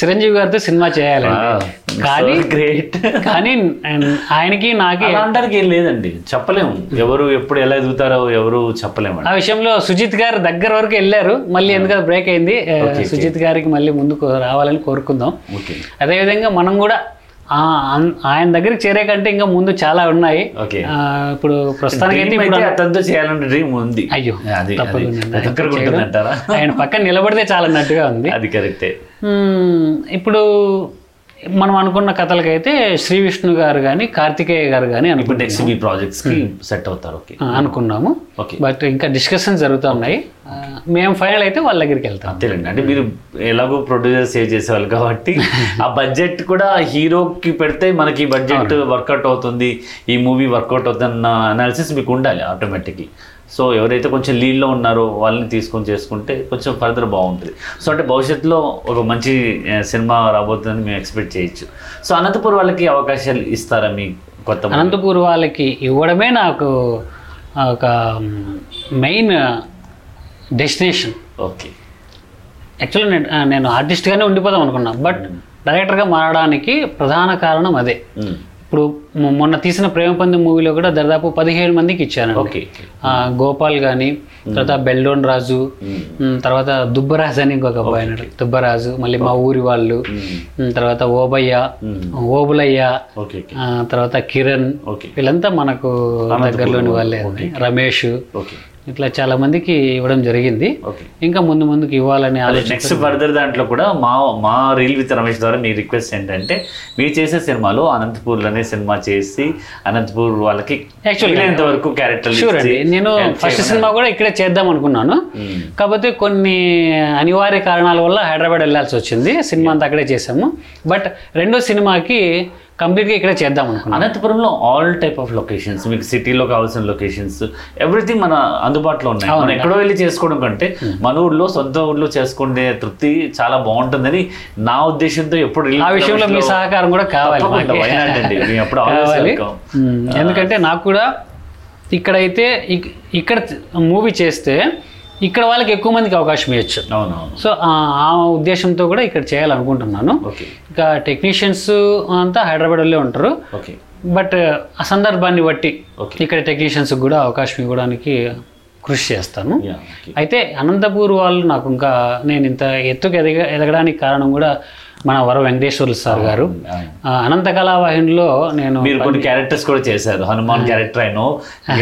Speaker 2: చిరంజీవి గారితో సినిమా చేయాలండి కానీ
Speaker 1: గ్రేట్
Speaker 2: కానీ ఆయన- ఆయనకి నాకి
Speaker 1: అలాంటానికి ఏం లేదండి చెప్పలేము ఎవరు ఎప్పుడు ఎలా ఎదుగుతారో ఎవరు చెప్పలేము
Speaker 2: ఆ విషయంలో సుజిత్ గారు దగ్గర వరకు వెళ్ళారు మళ్ళీ ఎందుకంటే బ్రేక్ అయింది ఆ,
Speaker 1: okay.
Speaker 2: సుజిత్ గారికి మళ్ళీ ముందుకు రావాలని కోరుకుందాం
Speaker 1: ఓకే
Speaker 2: అదేవిధంగా మనం కూడా ఆ, అన్- ఆయన దగ్గరికి చేరే కంటే ఇంకా ముందు చాలా ఉన్నాయి
Speaker 1: ఓకే
Speaker 2: ఆ, ఇప్పుడు ప్రస్తుతానికైతే
Speaker 1: Dream
Speaker 2: ఇప్పుడు
Speaker 1: అయితే అతనితో చేయాలంటే డ్రీమ్ ఉంది
Speaker 2: అయ్యో,
Speaker 1: అది అది
Speaker 2: తప్పకుండా.
Speaker 1: అది ఒక్కరికి ఉంటుంది అంటారా
Speaker 2: ఆయన పక్కన నిలబడితే చాలా అన్నట్టుగా ఉంది
Speaker 1: అది కరెక్టే
Speaker 2: మ్మ్, ఇప్పుడు మనం అనుకున్న కథలకైతే శ్రీ విష్ణు గారు కానీ కార్తికేయ గారు కానీ అనుకు
Speaker 1: ఇప్పుడు నెక్స్ట్ మీ ప్రాజెక్ట్స్ కి
Speaker 2: Hmm.
Speaker 1: సెట్ అవుతారు ఓకే
Speaker 2: ఆ, అనుకున్నాము
Speaker 1: ఓకే
Speaker 2: బట్ ఇంకా డిస్కషన్స్ జరుగుతూ ఉన్నాయి ఆ, మేము ఫైనల్ అయితే వాళ్ళ దగ్గరికి వెళ్తాం
Speaker 1: అంతేనండి అంటే మీరు ఎలాగో ప్రొడ్యూసర్ సేవ్ చేసేవాళ్ళు కాబట్టి ఆ బడ్జెట్ కూడా హీరోకి పెడితే మనకి బడ్జెట్ వర్కౌట్ అవుతుంది ఈ మూవీ వర్కౌట్ అవుతుందన్న అనాలిసిస్ మీకు ఉండాలి ఆటోమేటిక్లీ సో ఎవరైతే కొంచెం లీడ్లో ఉన్నారో వాళ్ళని తీసుకొని చేసుకుంటే కొంచెం ఫర్దర్ బాగుంటుంది సో అంటే భవిష్యత్తులో ఒక మంచి ఆ, సినిమా రాబోతుందని మేము ఎక్స్పెక్ట్ చేయొచ్చు సో అనంతపూర్ వాళ్ళకి అవకాశాలు ఇస్తారా మీ కొత్త movie?
Speaker 2: అనంతపూర్ వాళ్ళకి ఇవ్వడమే నాకు ఒక మెయిన్ డెస్టినేషన్
Speaker 1: ఓకే
Speaker 2: యాక్చువల్లీ నేను ఆ, నేను ఆర్టిస్ట్గానే ఉండిపోదాం అనుకున్నా బట్
Speaker 1: Hmm.
Speaker 2: డైరెక్టర్గా మారడానికి ప్రధాన కారణం అదే
Speaker 1: ఉమ్.
Speaker 2: ఇప్పుడు మొ- మొన్న తీసిన ప్రేమ పంది మూవీలో కూడా దాదాపు పదిహేడు మందికి ఇచ్చాను
Speaker 1: ఓకే Hmm.
Speaker 2: గోపాల్ కానీ తర్వాత బెల్డోన్ రాజు
Speaker 1: ఉమ్.
Speaker 2: ఉమ్, తర్వాత దుబ్బరాజు అని ఇంకొక అబ్బాయి ఉన్నాడు దుబ్బరాజు మళ్ళీ మా ఊరి వాళ్ళు
Speaker 1: ఉమ్.
Speaker 2: ఉమ్, తర్వాత ఓబయ్య
Speaker 1: ఉమ్.
Speaker 2: ఓబులయ్య
Speaker 1: ఓకే ఓకే
Speaker 2: ఆ, తర్వాత కిరణ్
Speaker 1: ఓకే
Speaker 2: వీళ్ళంతా మనకు దగ్గరలోని వాళ్ళే అండి. రమేష్
Speaker 1: ఓకే
Speaker 2: ఇట్లా చాలా మందికి ఇవ్వడం జరిగింది
Speaker 1: ఓకే
Speaker 2: ఇంకా ముందు ముందుకు ఇవ్వాలని
Speaker 1: అదే నెక్స్ట్ ఫర్దర్ దాంట్లో కూడా మా మా రీల్ విత్ రమేష్ ద్వారా మీ రిక్వెస్ట్ ఏంటంటే మీరు చేసే సినిమాలో అనంతపూర్లోనే సినిమా చేసి అనంతపూర్ వాళ్ళకి
Speaker 2: Actually,
Speaker 1: వీలైనంత వరకు క్యారెక్టర్
Speaker 2: షూర్ అండి నేను Hmm. ఫస్ట్ సినిమా కూడా ఇక్కడే చేద్దాం అనుకున్నాను కాకపోతే కొన్ని అనివార్య కారణాల వల్ల హైదరాబాద్ వెళ్ళాల్సి వచ్చింది సినిమా అంతా అక్కడే చేసాము బట్ రెండో సినిమాకి కంప్లీట్గా ఇక్కడే చేద్దాం అనుకున్నాను
Speaker 1: అనంతపురంలో ఆల్ టైప్ ఆఫ్ లొకేషన్స్ మీకు సిటీలో కావాల్సిన లొకేషన్స్ ఎవ్రీథింగ్ మన అందుబాటులో ఉన్నాయి మనం ఎక్కడో వెళ్ళి చేసుకోవడం కంటే
Speaker 2: Hmm.
Speaker 1: మన ఊర్లో సొంత ఊర్లో చేసుకునే తృప్తి చాలా బాగుంటుందని నా ఉద్దేశంతో ఎప్పుడు reel
Speaker 2: ఆ
Speaker 1: with
Speaker 2: విషయంలో మీ
Speaker 1: రమేష్లో-
Speaker 2: సహకారం కూడా కావాలి
Speaker 1: తప్పకుండా,
Speaker 2: మాకు.
Speaker 1: why not అండి? మేము ఎప్పుడు
Speaker 2: కావాలి
Speaker 1: ఆలోచించాం.
Speaker 2: ఉమ్, ఎందుకంటే నాకు కూడా ఇక్కడైతే ఇక్- ఇక్కడ మూవీ చేస్తే ఇక్కడ వాళ్ళకి ఎక్కువ మందికి అవకాశం ఇవ్వచ్చు
Speaker 1: అవునవును
Speaker 2: సో ఆ- ఆ ఉద్దేశంతో కూడా ఇక్కడ చేయాలనుకుంటున్నాను
Speaker 1: ఓకే
Speaker 2: ఇంకా టెక్నీషియన్స్ అంతా హైదరాబాద్లో ఉంటారు
Speaker 1: ఓకే
Speaker 2: బట్ ఆ సందర్భాన్ని బట్టి
Speaker 1: ఓకే
Speaker 2: ఇక్కడ టెక్నీషియన్స్ కూడా అవకాశం ఇవ్వడానికి కృషి చేస్తాను
Speaker 1: Yeah, okay.
Speaker 2: అయితే అనంతపూర్ వాళ్ళు నాకు ఇంకా నేను ఇంత ఎత్తుకు ఎదగ ఎదగడానికి కారణం కూడా మన వర వెంకటేశ్వర్లు సార్ గారు
Speaker 1: Yeah.
Speaker 2: ఆ అనంత కళావాహినిలో నేను
Speaker 1: మీరు కొన్ని క్యారెక్టర్స్ కూడా చేశారు హనుమాన్ క్యారెక్టర్ అయినో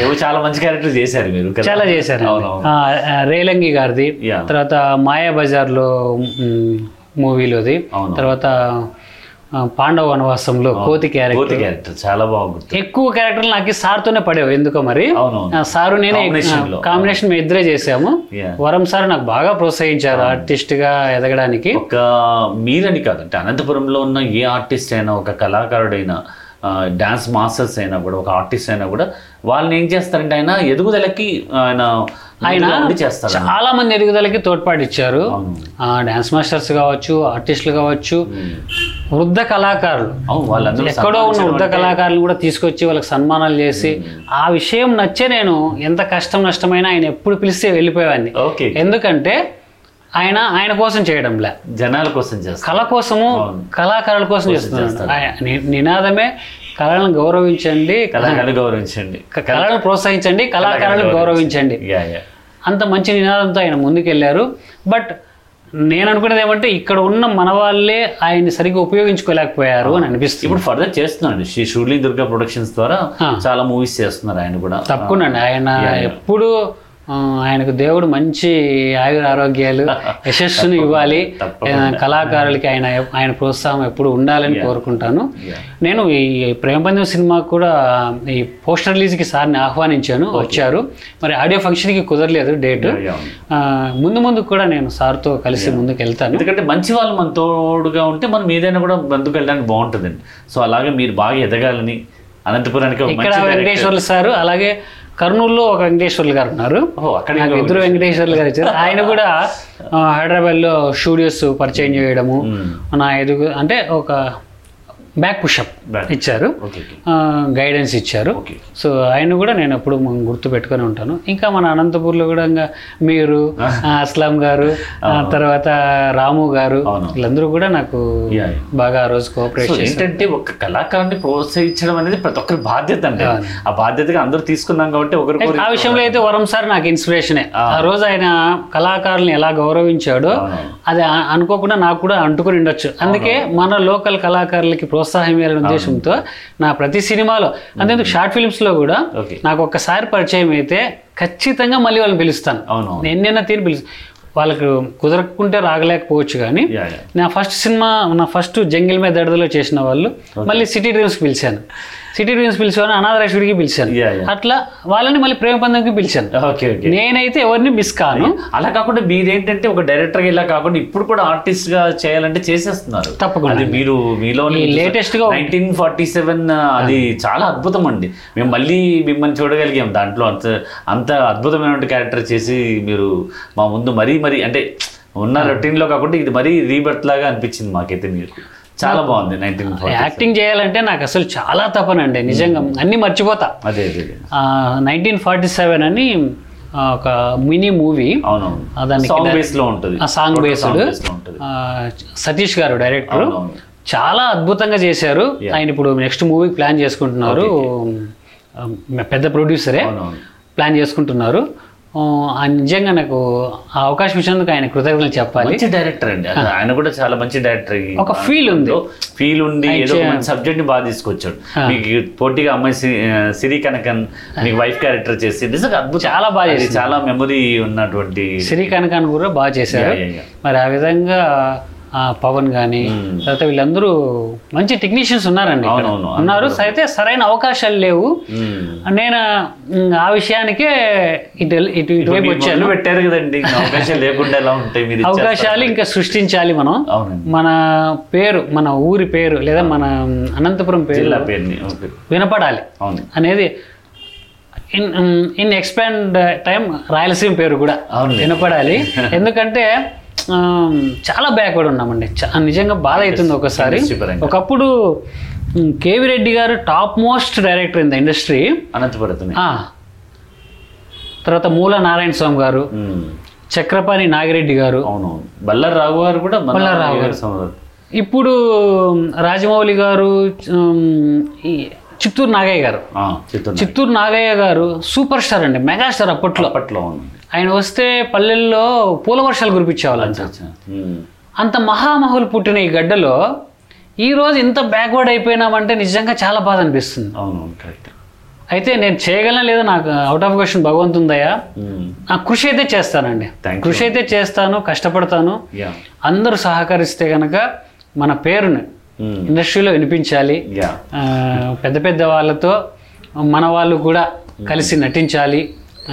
Speaker 1: ఏవో చాలా మంచి క్యారెక్టర్ చేశారు మీరు కదా?
Speaker 2: చాలా చేశాను
Speaker 1: అవునవును
Speaker 2: ఆ, ఆ, రేలంగి గారిది
Speaker 1: Yeah.
Speaker 2: తర్వాత మాయా బజార్లో మ్, మూవీలోది
Speaker 1: అవును.
Speaker 2: తర్వాత ఆ, పాండవ వనవాసంలో కోతి క్యారెక్టర్
Speaker 1: కోతి క్యారెక్టర్ చాలా బాగుంటుంది
Speaker 2: ఎక్కువ క్యారెక్టర్లు నాకు సార్తోనే పడేవి ఎందుకో మరి
Speaker 1: అవునవును
Speaker 2: ఆ, సారు నేనే
Speaker 1: Combination లో.
Speaker 2: కాంబినేషన్ మేము ఇద్దరే చేసాము
Speaker 1: Yeah.
Speaker 2: వరం సార్ నాకు బాగా ప్రోత్సహించారు ఆర్టిస్ట్ గా ఎదగడానికి
Speaker 1: ఒక మీరని కాదు అంటే అనంతపురంలో ఉన్న ఏ ఆర్టిస్ట్ అయినా ఒక కళాకారుడైనా డాన్స్ మాస్టర్స్ అయినా కూడా ఒక ఆర్టిస్ట్ అయినా కూడా వాళ్ళని ఏం చేస్తారంటే ఆయన ఎదుగుదలకి ఆయన
Speaker 2: ఆయన
Speaker 1: ముందుగా ఉండి చేస్తారు
Speaker 2: చాలా మంది ఎదుగుదలకి తోడ్పాటు ఇచ్చారు
Speaker 1: అవును
Speaker 2: డాన్స్ మాస్టర్స్ కావచ్చు ఆర్టిస్టులు కావచ్చు
Speaker 1: Hmm.
Speaker 2: వృద్ధ కళాకారులు
Speaker 1: అవును వాళ్ళందరూ
Speaker 2: ఎక్కడో ఉన్న వృద్ధ కళాకారులు కూడా తీసుకొచ్చి వాళ్ళకి సన్మానాలు చేసి
Speaker 1: Hmm.
Speaker 2: ఆ విషయం నచ్చే నేను ఎంత కష్టం నష్టమైనా ఆయన ఎప్పుడు పిలిస్తే వెళ్ళిపోయేవాడిని
Speaker 1: ఓకే
Speaker 2: ఎందుకంటే ఆయన ఆయన కోసం చేయడంలే
Speaker 1: జనాల కోసం చేస్తారు
Speaker 2: కళ కోసము కళాకారుల కోసం చేస్తున్నాను ఆయన ని- నినాదమే కళలను గౌరవించండి
Speaker 1: కళాకారులు గౌరవించండి
Speaker 2: కళలను ప్రోత్సహించండి కళాకారులను గౌరవించండి
Speaker 1: యా యా
Speaker 2: అంత మంచి నినాదంతో ఆయన ముందుకెళ్ళారు బట్ నేను అనుకునేది ఏమంటే ఇక్కడ ఉన్న మన వాళ్ళే ఆయన్ని సరిగ్గా ఉపయోగించుకోలేకపోయారు అని అనిపిస్తుంది
Speaker 1: ఇప్పుడు ఫర్దర్ చేస్తున్నాడు శ్రీ షూర్లీ దుర్గా ప్రొడక్షన్స్ ద్వారా చాలా మూవీస్ చేస్తున్నారు ఆయన కూడా
Speaker 2: తప్పకుండా ఆయన ఎప్పుడు ఆ, ఆయనకు దేవుడు మంచి ఆయుర ఆరోగ్యాలు యశస్సును ఇవ్వాలి
Speaker 1: తప్పకుండా.
Speaker 2: ఆ, కళాకారులకి ఆయన ఆయన ప్రోత్సాహం ఎప్పుడు ఉండాలని కోరుకుంటాను నేను ఈ ప్రేమ పందెం సినిమా కూడా ఈ పోస్టర్ రిలీజ్కి సార్ని ఆహ్వానించాను వచ్చారు మరి ఆడియో ఫంక్షన్కి కుదరలేదు డేటు
Speaker 1: Yeah.
Speaker 2: ముందు ముందు కూడా నేను సార్తో కలిసి ముందుకు వెళ్తాను
Speaker 1: ఎందుకంటే మంచి వాళ్ళు మన తోడుగా ఉంటే మనం ఏదైనా కూడా బంధుకు వెళ్ళడానికి బాగుంటుందండి సో అలాగే మీరు బాగా ఎదగాలని అనంతపురానికి ఒక
Speaker 2: ఇక్కడ
Speaker 1: మంచి director-
Speaker 2: వెంకటేశ్వర్లు సారు అలాగే కర్నూలులో ఒక వెంకటేశ్వర్లు గారు ఉన్నారు
Speaker 1: ఓ, అక్కడే
Speaker 2: నాకు ఇద్దరు వెంకటేశ్వర్లు గారు ఇచ్చారు ఆయన కూడా ఆ, హైదరాబాద్లో స్టూడియోస్ పరిచయం చేయడము
Speaker 1: మ్మ్.
Speaker 2: నా ఎదుగు అంటే ఒక బ్యాక్ పుషప్
Speaker 1: Back.
Speaker 2: ఇచ్చారు
Speaker 1: ఓకే ఓకే.
Speaker 2: గైడెన్స్ ఇచ్చారు
Speaker 1: ఓకే
Speaker 2: సో ఆయన కూడా నేను ఎప్పుడు గుర్తు పెట్టుకొని ఉంటాను ఇంకా మన అనంతపూర్లో కూడా ఇంకా మీరు ఆ, అస్లాం గారు ఆ, తర్వాత రాము గారు
Speaker 1: అవును.
Speaker 2: వీళ్ళందరూ కూడా నాకు
Speaker 1: Yeah, yeah.
Speaker 2: బాగా ఆ రోజు కోఆపరేట్
Speaker 1: సో
Speaker 2: చేశారు
Speaker 1: ఏంటంటే ఒక కళాకారుని ప్రోత్సహించడం అనేది ప్రతి ఒక్కరి బాధ్యత అండి ఆ బాధ్యతగా అందరూ తీసుకున్నాం కాబట్టి ఒకరికొకరు
Speaker 2: ఆ విషయంలో అయితే వరం సార్ నాకు ఇన్స్పిరేషనే
Speaker 1: ఆ.
Speaker 2: ఆ రోజు ఆయన కళాకారుల్ని ఎలా గౌరవించాడో
Speaker 1: అవును.
Speaker 2: అది ఆ- అనుకోకుండా నాకు కూడా అంటుకుని ఉండొచ్చు అందుకే మన లోకల్ కళాకారులకి ప్రోత్సాహం ఇవ్వాలనే ఉద్దేశంతో నా ప్రతి సినిమాలో
Speaker 1: Mm.
Speaker 2: అంతేందుకు షార్ట్ ఫిల్మ్స్ లో కూడా
Speaker 1: ఓకే
Speaker 2: నాకు ఒక్కసారి పరిచయం అయితే ఖచ్చితంగా మళ్ళీ వాళ్ళని పిలుస్తాను
Speaker 1: అవును అవును.
Speaker 2: ఎన్నైనా తీరు పిలుసు వాళ్ళకు కుదరకుంటే రాగలేకపోవచ్చు కానీ
Speaker 1: Yeah, yeah.
Speaker 2: నా ఫస్ట్ సినిమా నా ఫస్ట్ జంగిల్ మీద దడదలో చేసిన వాళ్ళు మళ్ళీ సిటీ డ్రీమ్స్కి పిలిచాను సిటీ డ్రీమ్స్ పిలిచాను అనాథరాశుడికి పిలిచాను
Speaker 1: Yeah, yeah.
Speaker 2: అట్లా వాళ్ళని మళ్ళీ ప్రేమ పందంకి పిలిచాను
Speaker 1: ఓకే ఓకే
Speaker 2: నేనైతే ఎవరిని మిస్ కాను
Speaker 1: అలా కాకుండా మీరేంటంటే ఒక డైరెక్టర్ గా ఇలా కాకుండా ఇప్పుడు కూడా ఆర్టిస్ట్ గా చేయాలంటే చేసేస్తున్నారు
Speaker 2: తప్పకుండా.
Speaker 1: అది మీరు మీలో
Speaker 2: ఈ latest గా ఒక-
Speaker 1: నైన్టీన్ ఫార్టీ సెవెన్ అది చాలా అద్భుతం అండి మేము మళ్ళీ మిమ్మల్ని చూడగలిగాం దాంట్లో అంత అంత అద్భుతమైనటువంటి క్యారెక్టర్ చేసి మీరు మా ముందు మరీ మరీ అంటే ఉన్న రొటీన్ లో కాకుండా ఇది మరీ రీబర్త్ లాగా అనిపించింది మాకైతే మీరు చాలా బాగుంది నైన్టీన్ ఫార్టీ
Speaker 2: యాక్టింగ్ చేయాలంటే నాకు అసలు చాలా తపనండి నిజంగా
Speaker 1: Hmm.
Speaker 2: అన్నీ మర్చిపోతా
Speaker 1: అదే అదే అదే.
Speaker 2: నైన్టీన్ ఫార్టీ సెవెన్ అని ఆ, ఒక మినీ మూవీ ఆ,
Speaker 1: అవునవును
Speaker 2: దానికి
Speaker 1: సాంగ్
Speaker 2: దా-
Speaker 1: బేస్ లో ఉంటుంది
Speaker 2: ఆ సాంగ్ బేస్డ్
Speaker 1: Song based లో ఉంటుంది
Speaker 2: సతీష్ గారు డైరెక్టర్
Speaker 1: అవునవును
Speaker 2: చాలా అద్భుతంగా చేశారు ఆయన ఇప్పుడు నెక్స్ట్ మూవీ ప్లాన్ చేసుకుంటున్నారు ఆ, పెద్ద ప్రొడ్యూసరే
Speaker 1: అవునవును
Speaker 2: ప్లాన్ చేసుకుంటున్నారు ఆ, ఆ నిజంగా నాకు ఆ అవకాశం ఇచ్చినందుకు ఆయన కృతజ్ఞతలు చెప్పాలి
Speaker 1: మంచి డైరెక్టర్ అండి అసలు ఆయన కూడా చాలా మంచి డైరెక్టర్
Speaker 2: ఒక feel ఉంది.
Speaker 1: ఫీల్ ఉంది
Speaker 2: ఆయన
Speaker 1: ఏదో ఒక
Speaker 2: చే-
Speaker 1: మంచి సబ్జెక్ట్ ని బాగా తీసుకొచ్చాడు మీకు పోటీగా అమ్మాయి సి- ఆ, సిరి కనకన్ మీకు వైఫ్ క్యారెక్టర్ చేసి నిజంగా అద్భుతం
Speaker 2: చాలా బాగా
Speaker 1: అది చాలా మెమరీ ఉన్నటువంటి
Speaker 2: శ్రీ కనకాన్ కూడా బాగా చేశారు
Speaker 1: Yeah, yeah, yeah.
Speaker 2: మరి ఆ విధంగా ఆ, పవన్ కానీ
Speaker 1: Hmm.
Speaker 2: తర్వాత వీళ్ళందరూ మంచి టెక్నీషియన్స్ ఉన్నారండి ఇక్కడ.
Speaker 1: అవునవును, అందరూ.
Speaker 2: ఉన్నారు అయితే సరైన అవకాశాలు లేవు
Speaker 1: మ్మ్.
Speaker 2: నేను ఉమ్, ఆ విషయానికే ఇటు ఇటు ఇటువైపు
Speaker 1: మీరు
Speaker 2: వచ్చాను
Speaker 1: మొదలు పెట్టారు కదండి ఇంకా అవకాశాలు లేకుండా ఎలా ఉంటాయి మీరు ఇచ్చేస్తారు.
Speaker 2: అవకాశాలు ఇంకా సృష్టించాలి మనం
Speaker 1: అవునండి
Speaker 2: మన పేరు మన ఊరి పేరు లేదా మన ఉమ్, అనంతపురం పేరు
Speaker 1: జిల్లా పేరుని ఓకే
Speaker 2: వినపడాలి
Speaker 1: అవును
Speaker 2: అనేది in um, in expand time Rayalaseema పేరు కూడా
Speaker 1: అవును. [LAUGHS]
Speaker 2: వినపడాలి ఎందుకంటే ఉమ్, చాలా బ్యాక్వర్డ్ ఉన్నామండి చా- నిజంగా బాధ అవుతుంది ఒకసారి
Speaker 1: Industry పరంగా.
Speaker 2: ఒకప్పుడు ఉమ్, కేవి రెడ్డి గారు top most director in the industry
Speaker 1: అనంతపురతనే
Speaker 2: ఆ. తర్వాత మూల నారాయణ స్వామి గారు
Speaker 1: మ్మ్.
Speaker 2: చక్రపాణి నాగిరెడ్డి గారు
Speaker 1: అవునవును బల్లారు రావు గారు కూడా మన
Speaker 2: బల్లారావు
Speaker 1: గారి సోదరుడు.
Speaker 2: ఇప్పుడు రాజమౌళి గారు ఉమ్, ఈ చిత్తూరు నాగయ్య గారు
Speaker 1: ఆ, చిత్తూరు
Speaker 2: చిత్తూరు నాగయ్య గారు సూపర్ స్టార్ అండి మెగాస్టార్ అప్పట్లో
Speaker 1: అప్పట్లో ఉంది
Speaker 2: ఆయన వస్తే పల్లెల్లో పూల వర్షాలు కురిపించేవాళ్ళంట
Speaker 1: అచ్చా. మ్మ్.
Speaker 2: అంత మహామహులు పుట్టిన ఈ గడ్డలో ఈ రోజు ఇంత బ్యాక్వర్డ్ అయిపోయినామంటే నిజంగా చాలా బాధ అనిపిస్తుంది
Speaker 1: అవునవును కరెక్ట్
Speaker 2: అయితే నేను చేయగలనా లేదా నాకు అవుట్ ఆఫ్ క్వశ్చన్ భగవంతుందయ్యా
Speaker 1: మ్మ్.
Speaker 2: నా కృషి అయితే చేస్తానండి
Speaker 1: Thank you.
Speaker 2: కృషి అయితే చేస్తాను కష్టపడతాను
Speaker 1: యా
Speaker 2: అందరూ సహకరిస్తే కనుక మన పేరుని
Speaker 1: మ్మ్.
Speaker 2: ఇండస్ట్రీలో వినిపించాలి
Speaker 1: యా
Speaker 2: ఆ, పెద్ద పెద్ద వాళ్ళతో మన వాళ్ళు కూడా కలిసి నటించాలి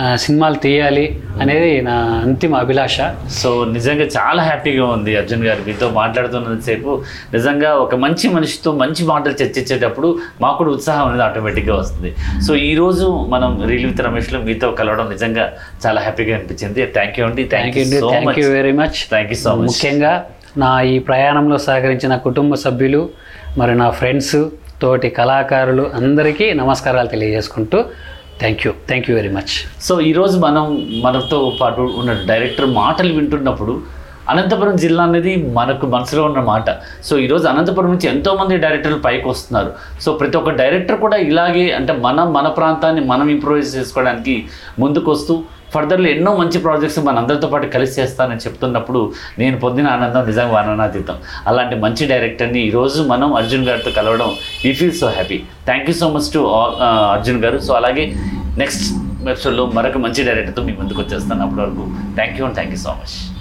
Speaker 2: ఆ, సినిమాలు తీయాలి అనేది నా అంతిమ అభిలాష
Speaker 1: సో నిజంగా చాలా హ్యాపీగా ఉంది అర్జున్ గారు మీతో మాట్లాడుతున్నంతసేపు నిజంగా ఒక మంచి మనిషితో మంచి మాటలు చర్చించేటప్పుడు మాకు కూడా ఉత్సాహం అనేది ఆటోమేటిక్గా వస్తుంది సో ఈ రోజు మనం రీల్ విత్ రమేష్లో మీతో కలవడం నిజంగా చాలా హ్యాపీగా అనిపించింది థ్యాంక్ యూ అండి thank
Speaker 2: thank you
Speaker 1: you so
Speaker 2: thank
Speaker 1: much
Speaker 2: you very much
Speaker 1: thank you so much
Speaker 2: ముఖ్యంగా నా ఈ ప్రయాణంలో సహకరించిన కుటుంబ సభ్యులు మరి నా ఫ్రెండ్స్ తోటి కళాకారులు అందరికీ నమస్కారాలు తెలియజేసుకుంటూ thank you thank you very much
Speaker 1: so ఈరోజు మనం మనతో పాటు ఉన్న డైరెక్టర్ మాటలు వింటున్నప్పుడు అనంతపురం జిల్లా అనేది మనకు మనసులో ఉన్న మాట సో ఈరోజు అనంతపురం నుంచి ఎంతోమంది డైరెక్టర్లు పైకి వస్తున్నారు సో ప్రతి ఒక్క డైరెక్టర్ కూడా ఇలాగే అంటే మనం మన ప్రాంతాన్ని మనం ఇంప్రూవైజ్ చేసుకోవడానికి ముందుకు వస్తూ ఫర్దర్లో ఎన్నో మంచి ప్రాజెక్ట్స్ మన అందరితో పాటు కలిసి చేస్తానని చెప్తున్నప్పుడు నేను పొందిన ఆనందం నిజంగా వర్ణనాతీతం అలాంటి మంచి డైరెక్టర్ని ఈరోజు మనం అర్జున్ గారితో uh, కలవడం we feel so happy thank you so much to Arjun గారు సో అలాగే నెక్స్ట్ మెర్సోల్లో మరొక మంచి డైరెక్టర్తో మీ ముందుకు వచ్చేస్తాను అప్పటి వరకు thank you and thank you so much